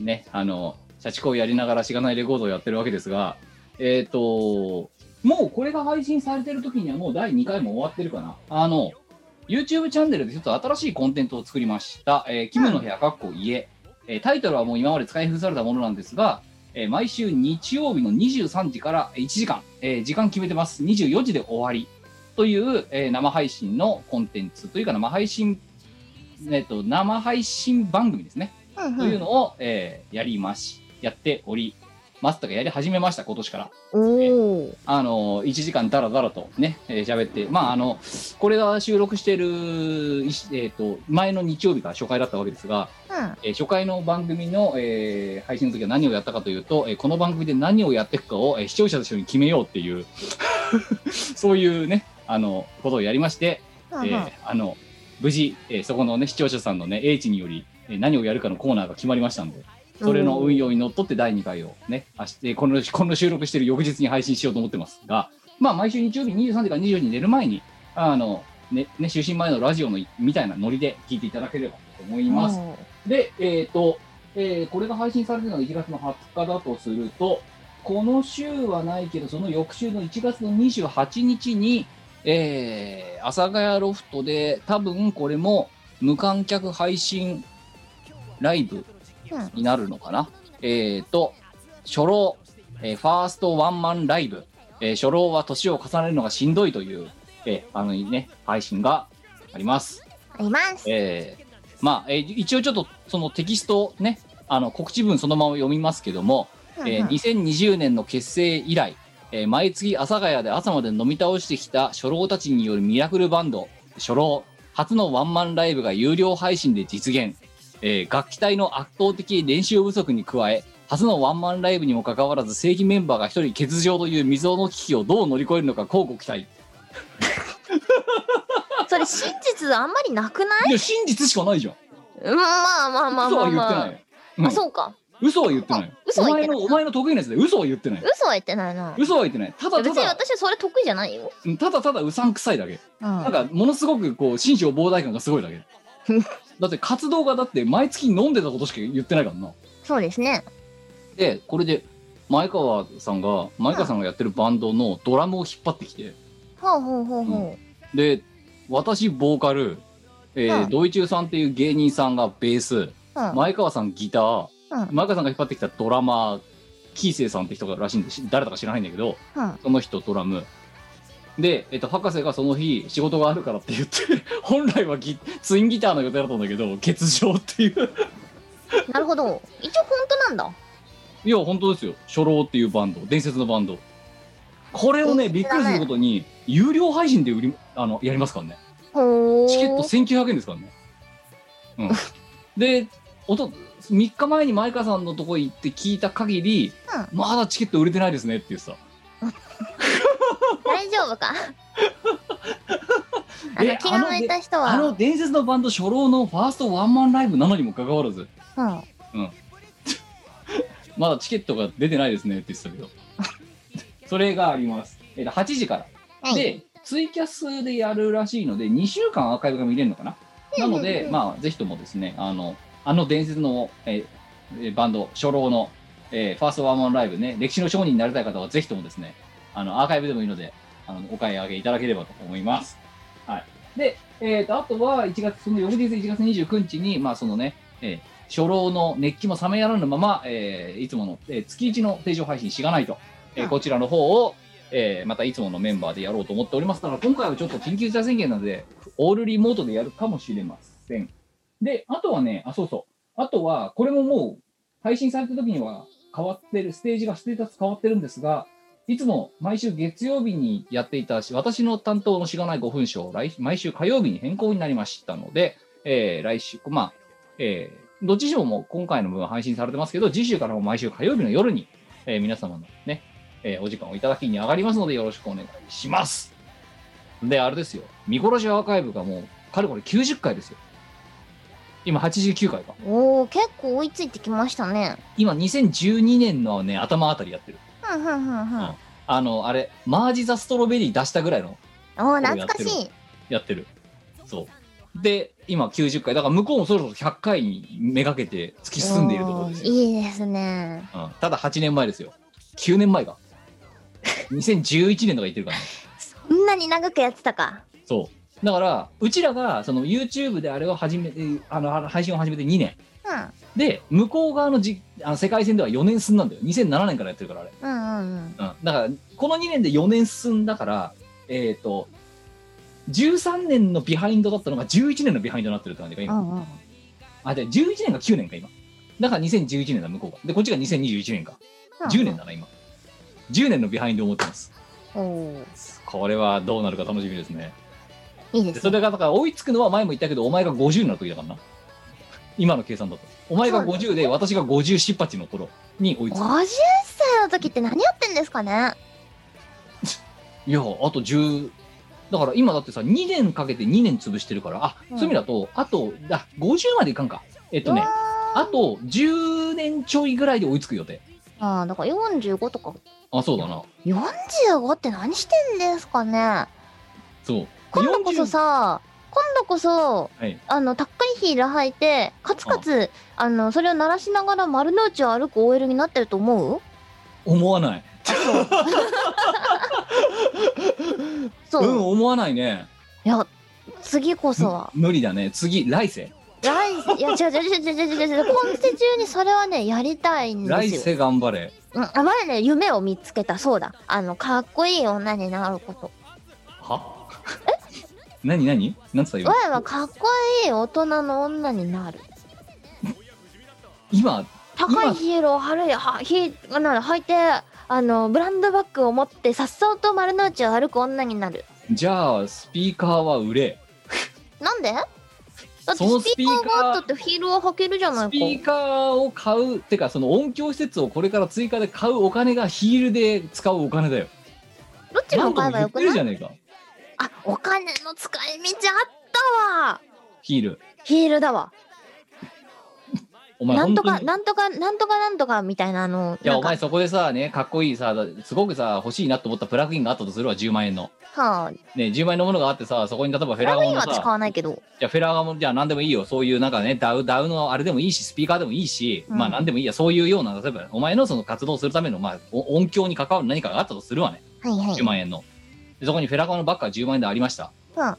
Speaker 3: ーね、あの、社畜をやりながらしがないレコードをやってるわけですが、えっ、と、もうこれが配信されてる時にはもう第2回も終わってるかな。あの、YouTube チャンネルでちょっと新しいコンテンツを作りました。えーキムの部屋かっこ家、えータイトルはもう今まで使い古されたものなんですが、えー毎週日曜日の23時から1時間、えー時間決めてます。24時で終わり。という、えー生配信のコンテンツというか生配信、えっと生配信番組ですね、
Speaker 4: うん
Speaker 3: というのを、えーやりましやっておりますとかやり始めました今年から
Speaker 4: おー。
Speaker 3: あの1時間だらだらとねえー喋、ってまああのこれが収録してる、いしえっと前の日曜日が初回だったわけですが、
Speaker 4: うん。
Speaker 3: えー初回の番組の、えー配信の時は何をやったかというと、えーこの番組で何をやっていくかを、えー視聴者と一緒に決めようっていう そういうねあのことをやりまして、
Speaker 4: うん
Speaker 3: えーあの無事、えーそこの、ね、視聴者さんの、ね、英知により、えー何をやるかのコーナーが決まりましたのでそれの運用にのっとって第2回を、ね、明日えーこのこの収録している翌日に配信しようと思ってますが、まあ、毎週日曜日23時から24時に寝る前にあの、ねね、就寝前のラジオのみたいなノリで聞いていただければと思います。で、えっ、と、えーこれが配信されてるのが1月の20日だとすると、この週はないけど、その翌週の1月の28日に、えー、阿佐ヶ谷ロフトで、多分これも無観客配信ライブ
Speaker 4: うん
Speaker 3: になるのかな。えーと、初老、えーファーストワンマンライブ、えー初老は年を重ねるのがしんどいという、えーあのね、配信があります。
Speaker 4: あります。
Speaker 3: えーまあ、えー一応ちょっとそのテキストね、あの告知文そのまま読みますけども、えー
Speaker 4: うんうん
Speaker 3: 2020年の結成以来、えー毎月阿佐ヶ谷で朝まで飲み倒してきた初老たちによるミラクルバンド初老初のワンマンライブが有料配信で実現、えー楽器隊の圧倒的練習不足に加え初のワンマンライブにもかかわらず正規メンバーが一人欠場という未曾有の危機をどう乗り越えるのか乞うご期待
Speaker 4: それ真実あんまりなくない
Speaker 3: いや真実しかないじゃん
Speaker 4: うんまあまあまあ
Speaker 3: 嘘
Speaker 4: ま
Speaker 3: は
Speaker 4: あ
Speaker 3: 言っ
Speaker 4: ま
Speaker 3: て
Speaker 4: あ
Speaker 3: な。いようん
Speaker 4: あ、そうか。
Speaker 3: 嘘は言ってないよ
Speaker 4: 嘘は
Speaker 3: お
Speaker 4: 言って
Speaker 3: 前
Speaker 4: な
Speaker 3: の
Speaker 4: い
Speaker 3: お前の得意なやつで嘘は言ってないよ
Speaker 4: 嘘は言ってないな。
Speaker 3: 嘘は言ってないただた
Speaker 4: 別に
Speaker 3: だ
Speaker 4: 私はそれ得意じゃないよ。
Speaker 3: うんただただうさんくさいだけ
Speaker 4: うん。
Speaker 3: なんかものすごくこう心象膨大感がすごいだけだって活動がだって毎月飲んでたことしか言ってないからな
Speaker 4: そうですね。
Speaker 3: でこれで前川さんが前川さんがやってるバンドのドラムを引っ張ってきて
Speaker 4: ほうほうほうほ
Speaker 3: で私ボーカル、えー
Speaker 4: うん
Speaker 3: ドイチューさんっていう芸人さんがベース、
Speaker 4: う。うん。
Speaker 3: 前川さんギター、
Speaker 4: うん
Speaker 3: 前川さんが引っ張ってきたドラマーキーセイさんって人がらしいんです誰だか知らないんだけど、
Speaker 4: うん
Speaker 3: その人ドラムで、えっと、博士がその日仕事があるからって言って 本来はギツインギターの予定だったんだけど欠場っていう
Speaker 4: なるほど。一応本当なんだ。
Speaker 3: いや本当ですよ初老っていうバンド伝説のバンドこれをねびっくりすることに有料配信で売りあのやりますからね
Speaker 4: ほー。
Speaker 3: チケット1900円ですからね。うん、でおと3日前に前川さんのとこ行って聞いた限り、まだチケット売れてないですねっていうさ
Speaker 4: 大丈夫かあ
Speaker 3: え
Speaker 4: の気が向いた人は
Speaker 3: あの伝説のバンド初老のファーストワンマンライブなのにもかかわらず
Speaker 4: うん、
Speaker 3: まだチケットが出てないですねって言って たけどそれがあります、えっと8時から、
Speaker 4: はい
Speaker 3: でツイキャスでやるらしいので2週間アーカイブが見れるのかななのでまあぜひともですねあのあの伝説の、えーえーバンド初老の、えーファーストワンマンライブね歴史の商人になりたい方はぜひともですねあのアーカイブでもいいのであのお買い上げいただければと思いますはいで、えー、とあとは1月その翌日1月29日にまあそのね、えー初老の熱気も冷めやらぬまま、えーいつもの、えー月一の定常配信しがないと、えーこちらの方を、えーまたいつものメンバーでやろうと思っておりますだから今回はちょっと緊急事態宣言なのでオールリモートでやるかもしれませんであとはねあそうそうあとはこれももう配信された時には変わってるステージがステータス変わってるんですがいつも毎週月曜日にやっていたし私の担当のしがない5分賞来毎週火曜日に変更になりましたので、えー来週まあえーどっちにしろもう今回の分は配信されてますけど、次週からも毎週火曜日の夜に、えー皆様のね、えーお時間をいただきに上がりますので、よろしくお願いします。で、あれですよ、見殺しアーカイブがもう、かれこれ90回ですよ。今89回か。
Speaker 4: おお結構追いついてきましたね
Speaker 3: 今2012年のね、頭あたりやってる。
Speaker 4: ふんふんふんふん
Speaker 3: あの、あれ、マージ・ザ・ストロベリー出したぐらいの
Speaker 4: おお懐かしい
Speaker 3: やってる。そう。で、今90回。だから向こうもそろそろ100回にめがけて突き進んでいるところですよ
Speaker 4: おーいいですね
Speaker 3: うんただ8年前ですよ。9 年前か。2011年とか言ってるからね。
Speaker 4: そんなに長くやってたか
Speaker 3: そう。だから、うちらがその YouTube であれを始めあのあの配信を始めて2年。
Speaker 4: う
Speaker 3: で、向こう側のじあの世界線では4年進んだんだよ。2007年からやってるから、あれ。
Speaker 4: んうんうんうん
Speaker 3: うん。だから、この2年で4年進んだから、えっ、と、13年のビハインドだったのが11年のビハインドになってるって感じか、
Speaker 4: う
Speaker 3: 今。
Speaker 4: んうん
Speaker 3: あ、じゃあ11年が9年か、今。だから2011年だ、向こうが。で、こっちが2021年か。10年だな、今。10年のビハインドを持ってます。
Speaker 4: おおー
Speaker 3: これはどうなるか楽しみですね。
Speaker 4: いい
Speaker 3: で
Speaker 4: です
Speaker 3: そ
Speaker 4: ね
Speaker 3: れがだから追いつくのは前も言ったけど、お前が50になる時だからな。今の計算だと。お前が50で、私が50しっぱちの頃に追いつく。
Speaker 4: 50歳の時って何やってんですかね
Speaker 3: いや、あと10。だから今だってさ、2年かけて2年潰してるから、あ、
Speaker 4: うん
Speaker 3: そういう意味だと、あと、あ、50までいかんか。えっとね、あと10年ちょいぐらいで追いつく予定。
Speaker 4: ああだから45とか
Speaker 3: あ、そうだな。
Speaker 4: 45って何してんですかね
Speaker 3: そう。
Speaker 4: 今度こそさ今度こそ
Speaker 3: 40。はい。
Speaker 4: あのたっかりヒール履いてカツカツあのそれを鳴らしながら丸の内を歩く OL になってると思う
Speaker 3: 思わない
Speaker 4: そうう。
Speaker 3: ん思わないね
Speaker 4: いや、次こそは。
Speaker 3: 無理だね次来世
Speaker 4: 来世、いや、違う違う違う違う違う違う。今世中にそれはね、やりたいんで
Speaker 3: 来
Speaker 4: すよ。
Speaker 3: 世頑張れ
Speaker 4: うん、あ前ね、夢を見つけた、そうだ。あの、かっこいい女になること。
Speaker 3: は何何何つった今
Speaker 4: 前はかっこいい大人の女になる。
Speaker 3: 今
Speaker 4: 高いヒールを張るはヒーなんだ履いてあのブランドバッグを持ってさっそうと丸の内を歩く女になる
Speaker 3: じゃあスピーカーは売れ
Speaker 4: なんでだって
Speaker 3: その
Speaker 4: ス
Speaker 3: スピ
Speaker 4: ピ
Speaker 3: ー
Speaker 4: ー
Speaker 3: カー
Speaker 4: カーがあったってヒールを履けるじゃな
Speaker 3: ス
Speaker 4: い
Speaker 3: ピー
Speaker 4: か
Speaker 3: カーを買うってかその音響施設をこれから追加で買うお金がヒールで使うお金だよ
Speaker 4: どっちが
Speaker 3: 何
Speaker 4: 買えば
Speaker 3: 度も言
Speaker 4: よ
Speaker 3: って
Speaker 4: く
Speaker 3: るじ
Speaker 4: な
Speaker 3: ゃ
Speaker 4: い
Speaker 3: ねえか
Speaker 4: あお金の使い道あったわ
Speaker 3: ヒール
Speaker 4: ヒールだわ
Speaker 3: お前
Speaker 4: なんと
Speaker 3: 本
Speaker 4: か
Speaker 3: 当に
Speaker 4: なんとかなんとかなんとかみたいなあの
Speaker 3: いや
Speaker 4: なん
Speaker 3: お
Speaker 4: か
Speaker 3: 前そこでさねかっこいいさすごくさ欲しいなと思ったプラグインがあったとするわ10万円の
Speaker 4: はあ
Speaker 3: ね10万円のものがあってさそこに例えばフェ
Speaker 4: プラ
Speaker 3: ラ
Speaker 4: グ
Speaker 3: ガ
Speaker 4: イ
Speaker 3: モ
Speaker 4: ン
Speaker 3: の
Speaker 4: は
Speaker 3: さ
Speaker 4: 使わないけど
Speaker 3: じゃあフェラガモじゃあ何でもいいよそういうなんかねダウダウのあれでもいいしスピーカーでもいいし、
Speaker 4: うん
Speaker 3: まあ何でもいいやそういうような例えばお前のその活動するための、まあ、お音響に関わる何かがあったとするわね
Speaker 4: はいは
Speaker 3: 10
Speaker 4: い
Speaker 3: 万円のでそこにフェラガモのバッグが10万円でありました
Speaker 4: うん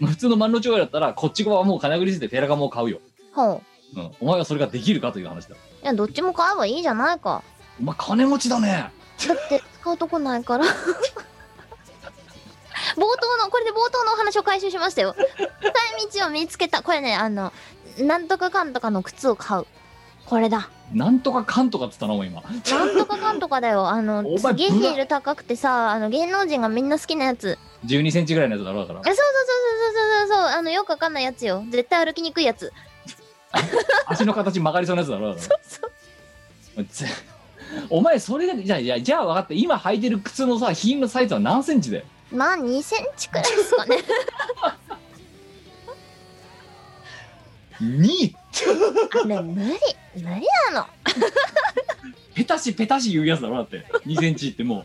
Speaker 3: うん普通の万能町だったらこっち側はもう金繰り捨ててフェラガモを買うよ、
Speaker 4: ほう
Speaker 3: うん、お前はそれができるかという話だ
Speaker 4: いやどっちも買えばいいじゃないか
Speaker 3: お前金持ちだね
Speaker 4: だって使うとこないから 冒頭のこれで冒頭のお話を回収しましたよ使い道を見つけたこれねあのなんとかかんとかの靴を買うこれだ
Speaker 3: なんとかかんとかっつったなお前今
Speaker 4: なんとかかんとかだよあの
Speaker 3: お前
Speaker 4: すげえヒ
Speaker 3: ブラ
Speaker 4: ール高くてさあの芸能人がみんな好きなやつ
Speaker 3: 12センチぐらいのやつだろうだか
Speaker 4: えそうそうそうそうそうそうそうあのよくわかんないやつよ絶対歩きにくいやつ
Speaker 3: ら足の形曲がりそうなやつだろうだからぜ お前それだけじゃあじゃあじゃあ分かった今履いてる靴のさ品のサイズは何センチだよ
Speaker 4: まあ2センチくらいです かね
Speaker 3: に
Speaker 4: あれ無理無理なの
Speaker 3: ペタシペタシ言うやつだろだって2センチっても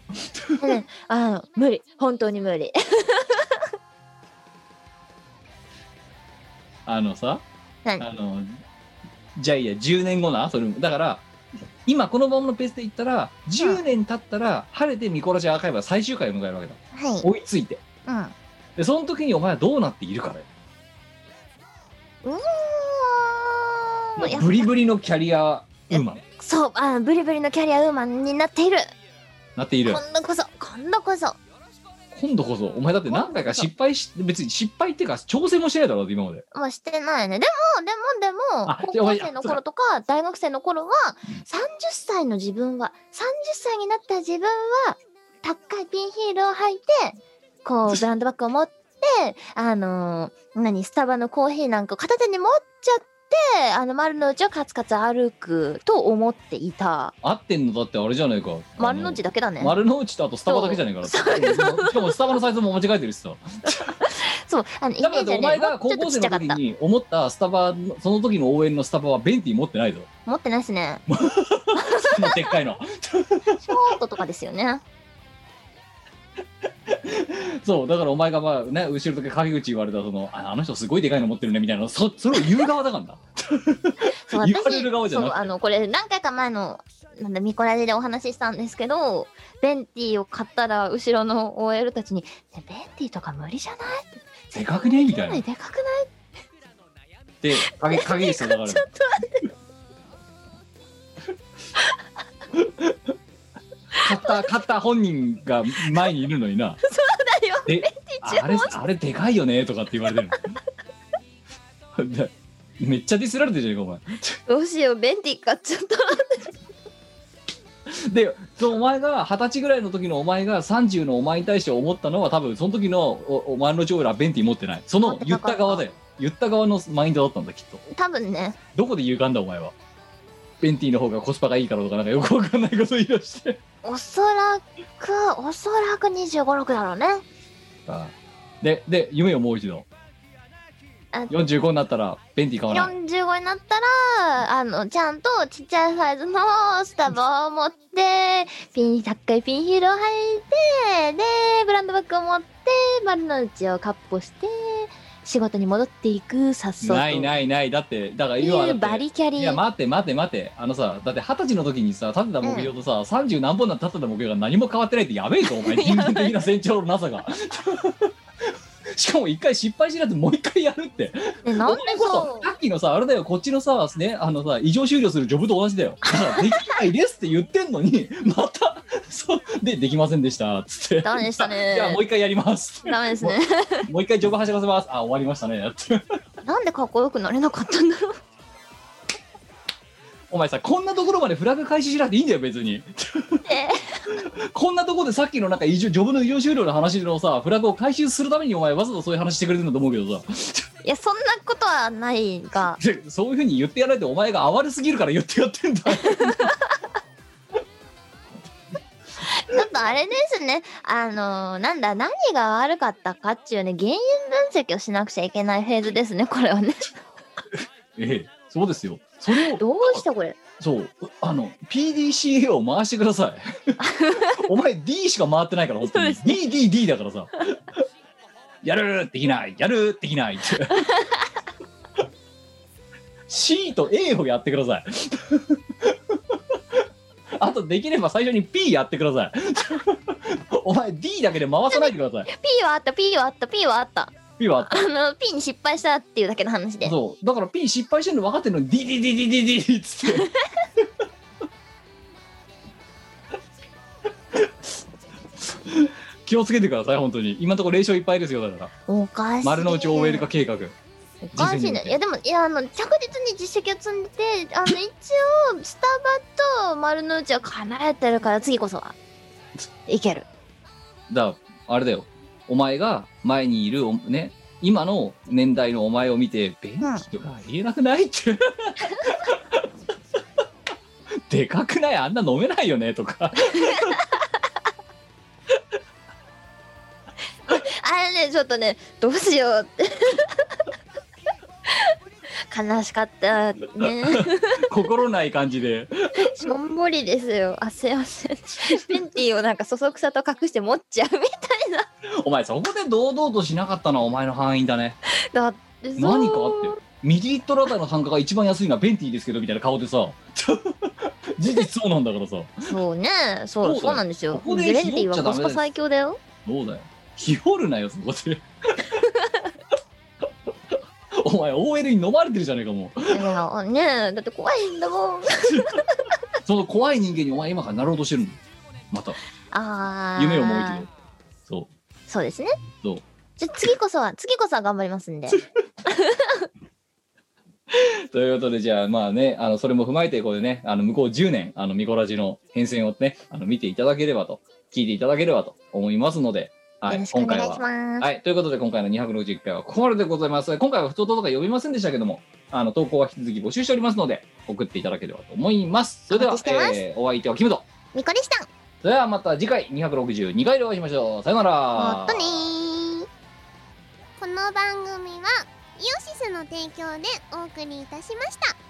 Speaker 3: う
Speaker 4: うんあの無理本当に無理
Speaker 3: あのさあ
Speaker 4: 何
Speaker 3: のじゃあいいや10年後なそれもだから今このままのペースでいったら10年経ったら晴れてミコラジアーカイブは最終回を迎えるわけだ
Speaker 4: はい
Speaker 3: 追いついて
Speaker 4: うんう
Speaker 3: でその時にお前はどうなっているかだよ
Speaker 4: ー
Speaker 3: も
Speaker 4: んいや
Speaker 3: うブリブリのキャリアウーマンに
Speaker 4: そうあブリブリのキャリアウーマンになっている
Speaker 3: なっている
Speaker 4: 今度こそ今度こそ
Speaker 3: 今度こそお前だって何回か失敗し別に失敗っていうか挑戦もしてないだろだって今まで
Speaker 4: もうしてないねでもでもでも
Speaker 3: あ
Speaker 4: 高校生の頃とか大学生の頃は30歳の自分は30歳になった自分は高いピンヒールを履いて こうブランドバッグを持ってあのー何スタバのコーヒーなんかを片手に持っちゃってあの丸の内をカツカツ歩くと思っていた
Speaker 3: 合ってんのだってあれじゃないか
Speaker 4: 丸の内だけだね
Speaker 3: 丸の内とあとスタバだけじゃねえからしかもスタバのサイズも間違えてるしさ
Speaker 4: そうあのイメ
Speaker 3: だか
Speaker 4: ージ
Speaker 3: ら
Speaker 4: は
Speaker 3: お前
Speaker 4: ねも
Speaker 3: が
Speaker 4: うちょっ
Speaker 3: 高
Speaker 4: と
Speaker 3: 校
Speaker 4: ち
Speaker 3: 生
Speaker 4: っちゃか
Speaker 3: の
Speaker 4: っ
Speaker 3: 時
Speaker 4: た
Speaker 3: に思ったスタバのその時の応援のスタバはベンティ持ってな いぞ
Speaker 4: 持ってないですね。
Speaker 3: そのでっかいの
Speaker 4: ショートとかですよね。
Speaker 3: そうだからお前がまあね後ろだけ陰口言われたそのああの人すごいでかいの持ってるねみたいなそそれを言う側だからな
Speaker 4: そう
Speaker 3: 言われる側じゃ
Speaker 4: そ
Speaker 3: な
Speaker 4: う
Speaker 3: くて
Speaker 4: あのこれ何回か前のなんだミコラジでお話ししたんですけど、ベンティーを買ったら後ろの OL たちに、ね、ベンティーとか無理じゃない？
Speaker 3: でかくねみたいな
Speaker 4: で
Speaker 3: っ
Speaker 4: かくない？
Speaker 3: て陰陰口叩かれる買った買った本人が前にいるのにな
Speaker 4: だよ。
Speaker 3: えあれあれでかいよねとかって言われてるで めっちゃディスられてるじゃんかお前
Speaker 4: どうしようベンティー買っちゃった。
Speaker 3: でそのお前が二十歳ぐらいの時のお前が30のお前に対して思ったのは多分その時のおお前の長らベンティ持ってないそ
Speaker 4: 持
Speaker 3: の
Speaker 4: って
Speaker 3: 言
Speaker 4: な
Speaker 3: っ
Speaker 4: かった
Speaker 3: た側だよ言った側のマインドだったんだきっと
Speaker 4: 多分ね。
Speaker 3: どこで歪んだお前はベンティの方がコスパがいいからとかなんかよくわかんないこと言い出して
Speaker 4: おそらくおそらく25、6だろうね。
Speaker 3: ああでで夢をもう一度
Speaker 4: あ
Speaker 3: 45になったらベンティ買わない
Speaker 4: 45になったらあのちゃんとちっちゃいサイズのスタバを持ってピン高いピンヒールを履いてでブランドバッグを持って丸の内をカッポして仕事に戻っていくさっそうと
Speaker 3: ないないないだってだから
Speaker 4: い
Speaker 3: 要はだ
Speaker 4: う
Speaker 3: って
Speaker 4: バリキャ
Speaker 3: い
Speaker 4: リ
Speaker 3: や待って待って待ってあのさだって二十歳の時にさ立てた目標とさ、三十何本なって立てた目標が何も変わってないってやべえぞ お前人間的な成長のなさがしかも一回失敗しないともう一回やるって
Speaker 4: でなん
Speaker 3: そ
Speaker 4: で
Speaker 3: れこ
Speaker 4: そ
Speaker 3: そさっきのさあれだよこっちのさねあのさ異常終了するジョブと同 じだよだからできないですって言ってんのにまたそうでできませんでしたっつって
Speaker 4: うダメでした
Speaker 3: じゃあ
Speaker 4: ね
Speaker 3: もう一回や ります
Speaker 4: ダメですね
Speaker 3: もう一回ジョブ走らせますあ終わりましたねって
Speaker 4: なんでかっこよくなれなかったんだろう
Speaker 3: お前さこんなところまでフラグ開始しなくていいんだよ別に
Speaker 4: って
Speaker 3: こんなところでさっきのなんか異常ジョブの異常終了の話のさフラグを回収するためにお前わざとそういう話してくれてるんだと思うけどさ
Speaker 4: いやそんなことはないが
Speaker 3: でそういうふうに言ってやられてお前が哀れすぎるから言ってやってんだ
Speaker 4: ちょっとあれですねあのなんだ何が悪かったかっていうね原因分析をしなくちゃいけないフェーズですねこれはね
Speaker 3: ええそうですよそれを
Speaker 4: どうしたこれ
Speaker 3: そうあの PDCA を回してください お前 D しか回ってないから本当に、
Speaker 4: そう
Speaker 3: DDD だからさやるできないやるできないって C と A をやってください あとできれば最初に P やってくださいお前 D だけで回さないでください
Speaker 4: P はあった P はあった P はあった
Speaker 3: P は
Speaker 4: あの P に失敗したっていうだけの話で
Speaker 3: そうだから P 失敗してるの分かってるのに DDDDD っつって 気をつけてください本当に今のところ0勝いっぱいですよだから
Speaker 4: おかしい
Speaker 3: 丸の内 OL 化計画
Speaker 4: おかしいねいやでもいやあの着実に実績を積んで あの一応スタバと丸の内は叶えてるから次こそはいける
Speaker 3: だからあれだよお前が前にいるおね今の年代のお前を見て「便器とかありえなくない?」って 「でかくないあんな飲めないよね」と
Speaker 4: あ
Speaker 3: か
Speaker 4: れねちょっとねどうしようって 悲しかったね
Speaker 3: 心ない感じで
Speaker 4: しょんぼりですよあすいま せんペンティーをなんかそそくさと隠して持っちゃうみたいな
Speaker 3: お前そこで堂々としなかったのはお前の範囲だね
Speaker 4: だってそう
Speaker 3: 何かあってミリリットルあたりの単価が一番安いのはベンティですけどみたいな顔でさ事実そうなんだからさ
Speaker 4: そうねそう
Speaker 3: そうだよ
Speaker 4: そうなんですよ
Speaker 3: ここで
Speaker 4: グレンティー
Speaker 3: 拾
Speaker 4: は
Speaker 3: っちゃ
Speaker 4: コ
Speaker 3: ダメ
Speaker 4: ス
Speaker 3: で
Speaker 4: パ
Speaker 3: す
Speaker 4: 最強だよ
Speaker 3: どうだよひよるなよそこでお前 OL に飲まれてるじゃねえかもう
Speaker 4: いやねえだって怖いんだもん
Speaker 3: その怖い人間にお前今からなろうとしてるのまた
Speaker 4: ああ
Speaker 3: 夢をもう一度そう
Speaker 4: そうですね
Speaker 3: そう
Speaker 4: じゃあ次こそは次こそは頑張りますんで
Speaker 3: ということで、じゃあ、まあね、あの、それも踏まえて、これね、あの、向こう10年、あの、ミコラジの変遷をね、あの、見ていただければと、聞いていただければと思いますので、は
Speaker 4: よ
Speaker 3: い
Speaker 4: ろ、しくお
Speaker 3: 今回
Speaker 4: 願いし
Speaker 3: は。
Speaker 4: ます
Speaker 3: はい、ということで、今回の261回はここまででございます。今回は不登とか呼びませんでしたけども、あの、投稿は引き続き募集しておりますので、送っていただければと思います。それで
Speaker 4: お
Speaker 3: は
Speaker 4: 待、ちしてます
Speaker 3: えー、お相手はキムト。
Speaker 4: みこでした
Speaker 3: それではまた次回262回でお会いしましょう。さよな
Speaker 4: ま
Speaker 3: ら。
Speaker 4: たねー
Speaker 1: この番組はイオシスの提供でお送りいたしました